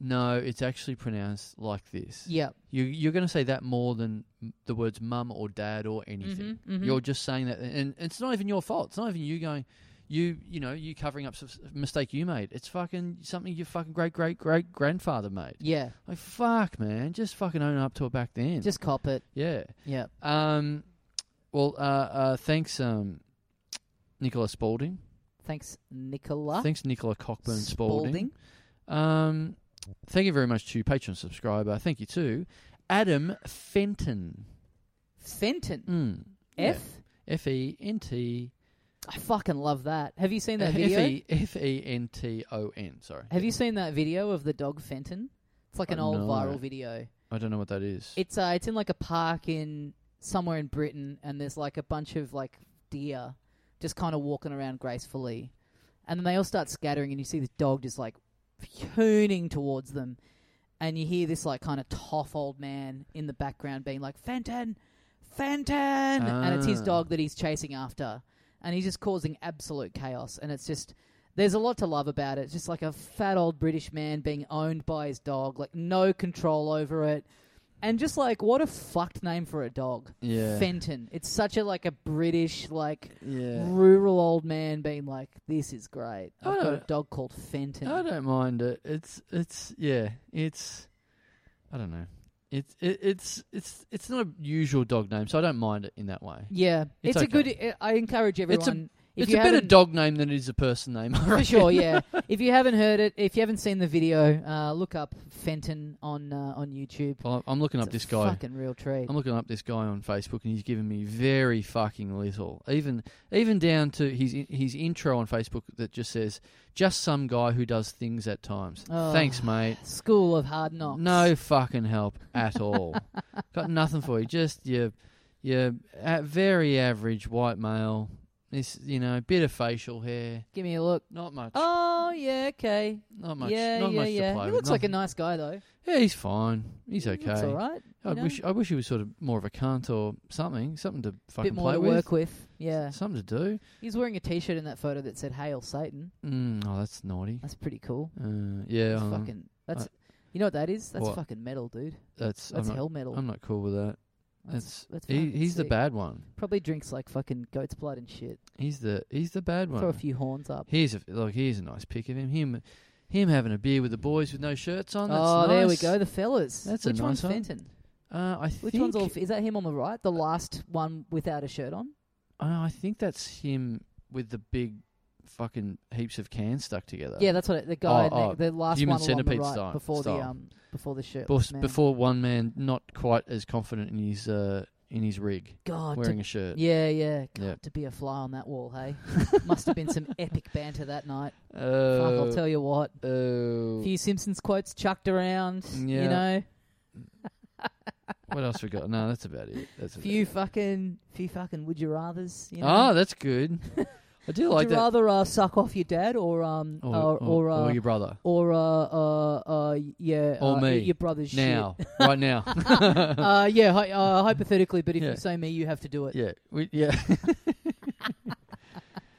[SPEAKER 2] No, it's actually pronounced like this.
[SPEAKER 1] Yeah.
[SPEAKER 2] You, you're going to say that more than m- the words mum or dad or anything.
[SPEAKER 1] Mhm, mhm.
[SPEAKER 2] You're just saying that, and it's not even your fault. It's not even you going, you you know, you covering up s- mistake you made. It's fucking something your fucking great great great grandfather made.
[SPEAKER 1] Yeah.
[SPEAKER 2] Like fuck, man, just fucking own up to it back then.
[SPEAKER 1] Just cop it.
[SPEAKER 2] yeah.
[SPEAKER 1] Yeah.
[SPEAKER 2] Um, well, uh, uh, thanks, um, Nicola Spaulding.
[SPEAKER 1] Thanks, Nicola.
[SPEAKER 2] Thanks, Nicola Cockburn Spaulding. Um, thank you very much to Patreon subscriber. Thank you to Adam Fenton.
[SPEAKER 1] Fenton.
[SPEAKER 2] Mm.
[SPEAKER 1] F.
[SPEAKER 2] F E N T.
[SPEAKER 1] I fucking love that. Have you seen that
[SPEAKER 2] F
[SPEAKER 1] video?
[SPEAKER 2] E F E N T O N. Sorry.
[SPEAKER 1] Have you seen that video of the dog Fenton? It's like an
[SPEAKER 2] Uh,
[SPEAKER 1] old
[SPEAKER 2] no.
[SPEAKER 1] viral video.
[SPEAKER 2] I don't know what that is.
[SPEAKER 1] It's uh, it's in like a park in somewhere in Britain, and there's like a bunch of like deer just kind of walking around gracefully, and then they all start scattering, and you see this dog just like hooning towards them, and you hear this like kind of tough old man in the background being like Fenton, Fenton, and it's his
[SPEAKER 2] Ah.
[SPEAKER 1] dog that he's chasing after, and he's just causing absolute chaos, and it's just. There's a lot to love about it. It's just like a fat old British man being owned by his dog, like no control over it. And just like what a fucked name for a dog.
[SPEAKER 2] Yeah.
[SPEAKER 1] Fenton. It's such a like a British like
[SPEAKER 2] yeah.
[SPEAKER 1] rural old man being like this is great. I've
[SPEAKER 2] I
[SPEAKER 1] got a
[SPEAKER 2] don't-
[SPEAKER 1] dog called Fenton.
[SPEAKER 2] I don't mind it. It's it's yeah. It's I don't know. It's it, it's it's it's not a usual dog name, so I don't mind it in that way.
[SPEAKER 1] yeah. It's,
[SPEAKER 2] It's
[SPEAKER 1] a good I- I encourage
[SPEAKER 2] a-
[SPEAKER 1] everyone if
[SPEAKER 2] it's
[SPEAKER 1] you
[SPEAKER 2] a better
[SPEAKER 1] haven't-
[SPEAKER 2] dog name than it is a person name. I
[SPEAKER 1] for
[SPEAKER 2] reckon.
[SPEAKER 1] sure, yeah. if you haven't heard it, if you haven't seen the video, uh, look up Fenton on uh, on YouTube.
[SPEAKER 2] Well, I'm looking
[SPEAKER 1] It's
[SPEAKER 2] up
[SPEAKER 1] a
[SPEAKER 2] this guy.
[SPEAKER 1] Fucking real treat.
[SPEAKER 2] I'm looking up this guy on Facebook, and he's giving me very fucking little. Even even down to his his intro on Facebook that just says, "Just some guy who does things at times."
[SPEAKER 1] Oh,
[SPEAKER 2] Thanks, mate.
[SPEAKER 1] School of Hard Knocks.
[SPEAKER 2] No fucking help at all. Got nothing for you. Just your your a- very average white male. This you know, bit of facial hair.
[SPEAKER 1] Give me a look.
[SPEAKER 2] Not much.
[SPEAKER 1] Oh yeah, okay.
[SPEAKER 2] not much.
[SPEAKER 1] yeah,
[SPEAKER 2] not
[SPEAKER 1] yeah,
[SPEAKER 2] much
[SPEAKER 1] yeah.
[SPEAKER 2] to play
[SPEAKER 1] he
[SPEAKER 2] with.
[SPEAKER 1] looks like a
[SPEAKER 2] Nothing-
[SPEAKER 1] nice guy though.
[SPEAKER 2] Yeah, he's fine. He's okay.
[SPEAKER 1] It's all right.
[SPEAKER 2] I
[SPEAKER 1] you know?
[SPEAKER 2] wish I wish he was sort of more of a cunt or something. Something to fucking
[SPEAKER 1] bit more
[SPEAKER 2] play
[SPEAKER 1] to
[SPEAKER 2] with.
[SPEAKER 1] work with. Yeah,
[SPEAKER 2] Something to do.
[SPEAKER 1] he's wearing a T-shirt in that photo that said "Hail Satan."
[SPEAKER 2] Mm, oh, that's naughty.
[SPEAKER 1] That's pretty cool.
[SPEAKER 2] Uh, yeah,
[SPEAKER 1] That's
[SPEAKER 2] um,
[SPEAKER 1] fucking. That's you know what that is? That's
[SPEAKER 2] What?
[SPEAKER 1] fucking metal, dude.
[SPEAKER 2] that's
[SPEAKER 1] That's
[SPEAKER 2] I'm, not,
[SPEAKER 1] hell metal.
[SPEAKER 2] I'm not cool with that. That's,
[SPEAKER 1] that's
[SPEAKER 2] he,
[SPEAKER 1] fucking
[SPEAKER 2] he's the
[SPEAKER 1] sick.
[SPEAKER 2] bad one.
[SPEAKER 1] Probably drinks like fucking goat's blood and shit.
[SPEAKER 2] He's the he's the bad
[SPEAKER 1] Throw a
[SPEAKER 2] one.
[SPEAKER 1] few horns up.
[SPEAKER 2] Here's a like here's a nice pic of him. Him him having a beer with the boys with no shirts on. That's
[SPEAKER 1] oh, there we
[SPEAKER 2] nice.
[SPEAKER 1] go. The fellas.
[SPEAKER 2] That's a
[SPEAKER 1] Which one's
[SPEAKER 2] nice one.
[SPEAKER 1] Fenton?
[SPEAKER 2] Uh, I
[SPEAKER 1] Which
[SPEAKER 2] think
[SPEAKER 1] one's all? Is that him on the right? The last one without a shirt on.
[SPEAKER 2] uh, I think that's him with the big fucking heaps of cans stuck together.
[SPEAKER 1] Yeah, that's what it, the guy.
[SPEAKER 2] Oh, oh,
[SPEAKER 1] the last
[SPEAKER 2] human
[SPEAKER 1] one along the
[SPEAKER 2] centipede
[SPEAKER 1] right
[SPEAKER 2] style-
[SPEAKER 1] before the
[SPEAKER 2] style.
[SPEAKER 1] um before the shirt.
[SPEAKER 2] Bef- before one man not quite as confident in his uh, in his rig,
[SPEAKER 1] God,
[SPEAKER 2] wearing
[SPEAKER 1] Oh, to,
[SPEAKER 2] a shirt.
[SPEAKER 1] yeah, yeah, God,
[SPEAKER 2] Yeah.
[SPEAKER 1] to be a fly on that wall, hey, must have been some epic banter that night.
[SPEAKER 2] Oh,
[SPEAKER 1] Fuck, I'll tell you what.
[SPEAKER 2] oh.
[SPEAKER 1] few Simpsons quotes chucked around, you
[SPEAKER 2] Yeah.
[SPEAKER 1] know.
[SPEAKER 2] what else we got? No, that's about it. That's about
[SPEAKER 1] Few fucking, few fucking would you rather's, you
[SPEAKER 2] it.
[SPEAKER 1] know.
[SPEAKER 2] Ah, that's good. I do
[SPEAKER 1] would
[SPEAKER 2] like
[SPEAKER 1] you
[SPEAKER 2] that.
[SPEAKER 1] rather uh, suck off your dad or um
[SPEAKER 2] Or,
[SPEAKER 1] or or,
[SPEAKER 2] or-
[SPEAKER 1] uh,
[SPEAKER 2] or your brother.
[SPEAKER 1] or uh, uh, uh yeah
[SPEAKER 2] Or
[SPEAKER 1] uh,
[SPEAKER 2] me.
[SPEAKER 1] your brother's
[SPEAKER 2] Now, right now.
[SPEAKER 1] shit. uh yeah hy- uh, hypothetically, but if
[SPEAKER 2] Yeah.
[SPEAKER 1] you say me, you have to do it.
[SPEAKER 2] Yeah, we, yeah.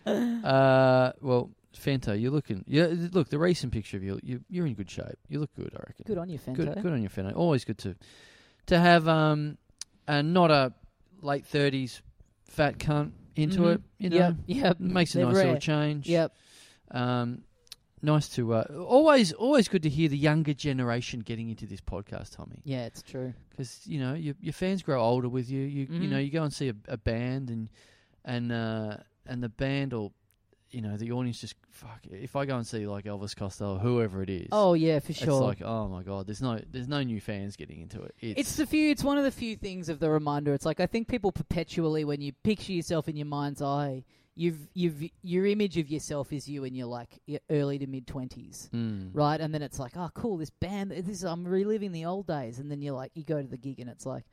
[SPEAKER 2] uh, well, Fanta, you're looking. Yeah, look, the recent picture of you, you, you're in good shape. You look good, I reckon.
[SPEAKER 1] Good on you, Fento.
[SPEAKER 2] good, good on you, Fanta. Always good to to have um, a, not a late thirties fat cunt into
[SPEAKER 1] Mhm.
[SPEAKER 2] it. You know,
[SPEAKER 1] Yep, yep.
[SPEAKER 2] makes a
[SPEAKER 1] They're
[SPEAKER 2] nice
[SPEAKER 1] rare.
[SPEAKER 2] little change.
[SPEAKER 1] Yep.
[SPEAKER 2] Um, nice to uh, always always good to hear the younger generation getting into this podcast, Tommy
[SPEAKER 1] Yeah, it's true.
[SPEAKER 2] because you know your your fans grow older with you. You you
[SPEAKER 1] Mhm.
[SPEAKER 2] know you go and see a, a band and and uh, and the band or you know the audience just fuck. If I go and see like Elvis Costello, whoever it is,
[SPEAKER 1] Oh yeah, for
[SPEAKER 2] it's
[SPEAKER 1] sure.
[SPEAKER 2] like oh my god, there's no there's no new fans getting into it. It's,
[SPEAKER 1] It's the few. It's one of the few things of the reminder. It's like I think people perpetually, when you picture yourself in your mind's eye, you've you've your image of yourself is you in your like your early to mid twenties,
[SPEAKER 2] Mm.
[SPEAKER 1] right? And then it's like, oh, cool, this band. This I'm reliving the old days, and then you're like, you go to the gig, and it's like,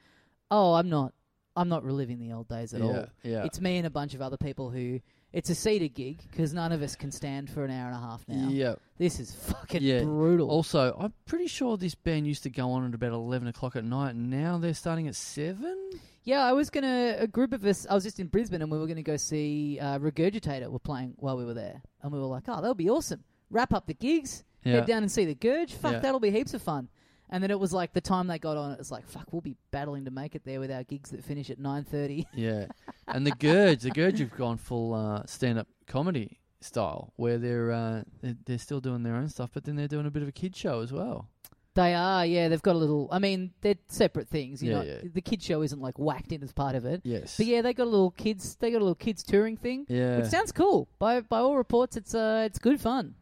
[SPEAKER 1] oh, I'm not, I'm not reliving the old days at
[SPEAKER 2] yeah,
[SPEAKER 1] all.
[SPEAKER 2] Yeah,
[SPEAKER 1] It's me and a bunch of other people who. It's a seated gig because none of us can stand for an hour and a half now.
[SPEAKER 2] yeah.
[SPEAKER 1] This is fucking
[SPEAKER 2] Yeah.
[SPEAKER 1] brutal.
[SPEAKER 2] Also, I'm pretty sure this band used to go on at about eleven o'clock at night. and Now they're starting at seven.
[SPEAKER 1] Yeah, I was gonna. A group of us. I was just in Brisbane, and we were gonna go see uh, Regurgitator. Were playing while we were there, and we were like, "Oh, that'll be awesome! Wrap up the gigs,
[SPEAKER 2] Yeah,
[SPEAKER 1] head down and see the Gurge. Fuck,
[SPEAKER 2] Yeah.
[SPEAKER 1] that'll be heaps of fun." And then it was like the time they got on, it was like, "Fuck, we'll be battling to make it there with our gigs that finish at 9.30.
[SPEAKER 2] Yeah, and the Gurge, the Gurge have gone full uh, stand-up comedy style, where they're uh, they're- they're still doing their own stuff, but then they're doing a bit of a kid show as well.
[SPEAKER 1] They are, yeah. They've got a little. I mean, they're separate things. You
[SPEAKER 2] Yeah,
[SPEAKER 1] know,
[SPEAKER 2] yeah.
[SPEAKER 1] the kids show isn't like whacked in as part of it.
[SPEAKER 2] Yes.
[SPEAKER 1] But yeah, they got a little kids. They got a little kids touring thing,
[SPEAKER 2] Yeah.
[SPEAKER 1] which sounds cool. By by all reports, it's uh, it's good fun.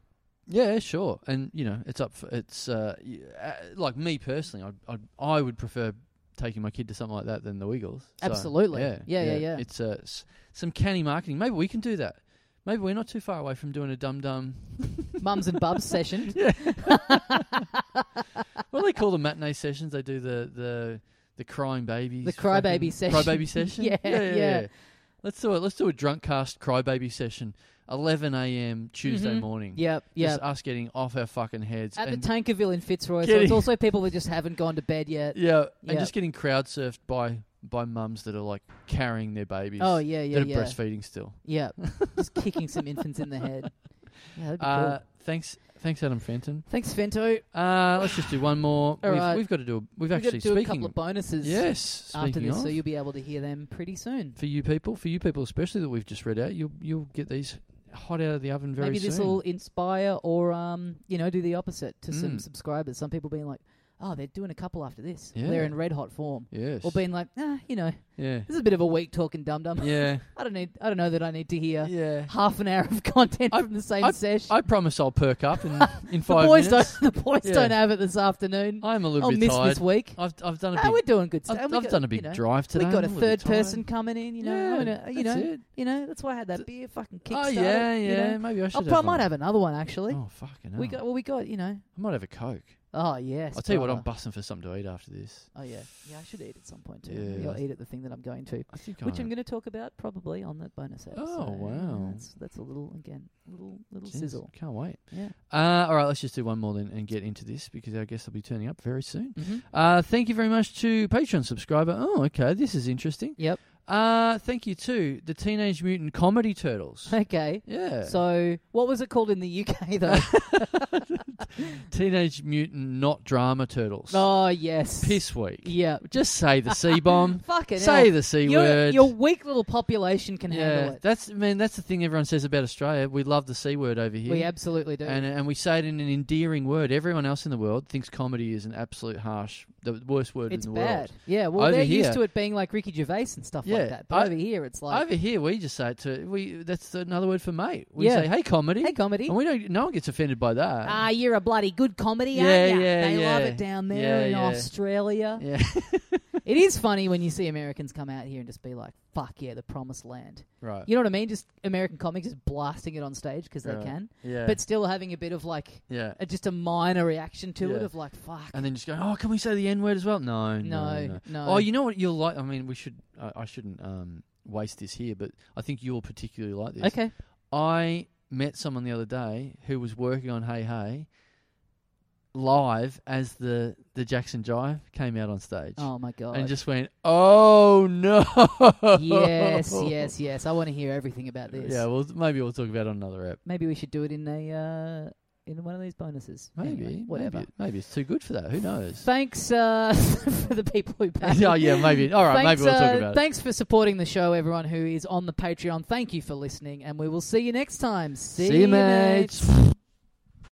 [SPEAKER 2] yeah, sure. And you know, it's up. For, it's uh, y- uh, like me personally, I'd, I'd I would prefer taking my kid to something like that than the Wiggles. So,
[SPEAKER 1] Absolutely. Yeah, yeah, yeah.
[SPEAKER 2] It's uh, s- some canny marketing. Maybe we can do that. Maybe we're not too far away from doing a dum dum.
[SPEAKER 1] Mums and bubs session.
[SPEAKER 2] What do they call the matinee sessions? They do the the the crying babies,
[SPEAKER 1] The crybaby
[SPEAKER 2] fucking-
[SPEAKER 1] session.
[SPEAKER 2] crybaby session.
[SPEAKER 1] Yeah, yeah.
[SPEAKER 2] Let's do it. Let's do a drunk cast crybaby session, 11 a.m. Tuesday
[SPEAKER 1] Mhm.
[SPEAKER 2] morning.
[SPEAKER 1] Yep,
[SPEAKER 2] Just
[SPEAKER 1] yep.
[SPEAKER 2] us getting off our fucking heads.
[SPEAKER 1] At the
[SPEAKER 2] and,
[SPEAKER 1] Tankerville in Fitzroy, so
[SPEAKER 2] Kidding.
[SPEAKER 1] it's also people that just haven't gone to bed yet.
[SPEAKER 2] yeah, and
[SPEAKER 1] Yeah.
[SPEAKER 2] just getting crowd surfed by by mums that are like carrying their babies.
[SPEAKER 1] Oh yeah, yeah,
[SPEAKER 2] that are
[SPEAKER 1] yeah,
[SPEAKER 2] breastfeeding still.
[SPEAKER 1] yeah. just kicking some infants in the head. Yeah, that'd be
[SPEAKER 2] Uh,
[SPEAKER 1] cool.
[SPEAKER 2] thanks, thanks, Adam Fenton.
[SPEAKER 1] Thanks, Fento.
[SPEAKER 2] Uh, let's just do one more.
[SPEAKER 1] All
[SPEAKER 2] we've,
[SPEAKER 1] right.
[SPEAKER 2] we've got to do. A, we've
[SPEAKER 1] We've got
[SPEAKER 2] actually
[SPEAKER 1] to do a
[SPEAKER 2] speaking.
[SPEAKER 1] couple of bonuses
[SPEAKER 2] yes,
[SPEAKER 1] after
[SPEAKER 2] speaking
[SPEAKER 1] this,
[SPEAKER 2] of,
[SPEAKER 1] so you'll be able to hear them pretty soon.
[SPEAKER 2] for you people, for you people especially that we've just read out, you'll you'll get these hot out of the oven very
[SPEAKER 1] Maybe
[SPEAKER 2] soon.
[SPEAKER 1] this will inspire, or um, you know, do the opposite to some
[SPEAKER 2] Mm.
[SPEAKER 1] subscribers. Some people being like, "Oh, they're doing a couple after this.
[SPEAKER 2] Yeah.
[SPEAKER 1] They're in red hot form."
[SPEAKER 2] yes,
[SPEAKER 1] Or being like, "Ah, you know,
[SPEAKER 2] yeah,
[SPEAKER 1] this is a bit of a weak talking dum dum.
[SPEAKER 2] yeah,
[SPEAKER 1] I don't need. I don't know that I need to hear
[SPEAKER 2] yeah.
[SPEAKER 1] half an hour of content
[SPEAKER 2] I-
[SPEAKER 1] from the same
[SPEAKER 2] I-
[SPEAKER 1] sesh."
[SPEAKER 2] I promise I'll perk up in in
[SPEAKER 1] the
[SPEAKER 2] five
[SPEAKER 1] boys
[SPEAKER 2] minutes.
[SPEAKER 1] don't. The boys
[SPEAKER 2] Yeah.
[SPEAKER 1] don't have it this afternoon.
[SPEAKER 2] I'm a little
[SPEAKER 1] I'll
[SPEAKER 2] bit
[SPEAKER 1] miss
[SPEAKER 2] tired.
[SPEAKER 1] this week.
[SPEAKER 2] I've I've done a
[SPEAKER 1] Ah, we're
[SPEAKER 2] big
[SPEAKER 1] doing good stuff.
[SPEAKER 2] I've,
[SPEAKER 1] We
[SPEAKER 2] I've
[SPEAKER 1] got-
[SPEAKER 2] done a
[SPEAKER 1] you
[SPEAKER 2] big
[SPEAKER 1] know,
[SPEAKER 2] drive today.
[SPEAKER 1] We got a
[SPEAKER 2] I'm little
[SPEAKER 1] third person
[SPEAKER 2] tired.
[SPEAKER 1] coming in. You know,
[SPEAKER 2] Yeah,
[SPEAKER 1] I'm gonna- you know,
[SPEAKER 2] that's it.
[SPEAKER 1] you know. That's why I had that beer fucking kickstart.
[SPEAKER 2] Oh yeah,
[SPEAKER 1] it, you
[SPEAKER 2] yeah.
[SPEAKER 1] know.
[SPEAKER 2] Maybe I should.
[SPEAKER 1] I'll
[SPEAKER 2] have
[SPEAKER 1] probably might
[SPEAKER 2] one.
[SPEAKER 1] have another one actually.
[SPEAKER 2] Oh fucking hell.
[SPEAKER 1] we got. Well, we got. You know.
[SPEAKER 2] I might have a coke.
[SPEAKER 1] Oh yes.
[SPEAKER 2] I'll tell you what. I'm
[SPEAKER 1] brother.
[SPEAKER 2] busting for something to eat after this.
[SPEAKER 1] Oh yeah. Yeah, I should eat at some point too.
[SPEAKER 2] Yeah.
[SPEAKER 1] Maybe I'll eat at the thing that I'm going to,
[SPEAKER 2] I think
[SPEAKER 1] which
[SPEAKER 2] I
[SPEAKER 1] I'm going to talk about probably on that bonus episode.
[SPEAKER 2] wow.
[SPEAKER 1] That's that's a little again, little little
[SPEAKER 2] Jeez,
[SPEAKER 1] sizzle.
[SPEAKER 2] Can't wait.
[SPEAKER 1] Yeah.
[SPEAKER 2] Uh, all right, let's just do one more then and get into this because our guest will be turning up very soon.
[SPEAKER 1] Mm-hmm.
[SPEAKER 2] Uh, thank you very much to Patreon subscriber. Oh, okay, this is interesting.
[SPEAKER 1] Yep.
[SPEAKER 2] Uh, thank you to the Teenage Mutant Comedy Turtles.
[SPEAKER 1] Okay.
[SPEAKER 2] yeah.
[SPEAKER 1] So, what was it called in the UK though?
[SPEAKER 2] Teenage Mutant Not Drama Turtles.
[SPEAKER 1] oh yes.
[SPEAKER 2] Piss week.
[SPEAKER 1] Yeah.
[SPEAKER 2] Just say the C bomb.
[SPEAKER 1] Fucking hell.
[SPEAKER 2] say the C
[SPEAKER 1] Your,
[SPEAKER 2] word.
[SPEAKER 1] your weak little population can
[SPEAKER 2] yeah,
[SPEAKER 1] handle it.
[SPEAKER 2] that's man. That's the thing everyone says about Australia. We love the C word over here.
[SPEAKER 1] We absolutely do.
[SPEAKER 2] and and we say it in an endearing word. Everyone else in the world thinks comedy is an absolute harsh, the worst word
[SPEAKER 1] it's
[SPEAKER 2] in the
[SPEAKER 1] bad.
[SPEAKER 2] world.
[SPEAKER 1] Yeah, well,
[SPEAKER 2] Over
[SPEAKER 1] they're
[SPEAKER 2] here-
[SPEAKER 1] used to it being like Ricky Gervais and stuff
[SPEAKER 2] Yeah,
[SPEAKER 1] like that. But
[SPEAKER 2] I-
[SPEAKER 1] over here, it's like
[SPEAKER 2] Over here, we just say it to we. That's another word for mate. We
[SPEAKER 1] Yeah.
[SPEAKER 2] say, "Hey, comedy."
[SPEAKER 1] Hey, comedy.
[SPEAKER 2] And we don't. No one gets offended by that.
[SPEAKER 1] Ah, you're a bloody good comedy,
[SPEAKER 2] Yeah,
[SPEAKER 1] aren't you?
[SPEAKER 2] yeah,
[SPEAKER 1] they love
[SPEAKER 2] yeah.
[SPEAKER 1] it down there
[SPEAKER 2] Yeah,
[SPEAKER 1] in
[SPEAKER 2] yeah.
[SPEAKER 1] Australia.
[SPEAKER 2] yeah.
[SPEAKER 1] It is funny when you see Americans come out here and just be like, "Fuck yeah, the promised land."
[SPEAKER 2] right.
[SPEAKER 1] You know what I mean? Just American comics just blasting it on stage because they
[SPEAKER 2] Uh, Right.
[SPEAKER 1] can,
[SPEAKER 2] yeah.
[SPEAKER 1] but still having a bit of like
[SPEAKER 2] yeah.
[SPEAKER 1] a, just a minor reaction to it
[SPEAKER 2] Yeah.
[SPEAKER 1] of like, "Fuck."
[SPEAKER 2] And then just go, oh, can we say the N word as well? No, no,
[SPEAKER 1] No,
[SPEAKER 2] no,
[SPEAKER 1] no.
[SPEAKER 2] Oh, you know what you'll like? I mean, we should. I, I shouldn't um, waste this here, but I think you'll particularly like this.
[SPEAKER 1] okay.
[SPEAKER 2] I met someone the other day who was working on Hey Hey live as the the Jackson Jive came out on stage
[SPEAKER 1] Oh my god.
[SPEAKER 2] and just went, oh no.
[SPEAKER 1] yes, yes, yes. I want to hear everything about this.
[SPEAKER 2] Yeah, well, maybe we'll talk about it on another app.
[SPEAKER 1] Maybe we should do it in a uh, in one of these bonuses.
[SPEAKER 2] Maybe,
[SPEAKER 1] Anyway, whatever.
[SPEAKER 2] Maybe, maybe it's too good for that. Who knows?
[SPEAKER 1] Thanks uh, for the people who paid.
[SPEAKER 2] oh yeah, maybe. All right,
[SPEAKER 1] thanks,
[SPEAKER 2] maybe we'll
[SPEAKER 1] uh,
[SPEAKER 2] talk about it.
[SPEAKER 1] Thanks for supporting the show, everyone who is on the Patreon. Thank you for listening, and we will see you next time. See,
[SPEAKER 2] See you, mates.
[SPEAKER 1] mates.